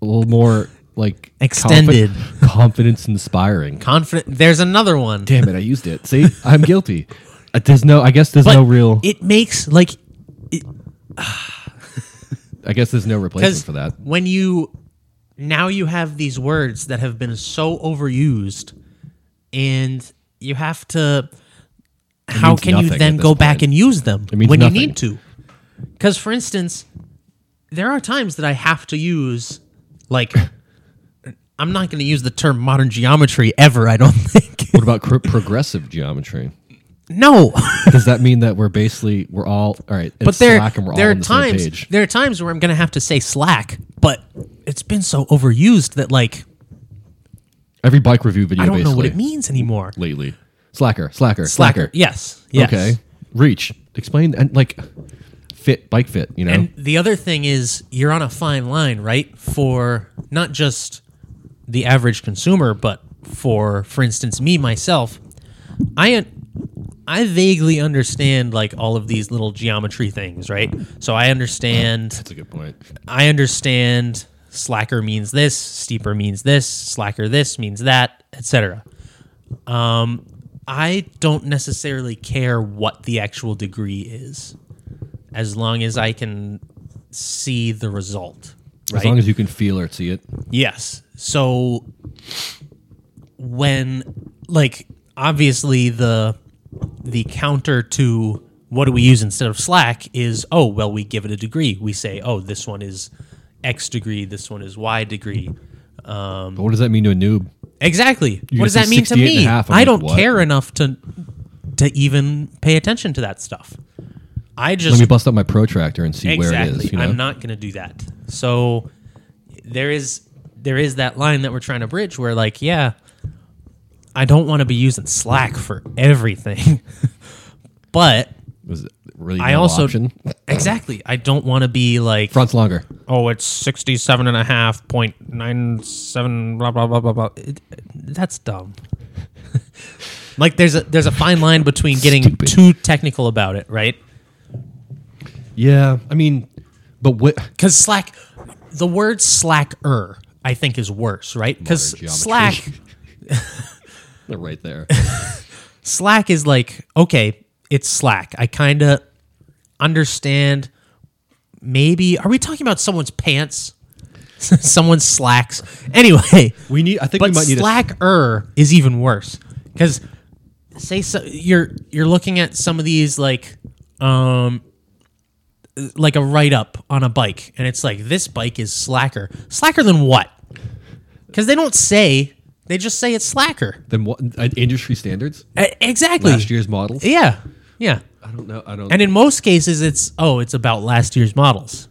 Speaker 2: little more like confi-
Speaker 1: Extended.
Speaker 2: confidence inspiring.
Speaker 1: Confident. There's another one.
Speaker 2: Damn it, I used it. See, I'm guilty. Uh, There's no, I guess there's
Speaker 1: But
Speaker 2: no real,
Speaker 1: It makes like
Speaker 2: I guess there's no replacement
Speaker 1: because
Speaker 2: for that.
Speaker 1: when you now you have these words that have been so overused and you have to how
Speaker 2: means
Speaker 1: can you
Speaker 2: nothing at
Speaker 1: then
Speaker 2: this
Speaker 1: go back
Speaker 2: point.
Speaker 1: and use them
Speaker 2: It means
Speaker 1: when
Speaker 2: nothing.
Speaker 1: you need to because for instance there are times that i have to use like i'm not going to use the term modern geometry ever i don't [LAUGHS] think
Speaker 2: What about cr- progressive geometry? [LAUGHS]
Speaker 1: no
Speaker 2: Does that mean that we're basically we're all all right? It's
Speaker 1: but there,
Speaker 2: slack and we're
Speaker 1: there are
Speaker 2: all on the
Speaker 1: times
Speaker 2: same page.
Speaker 1: there are times where i'm going to have to say slack but it's been so overused that like
Speaker 2: Every bike review video,
Speaker 1: i don't know
Speaker 2: basically,
Speaker 1: what it means anymore
Speaker 2: lately. Slacker,
Speaker 1: Slacker.
Speaker 2: slacker, slacker.
Speaker 1: Yes. Yes.
Speaker 2: Okay. Reach. Explain and like fit bike fit. You know.
Speaker 1: And the other thing is you're on a fine line, right? For not just the average consumer, but for for instance me myself, I I vaguely understand like all of these little geometry things, right? So I understand
Speaker 2: That's a good point.
Speaker 1: I understand slacker means this, steeper means this, slacker this means that, etc. Um, I don't necessarily care what the actual degree is, as long as I can see the result. Right?
Speaker 2: As long as you can feel or see it.
Speaker 1: Yes. So when like obviously the the counter to what do we use instead of slack is oh well we give it a degree. We say oh this one is x degree, this one is y degree. Um,
Speaker 2: But what does that mean to a noob?
Speaker 1: Exactly.
Speaker 2: You
Speaker 1: what
Speaker 2: just
Speaker 1: does that
Speaker 2: say
Speaker 1: mean to
Speaker 2: 68 and a
Speaker 1: me?
Speaker 2: half, I'm
Speaker 1: I
Speaker 2: like,
Speaker 1: don't
Speaker 2: what?
Speaker 1: care enough to to even pay attention to that stuff. I
Speaker 2: Let
Speaker 1: just
Speaker 2: me bust out my protractor and see where
Speaker 1: exactly.
Speaker 2: it is. You know?
Speaker 1: I'm not going to do that. So there is there is that line that we're trying to bridge where like, yeah, I don't want to be using Slack for everything. [LAUGHS] but
Speaker 2: Was it really?
Speaker 1: I
Speaker 2: no
Speaker 1: also
Speaker 2: option?
Speaker 1: [LAUGHS] exactly, I don't want to be like
Speaker 2: fronts longer.
Speaker 1: oh, it's 67 and a half point nine seven blah blah blah blah blah. It, that's dumb. [LAUGHS] like there's a there's a fine line between getting
Speaker 2: Stupid.
Speaker 1: too technical about it, right?
Speaker 2: Yeah, I mean, but what?
Speaker 1: because slack the word slacker i think is worse right because
Speaker 2: Modern geometry.
Speaker 1: slack
Speaker 2: [LAUGHS] They're right there.
Speaker 1: slack is like okay it's slack i kind of understand maybe are we talking about someone's pants [LAUGHS] someone's slacks anyway
Speaker 2: We need. I think
Speaker 1: but
Speaker 2: we might need a
Speaker 1: slacker is even worse because say so, you're you're looking at some of these like um like a write up on a bike and it's like this bike is slacker slacker than what because they don't say they just say it's slacker
Speaker 2: Then what? uh, Industry standards?
Speaker 1: E- exactly
Speaker 2: Last year's models?
Speaker 1: yeah yeah
Speaker 2: I don't know. I don't.
Speaker 1: and in most cases it's oh it's about last year's models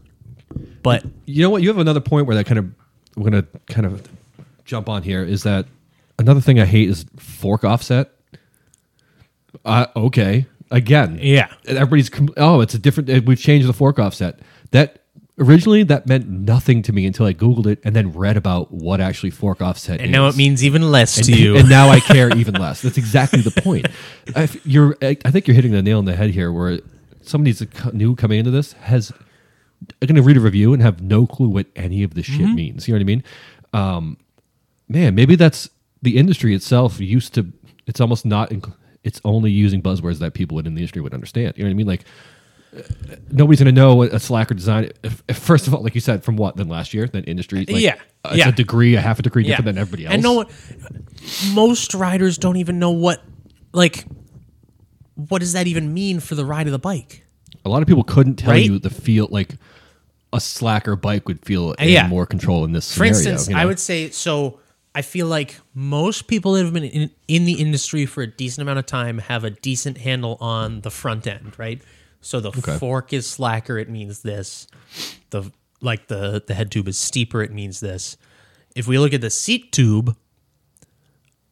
Speaker 1: but
Speaker 2: you know what? You have another point where that kind of we're gonna kind of jump on here. Is that another thing I hate is fork offset? Uh, okay. Again.
Speaker 1: Yeah.
Speaker 2: Everybody's com- oh, it's a different. uh, We've changed the fork offset. That originally that meant nothing to me until I googled it and then read about what actually fork offset.
Speaker 1: and now it means even less to you
Speaker 2: and now
Speaker 1: [LAUGHS]
Speaker 2: I care even less. That's exactly the point. I, you're, I I think you're hitting the nail on the head here. Where somebody's co- new coming into this has going to read a review and have no clue what any of this shit
Speaker 1: Mm-hmm.
Speaker 2: means. You know what I mean? Um, man, maybe that's the industry itself used to. It's almost not. inc- It's only using buzzwords that people in the industry would understand. You know what I mean? Like uh, nobody's going to know what a slacker design. If, if- first of all, like you said, from what than last year, than industry. Like,
Speaker 1: Yeah.
Speaker 2: uh, it's
Speaker 1: Yeah.
Speaker 2: a degree, a half a degree different than everybody else.
Speaker 1: And no one, most riders don't even know what, like, what does that even mean for the ride of the bike?
Speaker 2: A lot of people couldn't tell
Speaker 1: Right?
Speaker 2: you the feel like a slacker bike would feel in
Speaker 1: yeah.
Speaker 2: more control in this
Speaker 1: For
Speaker 2: scenario.
Speaker 1: instance,
Speaker 2: you know?
Speaker 1: I would say so. I feel like most people that have been in, in the industry for a decent amount of time have a decent handle on the front end, right? So the fork is slacker, it means this. The like the the head tube is steeper, it means this. If we look at the seat tube,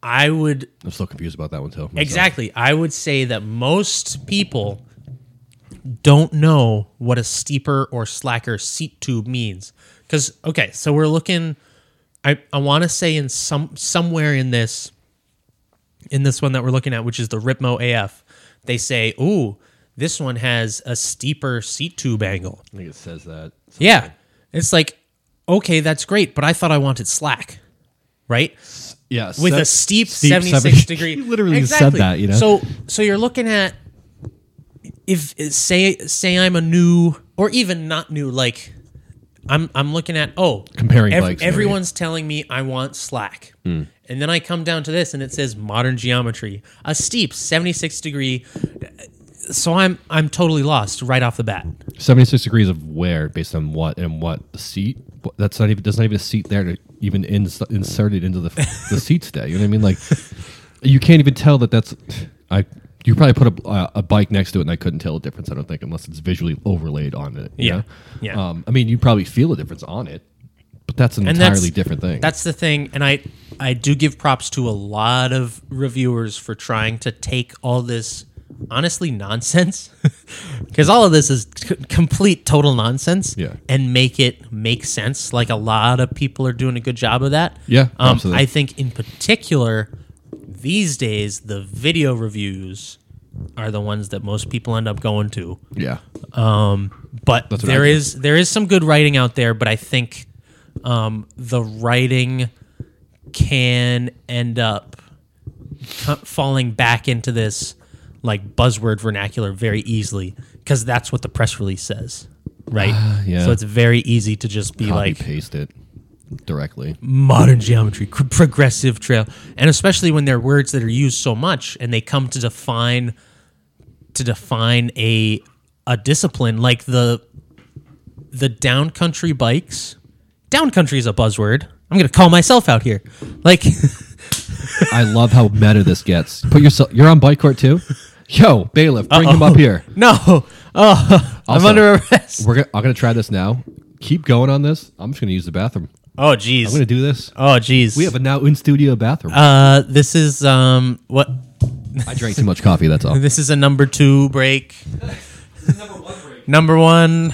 Speaker 1: I would
Speaker 2: I'm still confused about that one too. myself.
Speaker 1: Exactly. I would say that most people don't know what a steeper or slacker seat tube means. Because okay, so we're looking. I I want to say in some somewhere in this in this one that we're looking at, which is the Ripmo AF, they say, "Ooh, this one has a steeper seat tube angle."
Speaker 2: I think it says that.
Speaker 1: Yeah, it's like okay, that's great, but I thought I wanted slack, right?
Speaker 2: Yeah,
Speaker 1: with
Speaker 2: se-
Speaker 1: a steep,
Speaker 2: steep
Speaker 1: 76
Speaker 2: [LAUGHS] seven-
Speaker 1: degree.
Speaker 2: You literally said that, you know?
Speaker 1: So so you're looking at if say say I'm a new or even not new like I'm I'm looking at oh
Speaker 2: Comparing bikes, maybe.
Speaker 1: Everyone's telling me I want slack, and then I come down to this, and it says modern geometry, a steep 76 degree. So I'm I'm totally lost right off the bat.
Speaker 2: 76 degrees of where based on what and what the seat What- that's not even there's not even a seat there to even ins- insert it into the
Speaker 1: [LAUGHS]
Speaker 2: the seats there you know what i mean like you can't even tell that that's i you probably put a, uh, a bike next to it and i couldn't tell the difference i don't think unless it's visually overlaid on it you
Speaker 1: Yeah.
Speaker 2: know?
Speaker 1: Yeah.
Speaker 2: um, i mean you probably feel a difference on it but that's an
Speaker 1: And that's-
Speaker 2: entirely different thing
Speaker 1: That's the thing, and I I do give props to a lot of reviewers for trying to take all this honestly nonsense [LAUGHS] because all of this is c- complete total nonsense
Speaker 2: Yeah.
Speaker 1: and make it make sense like a lot of people are doing a good job of that
Speaker 2: Yeah,
Speaker 1: um,
Speaker 2: absolutely.
Speaker 1: i think in particular these days the video reviews are the ones that most people end up going to
Speaker 2: yeah
Speaker 1: but
Speaker 2: what I
Speaker 1: there
Speaker 2: do.
Speaker 1: is there is some good writing out there but i think um, the writing can end up co- falling back into this like buzzword vernacular very easily because that's what the press release says right
Speaker 2: Ah, yeah.
Speaker 1: so it's very easy to just be
Speaker 2: copy
Speaker 1: like
Speaker 2: paste it directly
Speaker 1: modern geometry, cr- progressive trail, and especially when they're words that are used so much and they come to define to define a a discipline like the the downcountry bikes. Downcountry is a buzzword. I'm gonna call myself out here. Like [LAUGHS]
Speaker 2: i love how meta this gets put yourself you're on bike
Speaker 1: [LAUGHS]
Speaker 2: court too yo bailiff bring him up here
Speaker 1: no, oh, I'm
Speaker 2: Also-
Speaker 1: under arrest.
Speaker 2: We're gonna, I'm gonna try this now. Keep going on this. I'm just gonna use the bathroom.
Speaker 1: Oh
Speaker 2: I'm gonna
Speaker 1: jeez.
Speaker 2: do this.
Speaker 1: Oh jeez.
Speaker 2: We have a now in studio bathroom.
Speaker 1: uh, this is um what
Speaker 2: I drank too much coffee. That's
Speaker 1: [LAUGHS]
Speaker 2: all.
Speaker 1: this is a number two break. [LAUGHS] number one.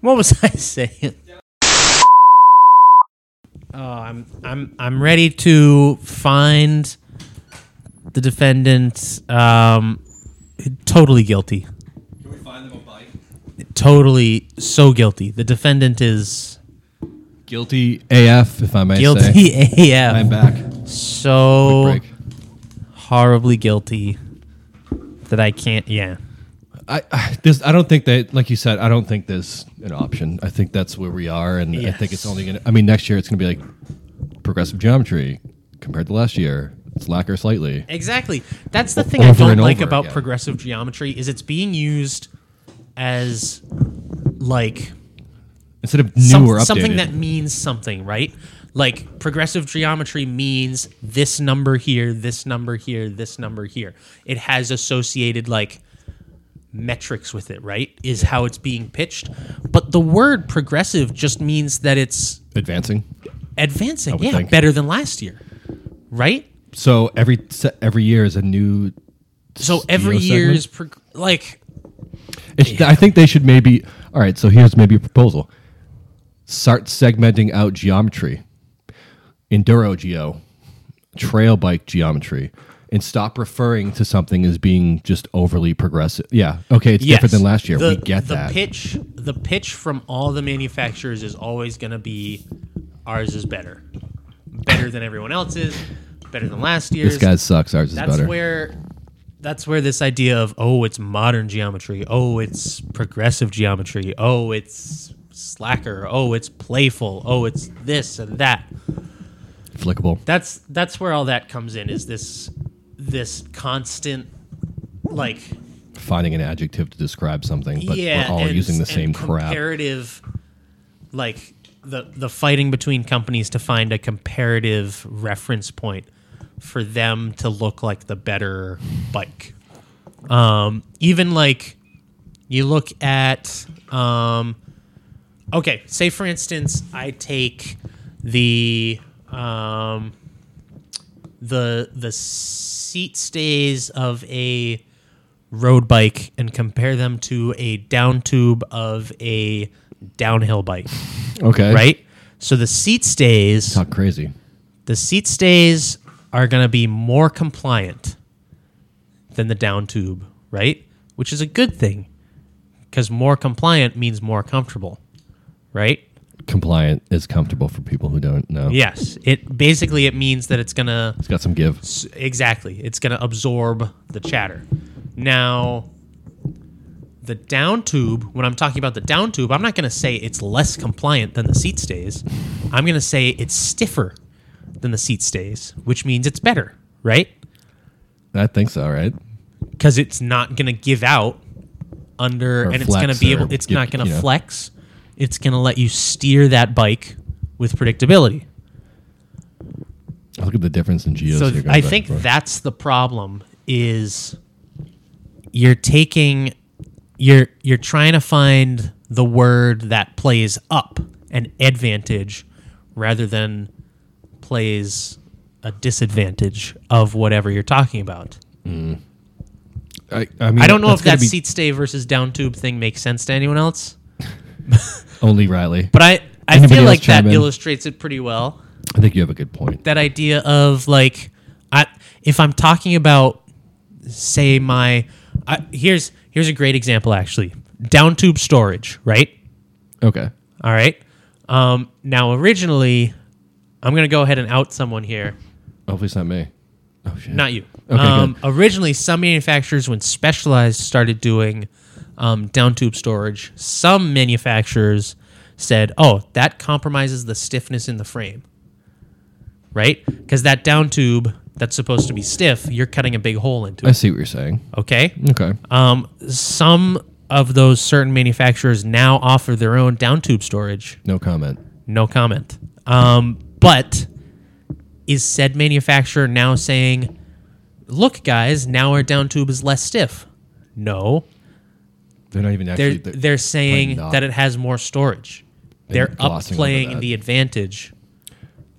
Speaker 1: what was I saying? Oh, I'm I'm I'm ready to find the defendant um, totally guilty.
Speaker 2: Can we find them a bike?
Speaker 1: Totally so guilty. The defendant is
Speaker 2: Guilty AF, if I may say.
Speaker 1: guilty [LAUGHS] AF.
Speaker 2: I'm back.
Speaker 1: so
Speaker 2: Break.
Speaker 1: horribly guilty that I can't yeah.
Speaker 2: I, I this I don't think that like you said I don't think there's an option. I think that's where we are, and I think it's
Speaker 1: Yes.
Speaker 2: only gonna. I mean, next year it's gonna be like progressive geometry compared to last year. It's lacquer slightly.
Speaker 1: Exactly. That's the thing I
Speaker 2: over
Speaker 1: don't
Speaker 2: and
Speaker 1: like
Speaker 2: over
Speaker 1: about
Speaker 2: again.
Speaker 1: progressive geometry is it's being used as like
Speaker 2: Instead of new
Speaker 1: some-
Speaker 2: or updated,
Speaker 1: something that means something, right? Like progressive geometry means this number here, this number here, this number here. It has associated like metrics with it, right? Is how it's being pitched. But the word progressive just means that it's
Speaker 2: advancing.
Speaker 1: advancing,
Speaker 2: would
Speaker 1: yeah,
Speaker 2: think.
Speaker 1: better than last year. Right?
Speaker 2: So every se- every year is a new.
Speaker 1: So every
Speaker 2: segment?
Speaker 1: year is prog- like
Speaker 2: It's- I think they should maybe. All right, so here's maybe a proposal: start segmenting out geometry, enduro geo, trail bike geometry, and stop referring to something as being just overly progressive. Yeah, okay, it's different than last year.
Speaker 1: The-
Speaker 2: we get
Speaker 1: the
Speaker 2: that.
Speaker 1: pitch. The pitch from all the manufacturers is always going to be ours is better, better than everyone else's, better than last year's.
Speaker 2: this guy sucks. Ours is
Speaker 1: that's
Speaker 2: better.
Speaker 1: where that's where this idea of oh it's modern geometry, oh it's progressive geometry, oh it's slacker, oh it's playful, oh it's this and that
Speaker 2: Flickable.
Speaker 1: that's that's where all that comes in is this this constant like
Speaker 2: Finding an adjective to describe something, but we're all
Speaker 1: and-
Speaker 2: using the
Speaker 1: and
Speaker 2: same crap.
Speaker 1: comparative like the the fighting between companies to find a comparative reference point for them to look like the better bike um even like you look at um okay say for instance i take the um the the seat stays of a road bike and compare them to a down tube of a downhill bike,
Speaker 2: Okay,
Speaker 1: right? So the seat stays,
Speaker 2: Not crazy.
Speaker 1: the seat stays are going to be more compliant than the down tube, right? Which is a good thing because more compliant means more comfortable, right?
Speaker 2: Compliant is comfortable for people who don't know.
Speaker 1: Yes, it basically it means that it's going to
Speaker 2: it's got some give.
Speaker 1: S- exactly it's going to absorb the chatter now the down tube, when I'm talking about the down tube, I'm not going to say it's less compliant than the seat stays. I'm going to say it's stiffer than the seat stays, which means it's better, right?
Speaker 2: I think so, right?
Speaker 1: Because it's not going to give out under,
Speaker 2: Or
Speaker 1: and it's going to
Speaker 2: flex
Speaker 1: be
Speaker 2: or
Speaker 1: able. It's
Speaker 2: give-
Speaker 1: not going to
Speaker 2: you know.
Speaker 1: flex. It's going to let you steer that bike with predictability.
Speaker 2: Look at the difference in geos.
Speaker 1: so
Speaker 2: here going
Speaker 1: I
Speaker 2: back
Speaker 1: think
Speaker 2: and forth.
Speaker 1: that's the problem is you're taking you're you're trying to find the word that plays up an advantage rather than plays a disadvantage of whatever you're talking about.
Speaker 2: I, I, mean,
Speaker 1: I don't know
Speaker 2: that's
Speaker 1: if
Speaker 2: gotta
Speaker 1: that
Speaker 2: be
Speaker 1: seat stay versus down tube thing makes sense to anyone else,
Speaker 2: only Riley.
Speaker 1: but I I
Speaker 2: Anybody
Speaker 1: feel
Speaker 2: else
Speaker 1: like that
Speaker 2: chime in?
Speaker 1: illustrates it pretty well.
Speaker 2: I think you have a good point.
Speaker 1: that idea of like I if I'm talking about say my I, here's here's a great example actually down tube storage right
Speaker 2: Okay.
Speaker 1: all right um, now originally I'm gonna go ahead and out someone here
Speaker 2: Hopefully it's not me. Oh shit.
Speaker 1: not you
Speaker 2: Okay,
Speaker 1: um, originally some manufacturers when specialized started doing um, down tube storage some manufacturers said oh that compromises the stiffness in the frame right because that down tube that's supposed to be stiff you're cutting a big hole into
Speaker 2: I
Speaker 1: it
Speaker 2: see what you're saying.
Speaker 1: okay
Speaker 2: Okay.
Speaker 1: um, some of those certain manufacturers now offer their own down tube storage
Speaker 2: No comment.
Speaker 1: no comment. Um, but is said manufacturer now saying, look, guys, now our down tube is less stiff? No.
Speaker 2: They're not even
Speaker 1: They're,
Speaker 2: actually.
Speaker 1: they're,
Speaker 2: they're-
Speaker 1: saying
Speaker 2: not.
Speaker 1: that it has more storage. They're
Speaker 2: glossing over
Speaker 1: upplaying
Speaker 2: that.
Speaker 1: the advantage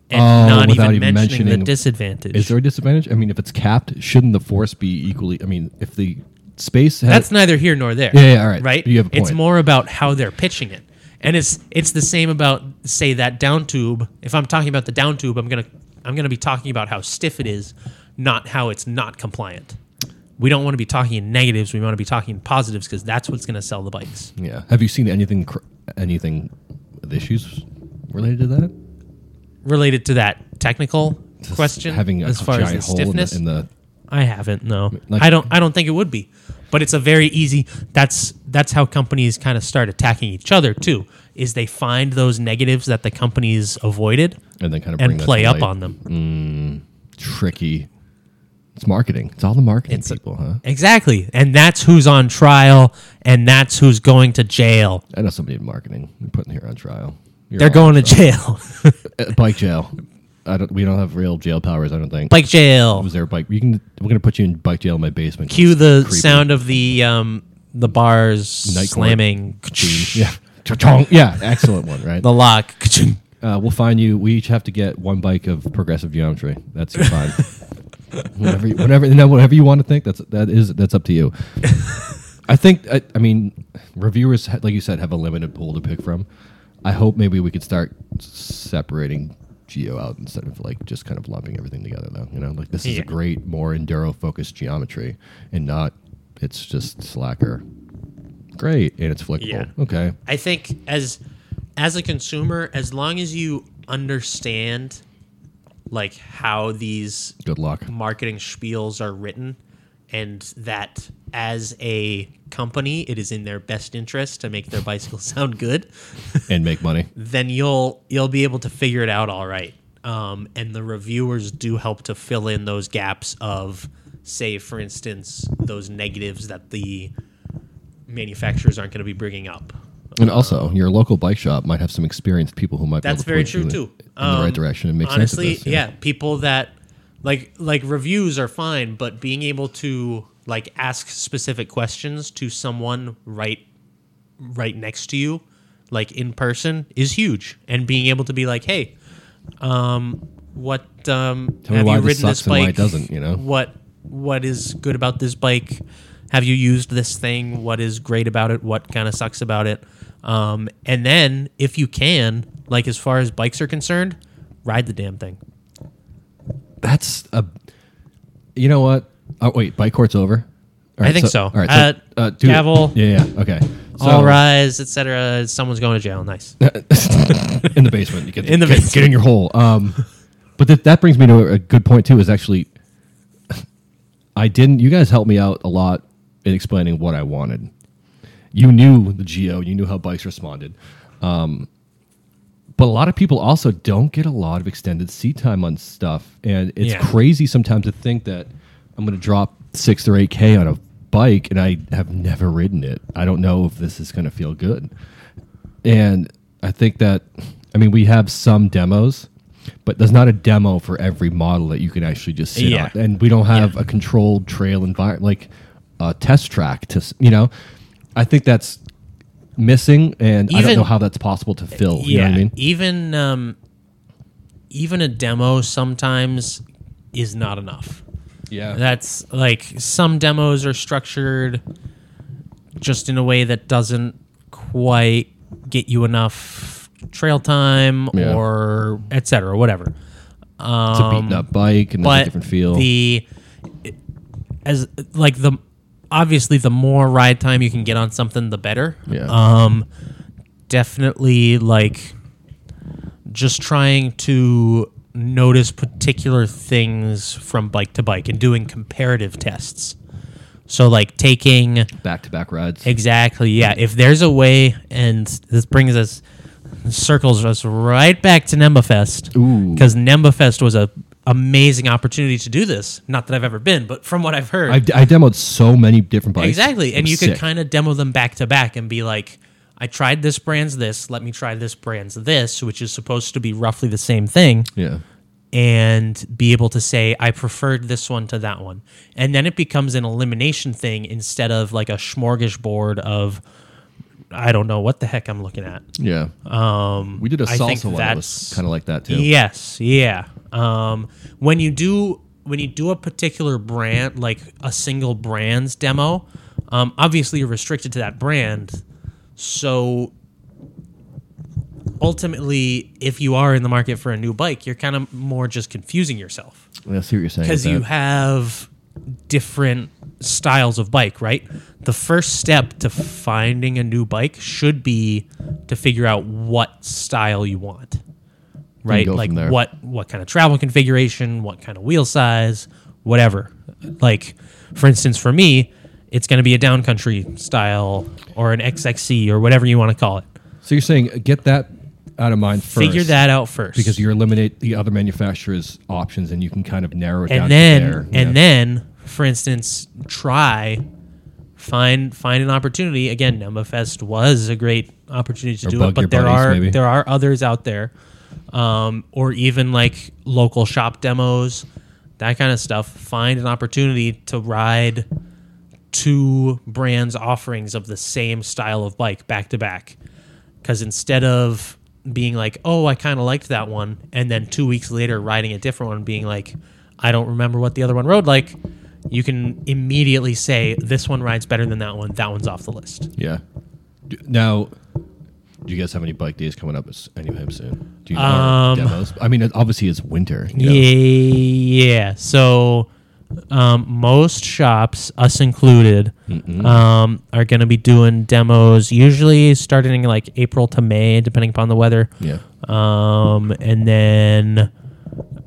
Speaker 1: and
Speaker 2: Oh,
Speaker 1: not even,
Speaker 2: without even
Speaker 1: mentioning,
Speaker 2: mentioning-
Speaker 1: the disadvantage.
Speaker 2: is there a disadvantage? I mean, if it's capped, shouldn't the force be equally? I mean, if the space has,
Speaker 1: That's neither here nor there.
Speaker 2: Yeah, yeah, all right.
Speaker 1: Right?
Speaker 2: You have a
Speaker 1: It's
Speaker 2: point.
Speaker 1: more about how they're pitching it. And it's it's the same about say that down tube. If I'm talking about the down tube, I'm gonna I'm gonna be talking about how stiff it is, not how it's not compliant. We don't want to be talking in negatives. We want to be talking in positives because that's what's going to sell the bikes.
Speaker 2: yeah. Have you seen anything? Cr- anything with issues related to that?
Speaker 1: Related to that technical
Speaker 2: Just
Speaker 1: question,
Speaker 2: having a
Speaker 1: as far as
Speaker 2: giant
Speaker 1: the
Speaker 2: hole in
Speaker 1: stiffness,
Speaker 2: the, in the
Speaker 1: I haven't. No,
Speaker 2: Like-
Speaker 1: I don't. I don't think it would be. But it's a very easy. That's that's how companies kind of start attacking each other too. Is they find those negatives that the companies avoided
Speaker 2: and then kind of bring
Speaker 1: and
Speaker 2: that
Speaker 1: play
Speaker 2: to
Speaker 1: up
Speaker 2: light. Mm.
Speaker 1: on them.
Speaker 2: tricky. It's marketing. It's all the marketing
Speaker 1: It's-
Speaker 2: people, huh?
Speaker 1: Exactly, and that's who's on trial, and that's who's going to jail.
Speaker 2: I know somebody in marketing. You're putting here on trial. You're
Speaker 1: They're
Speaker 2: all
Speaker 1: going
Speaker 2: on
Speaker 1: to jail, [LAUGHS]
Speaker 2: trial. Uh, bike jail. I don't. We don't have real jail powers. I don't think.
Speaker 1: like jail.
Speaker 2: was there a bike? You can. We're gonna put you in bike jail in my basement.
Speaker 1: Cue the
Speaker 2: Creepy.
Speaker 1: sound of the um the bars
Speaker 2: Night court.
Speaker 1: slamming
Speaker 2: Yeah. Cha-chong. Yeah. Excellent one. Right.
Speaker 1: the lock.
Speaker 2: Uh, we'll find you. We each have to get one bike of progressive geometry.
Speaker 1: [LAUGHS]
Speaker 2: That's your fine. whenever, you- whenever, you know, whatever you want to think. That's that is that's up to you. I think. I, I mean, reviewers, ha- like you said, have a limited pool to pick from. I hope maybe we could start s- separating geo out instead of like just kind of lumping everything together. Though you know, like this is
Speaker 1: Yeah.
Speaker 2: a great, more enduro focused geometry, and not it's just slacker. Great, and it's flickable.
Speaker 1: Yeah.
Speaker 2: Okay,
Speaker 1: I think as as a consumer, as long as you understand like how these [LAUGHS]
Speaker 2: good luck.
Speaker 1: marketing spiels are written and that as a company it is in their best interest to make their bicycle [LAUGHS] sound good,
Speaker 2: and make money.
Speaker 1: then you'll you'll be able to figure it out all right. Um, and the reviewers do help to fill in those gaps of, say, for instance, those negatives that the manufacturers aren't going to be bringing up.
Speaker 2: And also, your local bike shop might have some experienced people who might.
Speaker 1: That's
Speaker 2: be able
Speaker 1: very
Speaker 2: to point
Speaker 1: true
Speaker 2: you
Speaker 1: too. Um,
Speaker 2: In the right direction and make
Speaker 1: honestly,
Speaker 2: sense of this.
Speaker 1: yeah. people that like like reviews are fine, but being able to like ask specific questions to someone right right next to you, like in person, is huge. And being able to be like, hey, um, what um,
Speaker 2: Tell me
Speaker 1: have
Speaker 2: why
Speaker 1: you
Speaker 2: this
Speaker 1: ridden
Speaker 2: sucks
Speaker 1: this
Speaker 2: and why
Speaker 1: bike?
Speaker 2: it doesn't, you know?
Speaker 1: what what is good about this bike? Have you used this thing? What is great about it? What kind of sucks about it? Um, and then, if you can, like as far as bikes are concerned, ride the damn thing.
Speaker 2: That's a. You know what? Oh wait, bike court's over. All
Speaker 1: I think so.
Speaker 2: All right,
Speaker 1: Uh,
Speaker 2: so, uh, do it.
Speaker 1: gavel.
Speaker 2: Yeah, yeah. Okay. So,
Speaker 1: All rise, etc. Someone's going to jail. Nice.
Speaker 2: [LAUGHS] in the basement. You get
Speaker 1: In the
Speaker 2: get-
Speaker 1: basement.
Speaker 2: Get in your hole. Um, but that that brings me to a good point too. Is actually, I didn't. You guys helped me out a lot in explaining what I wanted, you knew the geo, you knew how bikes responded. Um, but a lot of people also don't get a lot of extended seat time on stuff, and it's
Speaker 3: Yeah.
Speaker 2: crazy sometimes to think that I'm going to drop six or eight k on a bike, and I have never ridden it. I don't know if this is going to feel good, and I think that I mean we have some demos. But there's not a demo for every model that you can actually just sit
Speaker 1: Yeah.
Speaker 2: on, and we don't have a controlled trail environment like a test track to s- you know i think that's missing and i
Speaker 1: Even-
Speaker 2: don't know how that's possible to fill you know
Speaker 1: yeah,
Speaker 2: what i mean
Speaker 1: even um, even a demo sometimes is not enough.
Speaker 2: yeah
Speaker 1: That's like some demos are structured just in a way that doesn't quite get you enough trail time
Speaker 2: Yeah.
Speaker 1: or et cetera, whatever.
Speaker 2: it's a beaten up bike and there's a
Speaker 1: Um, But
Speaker 2: different feel
Speaker 1: the as like the obviously the more ride time you can get on something, the better.
Speaker 2: Yeah.
Speaker 1: Um, definitely like just trying to notice particular things from bike to bike and doing comparative tests. So like taking
Speaker 2: back-to-back rides
Speaker 1: exactly yeah. If there's a way, and this brings us circles us right back to NembaFest
Speaker 2: Ooh.
Speaker 1: because NembaFest was a amazing opportunity to do this. Not that I've ever been, but from what I've heard,
Speaker 2: I, I demoed so many different bikes
Speaker 1: Exactly. And
Speaker 2: It was
Speaker 1: you could
Speaker 2: sick.
Speaker 1: kind of demo them back to back and be like, I tried this brand's this, let me try this brand's this, which is supposed to be roughly the same thing,
Speaker 2: yeah
Speaker 1: and be able to say, I preferred this one to that one. And then it becomes an elimination thing instead of like a smorgasbord of, I don't know what the heck I'm looking at.
Speaker 2: yeah um we did a
Speaker 1: I think
Speaker 2: salsa one that was
Speaker 1: that's-
Speaker 2: kind of like that too
Speaker 1: Yes, yeah. Um, when you do when you do a particular brand, like a single brand's demo, um, obviously you're restricted to that brand. So ultimately, if you are in the market for a new bike, you're kind of more just confusing yourself
Speaker 2: i see what you're saying
Speaker 1: because
Speaker 2: with
Speaker 1: you
Speaker 2: that.
Speaker 1: have different styles of bike, right? The first step to finding a new bike should be to figure out what style you want, right?
Speaker 2: go
Speaker 1: Like
Speaker 2: from there.
Speaker 1: what what kind of travel configuration, what kind of wheel size, whatever. Like for instance, for me, it's going to be a downcountry style or an XXC or whatever you want to call it.
Speaker 2: so you're saying uh, get that out of mind first
Speaker 1: Figure that out first
Speaker 2: because you eliminate the other manufacturer's options and you can kind of narrow it down
Speaker 1: and then
Speaker 2: to there.
Speaker 1: and then for instance try find find an opportunity again NemaFest was a great opportunity to do
Speaker 2: Bug
Speaker 1: it but
Speaker 2: Your
Speaker 1: there
Speaker 2: Buddies,
Speaker 1: are
Speaker 2: maybe.
Speaker 1: there are others out there um, or even like local shop demos that kind of stuff find an opportunity to ride two brands offerings of the same style of bike back to back because instead of being like, oh, I kind of liked that one, and then two weeks later riding a different one, being like, I don't remember what the other one rode like, you can immediately say, this one rides better than that one. That one's off the list.
Speaker 2: Yeah. D- Now, do you guys have any bike days coming up s- anytime soon? Do you or
Speaker 1: Um,
Speaker 2: demos? I mean, it- obviously it's winter. you know?
Speaker 1: Yeah. So um, most shops, us included, um, are going to be doing demos usually starting in like April to May, depending upon the weather.
Speaker 2: Yeah.
Speaker 1: Um, and then.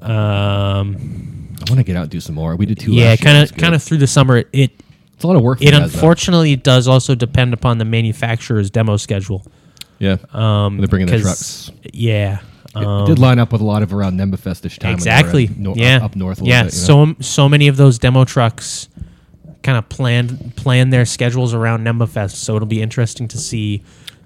Speaker 1: Um,
Speaker 2: I want to get out and do some more. We did two.
Speaker 1: yeah
Speaker 2: last year.
Speaker 1: kind
Speaker 2: It
Speaker 1: of
Speaker 2: was good.
Speaker 1: kind of through the summer it it,
Speaker 2: It's a lot of work. for
Speaker 1: it
Speaker 2: guys, though.
Speaker 1: unfortunately does also depend upon the manufacturer's demo schedule
Speaker 2: Yeah. Um, they bring in their
Speaker 1: 'cause-
Speaker 2: trucks.
Speaker 1: yeah
Speaker 2: It-
Speaker 1: um,
Speaker 2: it did line up with a lot of around Nembafestish time. when they were
Speaker 1: exactly
Speaker 2: in nor-
Speaker 1: yeah
Speaker 2: Up, up north. A little
Speaker 1: yeah
Speaker 2: Bit, you know?
Speaker 1: so so many of those demo trucks kind of planned plan their schedules around NembaFest so it'll be interesting to see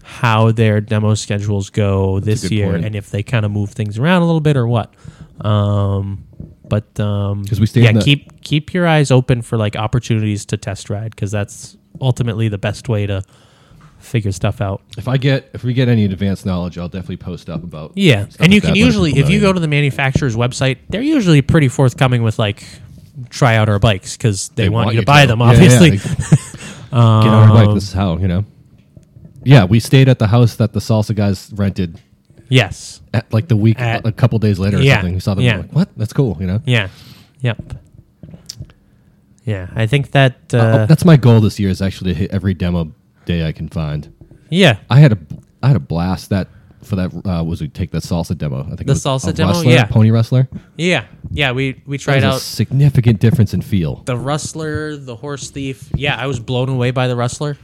Speaker 1: how their demo schedules go this
Speaker 2: good
Speaker 1: year
Speaker 2: point.
Speaker 1: and if they kind of move things around a little bit or what um but um
Speaker 2: 'Cause we stayed
Speaker 1: yeah
Speaker 2: in the-
Speaker 1: keep keep your eyes open for like opportunities to test ride because that's ultimately the best way to figure stuff out
Speaker 2: if I get if we get any advanced knowledge, I'll definitely post up about.
Speaker 1: yeah
Speaker 2: stuff
Speaker 1: and you
Speaker 2: like that,
Speaker 1: can
Speaker 2: let
Speaker 1: usually
Speaker 2: people
Speaker 1: if you
Speaker 2: know,
Speaker 1: go to the manufacturer's website they're usually pretty forthcoming with like try out our bikes because they, want, you to buy them
Speaker 2: Yeah, yeah,
Speaker 1: obviously Um,
Speaker 2: like, get on our bike. This is how you know. Yeah, we stayed at the house that the salsa guys rented
Speaker 1: [LAUGHS] yes
Speaker 2: at, like the week,
Speaker 1: At-
Speaker 2: a couple days later or
Speaker 1: Yeah,
Speaker 2: something. We saw them
Speaker 1: yeah.
Speaker 2: like, what? That's cool, you know.
Speaker 1: yeah yep yeah i think that uh,
Speaker 2: Oh, that's my goal this year is actually to hit every demo day I can find.
Speaker 1: yeah
Speaker 2: I had a I had a blast that for that uh, was we take that salsa demo. I think it
Speaker 1: The
Speaker 2: was
Speaker 1: salsa
Speaker 2: a
Speaker 1: demo?
Speaker 2: wrestler,
Speaker 1: Yeah.
Speaker 2: pony wrestler.
Speaker 1: yeah yeah we we
Speaker 2: There's
Speaker 1: tried
Speaker 2: a
Speaker 1: out
Speaker 2: significant difference in feel.
Speaker 1: the rustler the horse thief yeah i was blown away by the rustler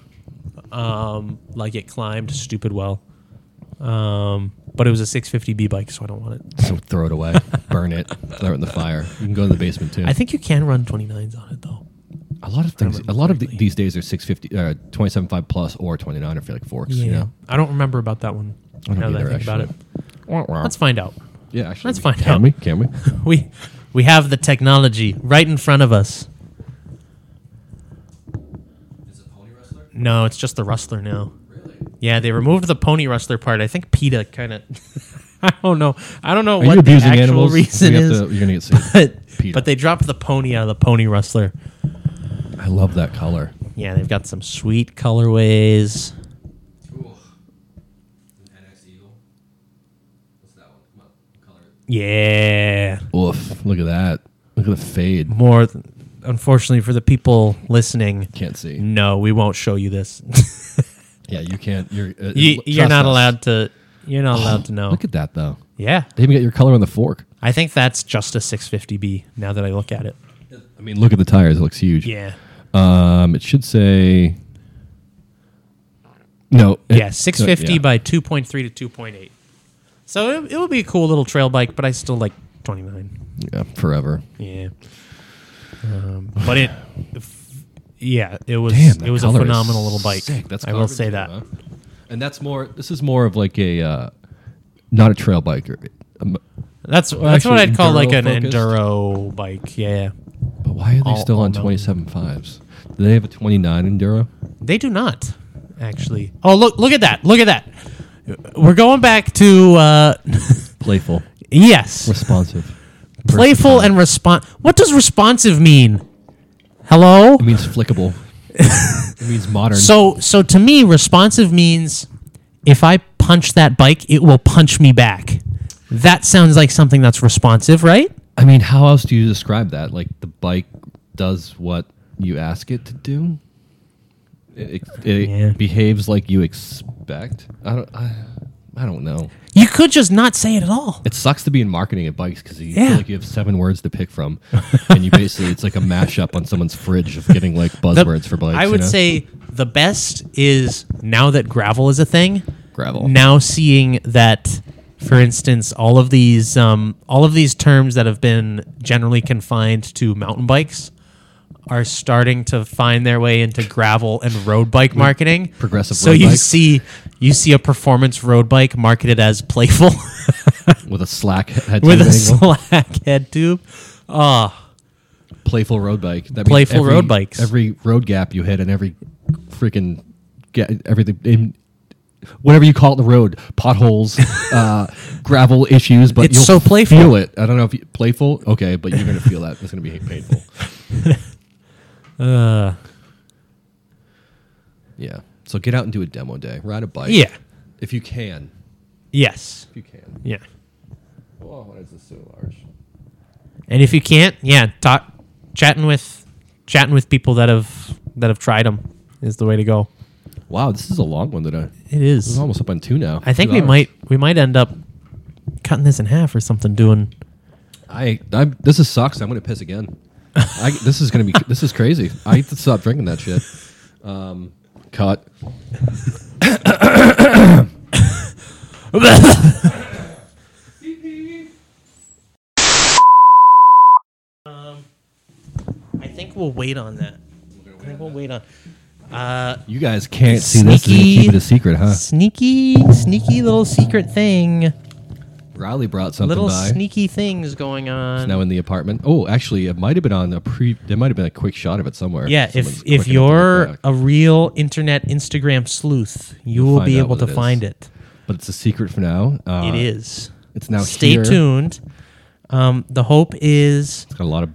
Speaker 1: Um, like it climbed stupid well. Um, but it was a 650B bike, so I don't want it.
Speaker 2: So throw it away, burn it, throw it in the fire. You can go in the basement too.
Speaker 1: I think you can run 29s on it though.
Speaker 2: a lot of things. A lot of th- these days are six fifty, uh, twenty seven five plus or twenty nine if you're like forks. You know.
Speaker 1: I don't remember about that one.
Speaker 2: don't
Speaker 1: now that I
Speaker 2: either,
Speaker 1: think about it,
Speaker 2: actually. Wah, wah.
Speaker 1: let's find out.
Speaker 2: yeah, actually,
Speaker 1: let's
Speaker 2: we-
Speaker 1: find
Speaker 2: can
Speaker 1: out.
Speaker 2: we?
Speaker 1: [LAUGHS]
Speaker 2: Can we?
Speaker 1: We we have the technology right in front of us. No, it's just the rustler now. Yeah, they removed the pony rustler part. I think PETA kind of. [LAUGHS] I don't know. I don't know
Speaker 2: Are
Speaker 1: what
Speaker 2: you
Speaker 1: the
Speaker 2: abusing
Speaker 1: actual
Speaker 2: animals?
Speaker 1: reason
Speaker 2: We have
Speaker 1: is.
Speaker 2: to- you're gonna get sued.
Speaker 1: [LAUGHS] but,
Speaker 2: PETA.
Speaker 1: but they dropped the pony out of the pony rustler.
Speaker 2: I love that color.
Speaker 1: Yeah, they've got some sweet colorways. Yeah.
Speaker 2: Oof! Look at that. Look at the fade.
Speaker 1: More, th- unfortunately, for the people listening,
Speaker 2: Can't see.
Speaker 1: no, we won't show you
Speaker 2: [LAUGHS]
Speaker 1: this.
Speaker 2: Yeah, you can't. You're uh,
Speaker 1: you,
Speaker 2: trust
Speaker 1: you're not
Speaker 2: us. Oh,
Speaker 1: allowed to. You're not allowed to know.
Speaker 2: Look at that though.
Speaker 1: Yeah,
Speaker 2: They even got your color on the fork.
Speaker 1: I think that's just a 650B. Now that I look at it.
Speaker 2: I mean, look at the tires. It looks huge.
Speaker 1: Yeah.
Speaker 2: Um, it should say. No. it-
Speaker 1: Yeah, 650
Speaker 2: yeah.
Speaker 1: by 2.3 to 2.8. So it, it would be a cool little trail bike, but I still like 29.
Speaker 2: Yeah, forever.
Speaker 1: Yeah. Um, but it, if- yeah, it was
Speaker 2: Damn, that
Speaker 1: it was a
Speaker 2: color is
Speaker 1: phenomenal little bike.
Speaker 2: sick. That's
Speaker 1: I will
Speaker 2: carbon
Speaker 1: say
Speaker 2: too,
Speaker 1: that.
Speaker 2: huh? And that's more. This is more of like a, uh, not a trail biker. Um,
Speaker 1: That's that's what
Speaker 2: actually,
Speaker 1: I'd call like an
Speaker 2: enduro-focused.
Speaker 1: enduro bike. Yeah.
Speaker 2: but why are they
Speaker 1: All-
Speaker 2: still
Speaker 1: all
Speaker 2: on
Speaker 1: mountain.
Speaker 2: twenty seven fives? Do they have a twenty nine enduro?
Speaker 1: They do not, actually. Oh, look! Look at that! Look at that! We're going back to uh,
Speaker 2: [LAUGHS] Playful,
Speaker 1: yes,
Speaker 2: responsive,
Speaker 1: playful and respon What does responsive mean? Hello.
Speaker 2: It means [LAUGHS] flickable. it means modern.
Speaker 1: So, so to me, responsive means if I punch that bike, it will punch me back. That sounds like something that's responsive, right?
Speaker 2: I mean, how else do you describe that? Like the bike does what you ask it to do. It, it, it
Speaker 1: Yeah.
Speaker 2: behaves like you expect. I don't. I, I don't know.
Speaker 1: You could just not say it at all.
Speaker 2: It sucks to be in marketing at bikes because you
Speaker 1: Yeah.
Speaker 2: feel like you have seven words to pick from, and you basically it's like a mashup on someone's fridge of getting like
Speaker 1: The-
Speaker 2: buzzwords for bikes.
Speaker 1: I
Speaker 2: you
Speaker 1: would
Speaker 2: know?
Speaker 1: say the best is now that gravel is a thing.
Speaker 2: gravel.
Speaker 1: Now seeing that, for instance, all of these um, all of these terms that have been generally confined to mountain bikes are starting to find their way into gravel and road bike marketing.
Speaker 2: progressive
Speaker 1: So
Speaker 2: road
Speaker 1: you
Speaker 2: bikes.
Speaker 1: see you see a performance road bike marketed as playful [LAUGHS]
Speaker 2: with a slack head
Speaker 1: with
Speaker 2: tube
Speaker 1: a
Speaker 2: angle.
Speaker 1: slack head tube. Ah,
Speaker 2: playful road bike. That means
Speaker 1: Playful
Speaker 2: every-
Speaker 1: road bikes.
Speaker 2: Every road gap you hit and every freaking ga- everything in whatever you call it, the road
Speaker 1: [LAUGHS]
Speaker 2: potholes, uh, gravel issues. But
Speaker 1: It's
Speaker 2: you'll
Speaker 1: so playful.
Speaker 2: Feel it. I don't know if you, playful. Okay, but you're gonna feel that. It's gonna be painful.
Speaker 1: [LAUGHS] uh,
Speaker 2: Yeah. So get out and do a demo day. Ride a bike.
Speaker 1: yeah.
Speaker 2: If you can.
Speaker 1: Yes.
Speaker 2: If you can.
Speaker 1: Yeah.
Speaker 2: Oh, why is this so large?
Speaker 1: And if you can't, yeah, talk, chatting with, chatting with people that have that have tried them is the way to go.
Speaker 2: Wow, this is a long one today.
Speaker 1: It
Speaker 2: It's
Speaker 1: is.
Speaker 2: almost up on two now.
Speaker 1: I think
Speaker 2: Two
Speaker 1: we
Speaker 2: hours.
Speaker 1: might we might end up cutting this in half or something. Doing
Speaker 2: I, I'm, this is sucks. I'm gonna piss again. I, this is gonna be. This is crazy. I have to stop drinking that shit. Um, cut.
Speaker 1: I think we'll wait on that. I think we'll wait on.
Speaker 2: You guys can't see this. They're gonna
Speaker 1: Sneaky.
Speaker 2: Keep it a secret, huh?
Speaker 1: Sneaky, sneaky little secret thing.
Speaker 2: Riley brought something
Speaker 1: Little
Speaker 2: by.
Speaker 1: sneaky things going on.
Speaker 2: Now in the apartment. Oh, actually, it might have been on a pre. There might have been a quick shot of it somewhere.
Speaker 1: yeah, if
Speaker 2: Someone's quick enough
Speaker 1: if
Speaker 2: to
Speaker 1: you're
Speaker 2: look back.
Speaker 1: a real internet Instagram sleuth, you will
Speaker 2: find
Speaker 1: be
Speaker 2: out
Speaker 1: able
Speaker 2: what
Speaker 1: to
Speaker 2: it is.
Speaker 1: find it.
Speaker 2: but it's a secret for now. Uh,
Speaker 1: it is.
Speaker 2: It's now.
Speaker 1: Stay
Speaker 2: here.
Speaker 1: tuned. Um, the hope is
Speaker 2: It's got a lot of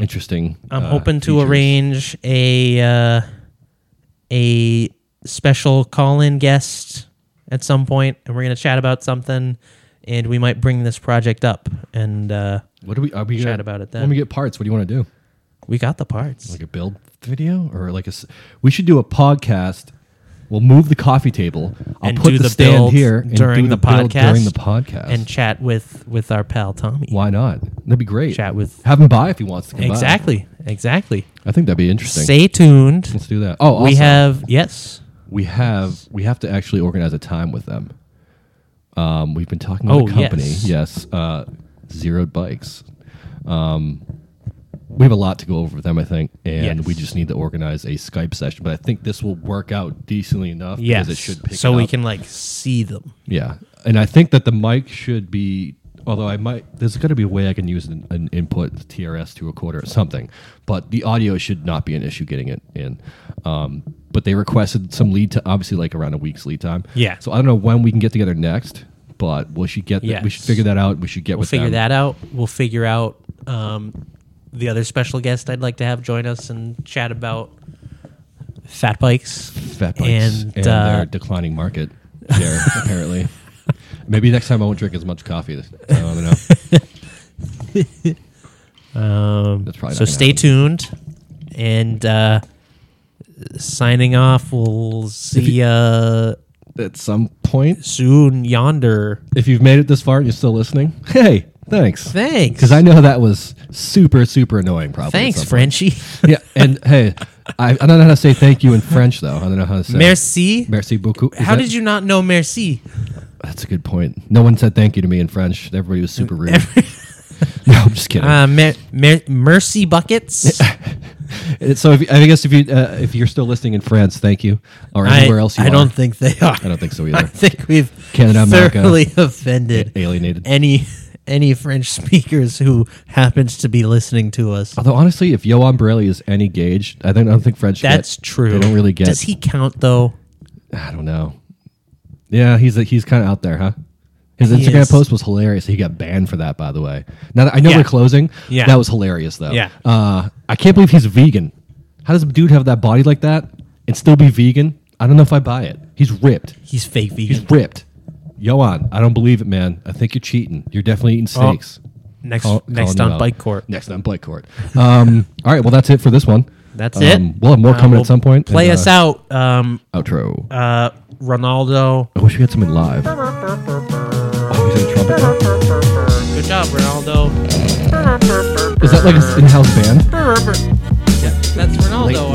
Speaker 2: interesting.
Speaker 1: I'm
Speaker 2: uh,
Speaker 1: hoping to
Speaker 2: features.
Speaker 1: arrange a uh, a special call-in guest at some point, and we're gonna chat about something, and we might bring this project up, and uh,
Speaker 2: What do we? Are we
Speaker 1: chat
Speaker 2: gonna,
Speaker 1: about it then.
Speaker 2: When we get parts, what do you want to do?
Speaker 1: we got the parts.
Speaker 2: like a build video or like a s- we should do a podcast we'll move the coffee table i'll
Speaker 1: And
Speaker 2: put
Speaker 1: do
Speaker 2: the,
Speaker 1: the
Speaker 2: stand
Speaker 1: build
Speaker 2: here and
Speaker 1: during
Speaker 2: do
Speaker 1: the
Speaker 2: build during
Speaker 1: podcast
Speaker 2: the podcast
Speaker 1: And chat with with our pal Tommy.
Speaker 2: why not that'd be great
Speaker 1: Chat with-
Speaker 2: have him by if he wants to come by.
Speaker 1: Exactly, exactly.
Speaker 2: i think that'd be interesting
Speaker 1: Stay tuned.
Speaker 2: let's do that oh
Speaker 1: We
Speaker 2: also,
Speaker 1: have yes.
Speaker 2: we have we have to actually organize a time with them. Um, we've been talking
Speaker 4: Oh,
Speaker 2: with a company,
Speaker 4: yes.
Speaker 2: yes, uh, Zeroed Bikes. Um, we have a lot to go over with them, I think, and
Speaker 4: Yes.
Speaker 2: we just need to organize a Skype session. But I think this will work out decently enough
Speaker 4: Yes.
Speaker 2: because it should pick
Speaker 1: so we
Speaker 2: up.
Speaker 1: can like see them.
Speaker 2: Yeah, and I think that the mic should be. Although I might, there's going to be a way I can use an, an input TRS to recorder or something, but the audio should not be an issue getting it in. Um, but they requested some lead to obviously like around a week's lead time.
Speaker 4: Yeah.
Speaker 2: So I don't know when we can get together next, but we should get. that we
Speaker 4: Yes.
Speaker 2: should figure that out. We should get
Speaker 1: We'll
Speaker 2: with
Speaker 1: figure
Speaker 2: them.
Speaker 1: that out. We'll figure out um, the other special guest I'd like to have join us and chat about fat bikes.
Speaker 2: Fat bikes and,
Speaker 1: And, uh,
Speaker 2: their declining market
Speaker 1: [LAUGHS]
Speaker 2: share apparently. Maybe next time I won't drink as much coffee. I don't
Speaker 1: [LAUGHS]
Speaker 2: know.
Speaker 1: Um,
Speaker 2: That's probably
Speaker 1: so
Speaker 2: not gonna
Speaker 1: stay tuned and uh, signing off. We'll see you uh,
Speaker 2: At some point,
Speaker 1: soon yonder.
Speaker 2: if you've made it this far and you're still listening, hey, thanks.
Speaker 1: Thanks.
Speaker 2: Because I know that was super, super annoying, probably. at
Speaker 1: Thanks,
Speaker 2: some
Speaker 1: Frenchie.
Speaker 2: point. Yeah, and hey, I, I don't know how to say thank you in French, though. I don't know how to say
Speaker 1: Merci.
Speaker 2: Merci beaucoup. Is
Speaker 1: How
Speaker 2: that-
Speaker 1: did you not know merci?
Speaker 2: That's a good point. No one said thank you to me in French. Everybody was super rude. [LAUGHS] no, I'm just kidding.
Speaker 1: Uh, mer- mer- mercy buckets.
Speaker 2: [LAUGHS] And Uh, so if, you- I guess if you uh, if you're still listening in France, thank you, or
Speaker 1: I,
Speaker 2: anywhere else you
Speaker 1: I
Speaker 2: are.
Speaker 1: don't think they are.
Speaker 2: I don't think
Speaker 1: [LAUGHS]
Speaker 2: so
Speaker 1: I
Speaker 2: either.
Speaker 1: think we've
Speaker 2: Canada, America.
Speaker 1: thoroughly [LAUGHS] offended
Speaker 2: Alienated.
Speaker 1: any any French [LAUGHS] speakers who happens to be listening to us.
Speaker 2: Although honestly, if Johan Borelli is any gauge, I don't, I don't think French. get-
Speaker 1: That's true.
Speaker 2: They don't really get.
Speaker 1: Does he count though?
Speaker 2: I don't know. Yeah, he's he's kind of out there, huh? His
Speaker 1: He
Speaker 2: Instagram
Speaker 1: is.
Speaker 2: post was hilarious. He got banned for that, by the way. Now that I know
Speaker 1: Yeah.
Speaker 2: we're closing,
Speaker 1: Yeah.
Speaker 2: that was hilarious though.
Speaker 1: Yeah.
Speaker 2: uh, I can't believe he's vegan. How does a dude have that body like that and still be vegan? I don't know if I buy it. He's ripped.
Speaker 1: He's fake vegan.
Speaker 2: He's ripped. Yoan, I don't believe it, man. I think you're cheating. You're definitely eating steaks.
Speaker 1: next
Speaker 2: Call-
Speaker 1: next
Speaker 2: calling you
Speaker 1: on
Speaker 2: out.
Speaker 1: bike court.
Speaker 2: Next on bike court. Um, [LAUGHS] all right. Well, that's it for this one.
Speaker 1: That's
Speaker 2: um,
Speaker 1: it.
Speaker 2: We'll have more
Speaker 1: Uh,
Speaker 2: coming
Speaker 1: we'll
Speaker 2: at some point.
Speaker 1: Play
Speaker 2: and,
Speaker 1: us
Speaker 2: uh,
Speaker 1: out, um,
Speaker 2: Outro.
Speaker 1: uh, Ronaldo.
Speaker 2: I wish we had something live. Oh, he's got a trumpet.
Speaker 1: Good job, Ronaldo.
Speaker 2: Is that like an in-house band?
Speaker 1: Yeah, that's Ronaldo.
Speaker 2: Late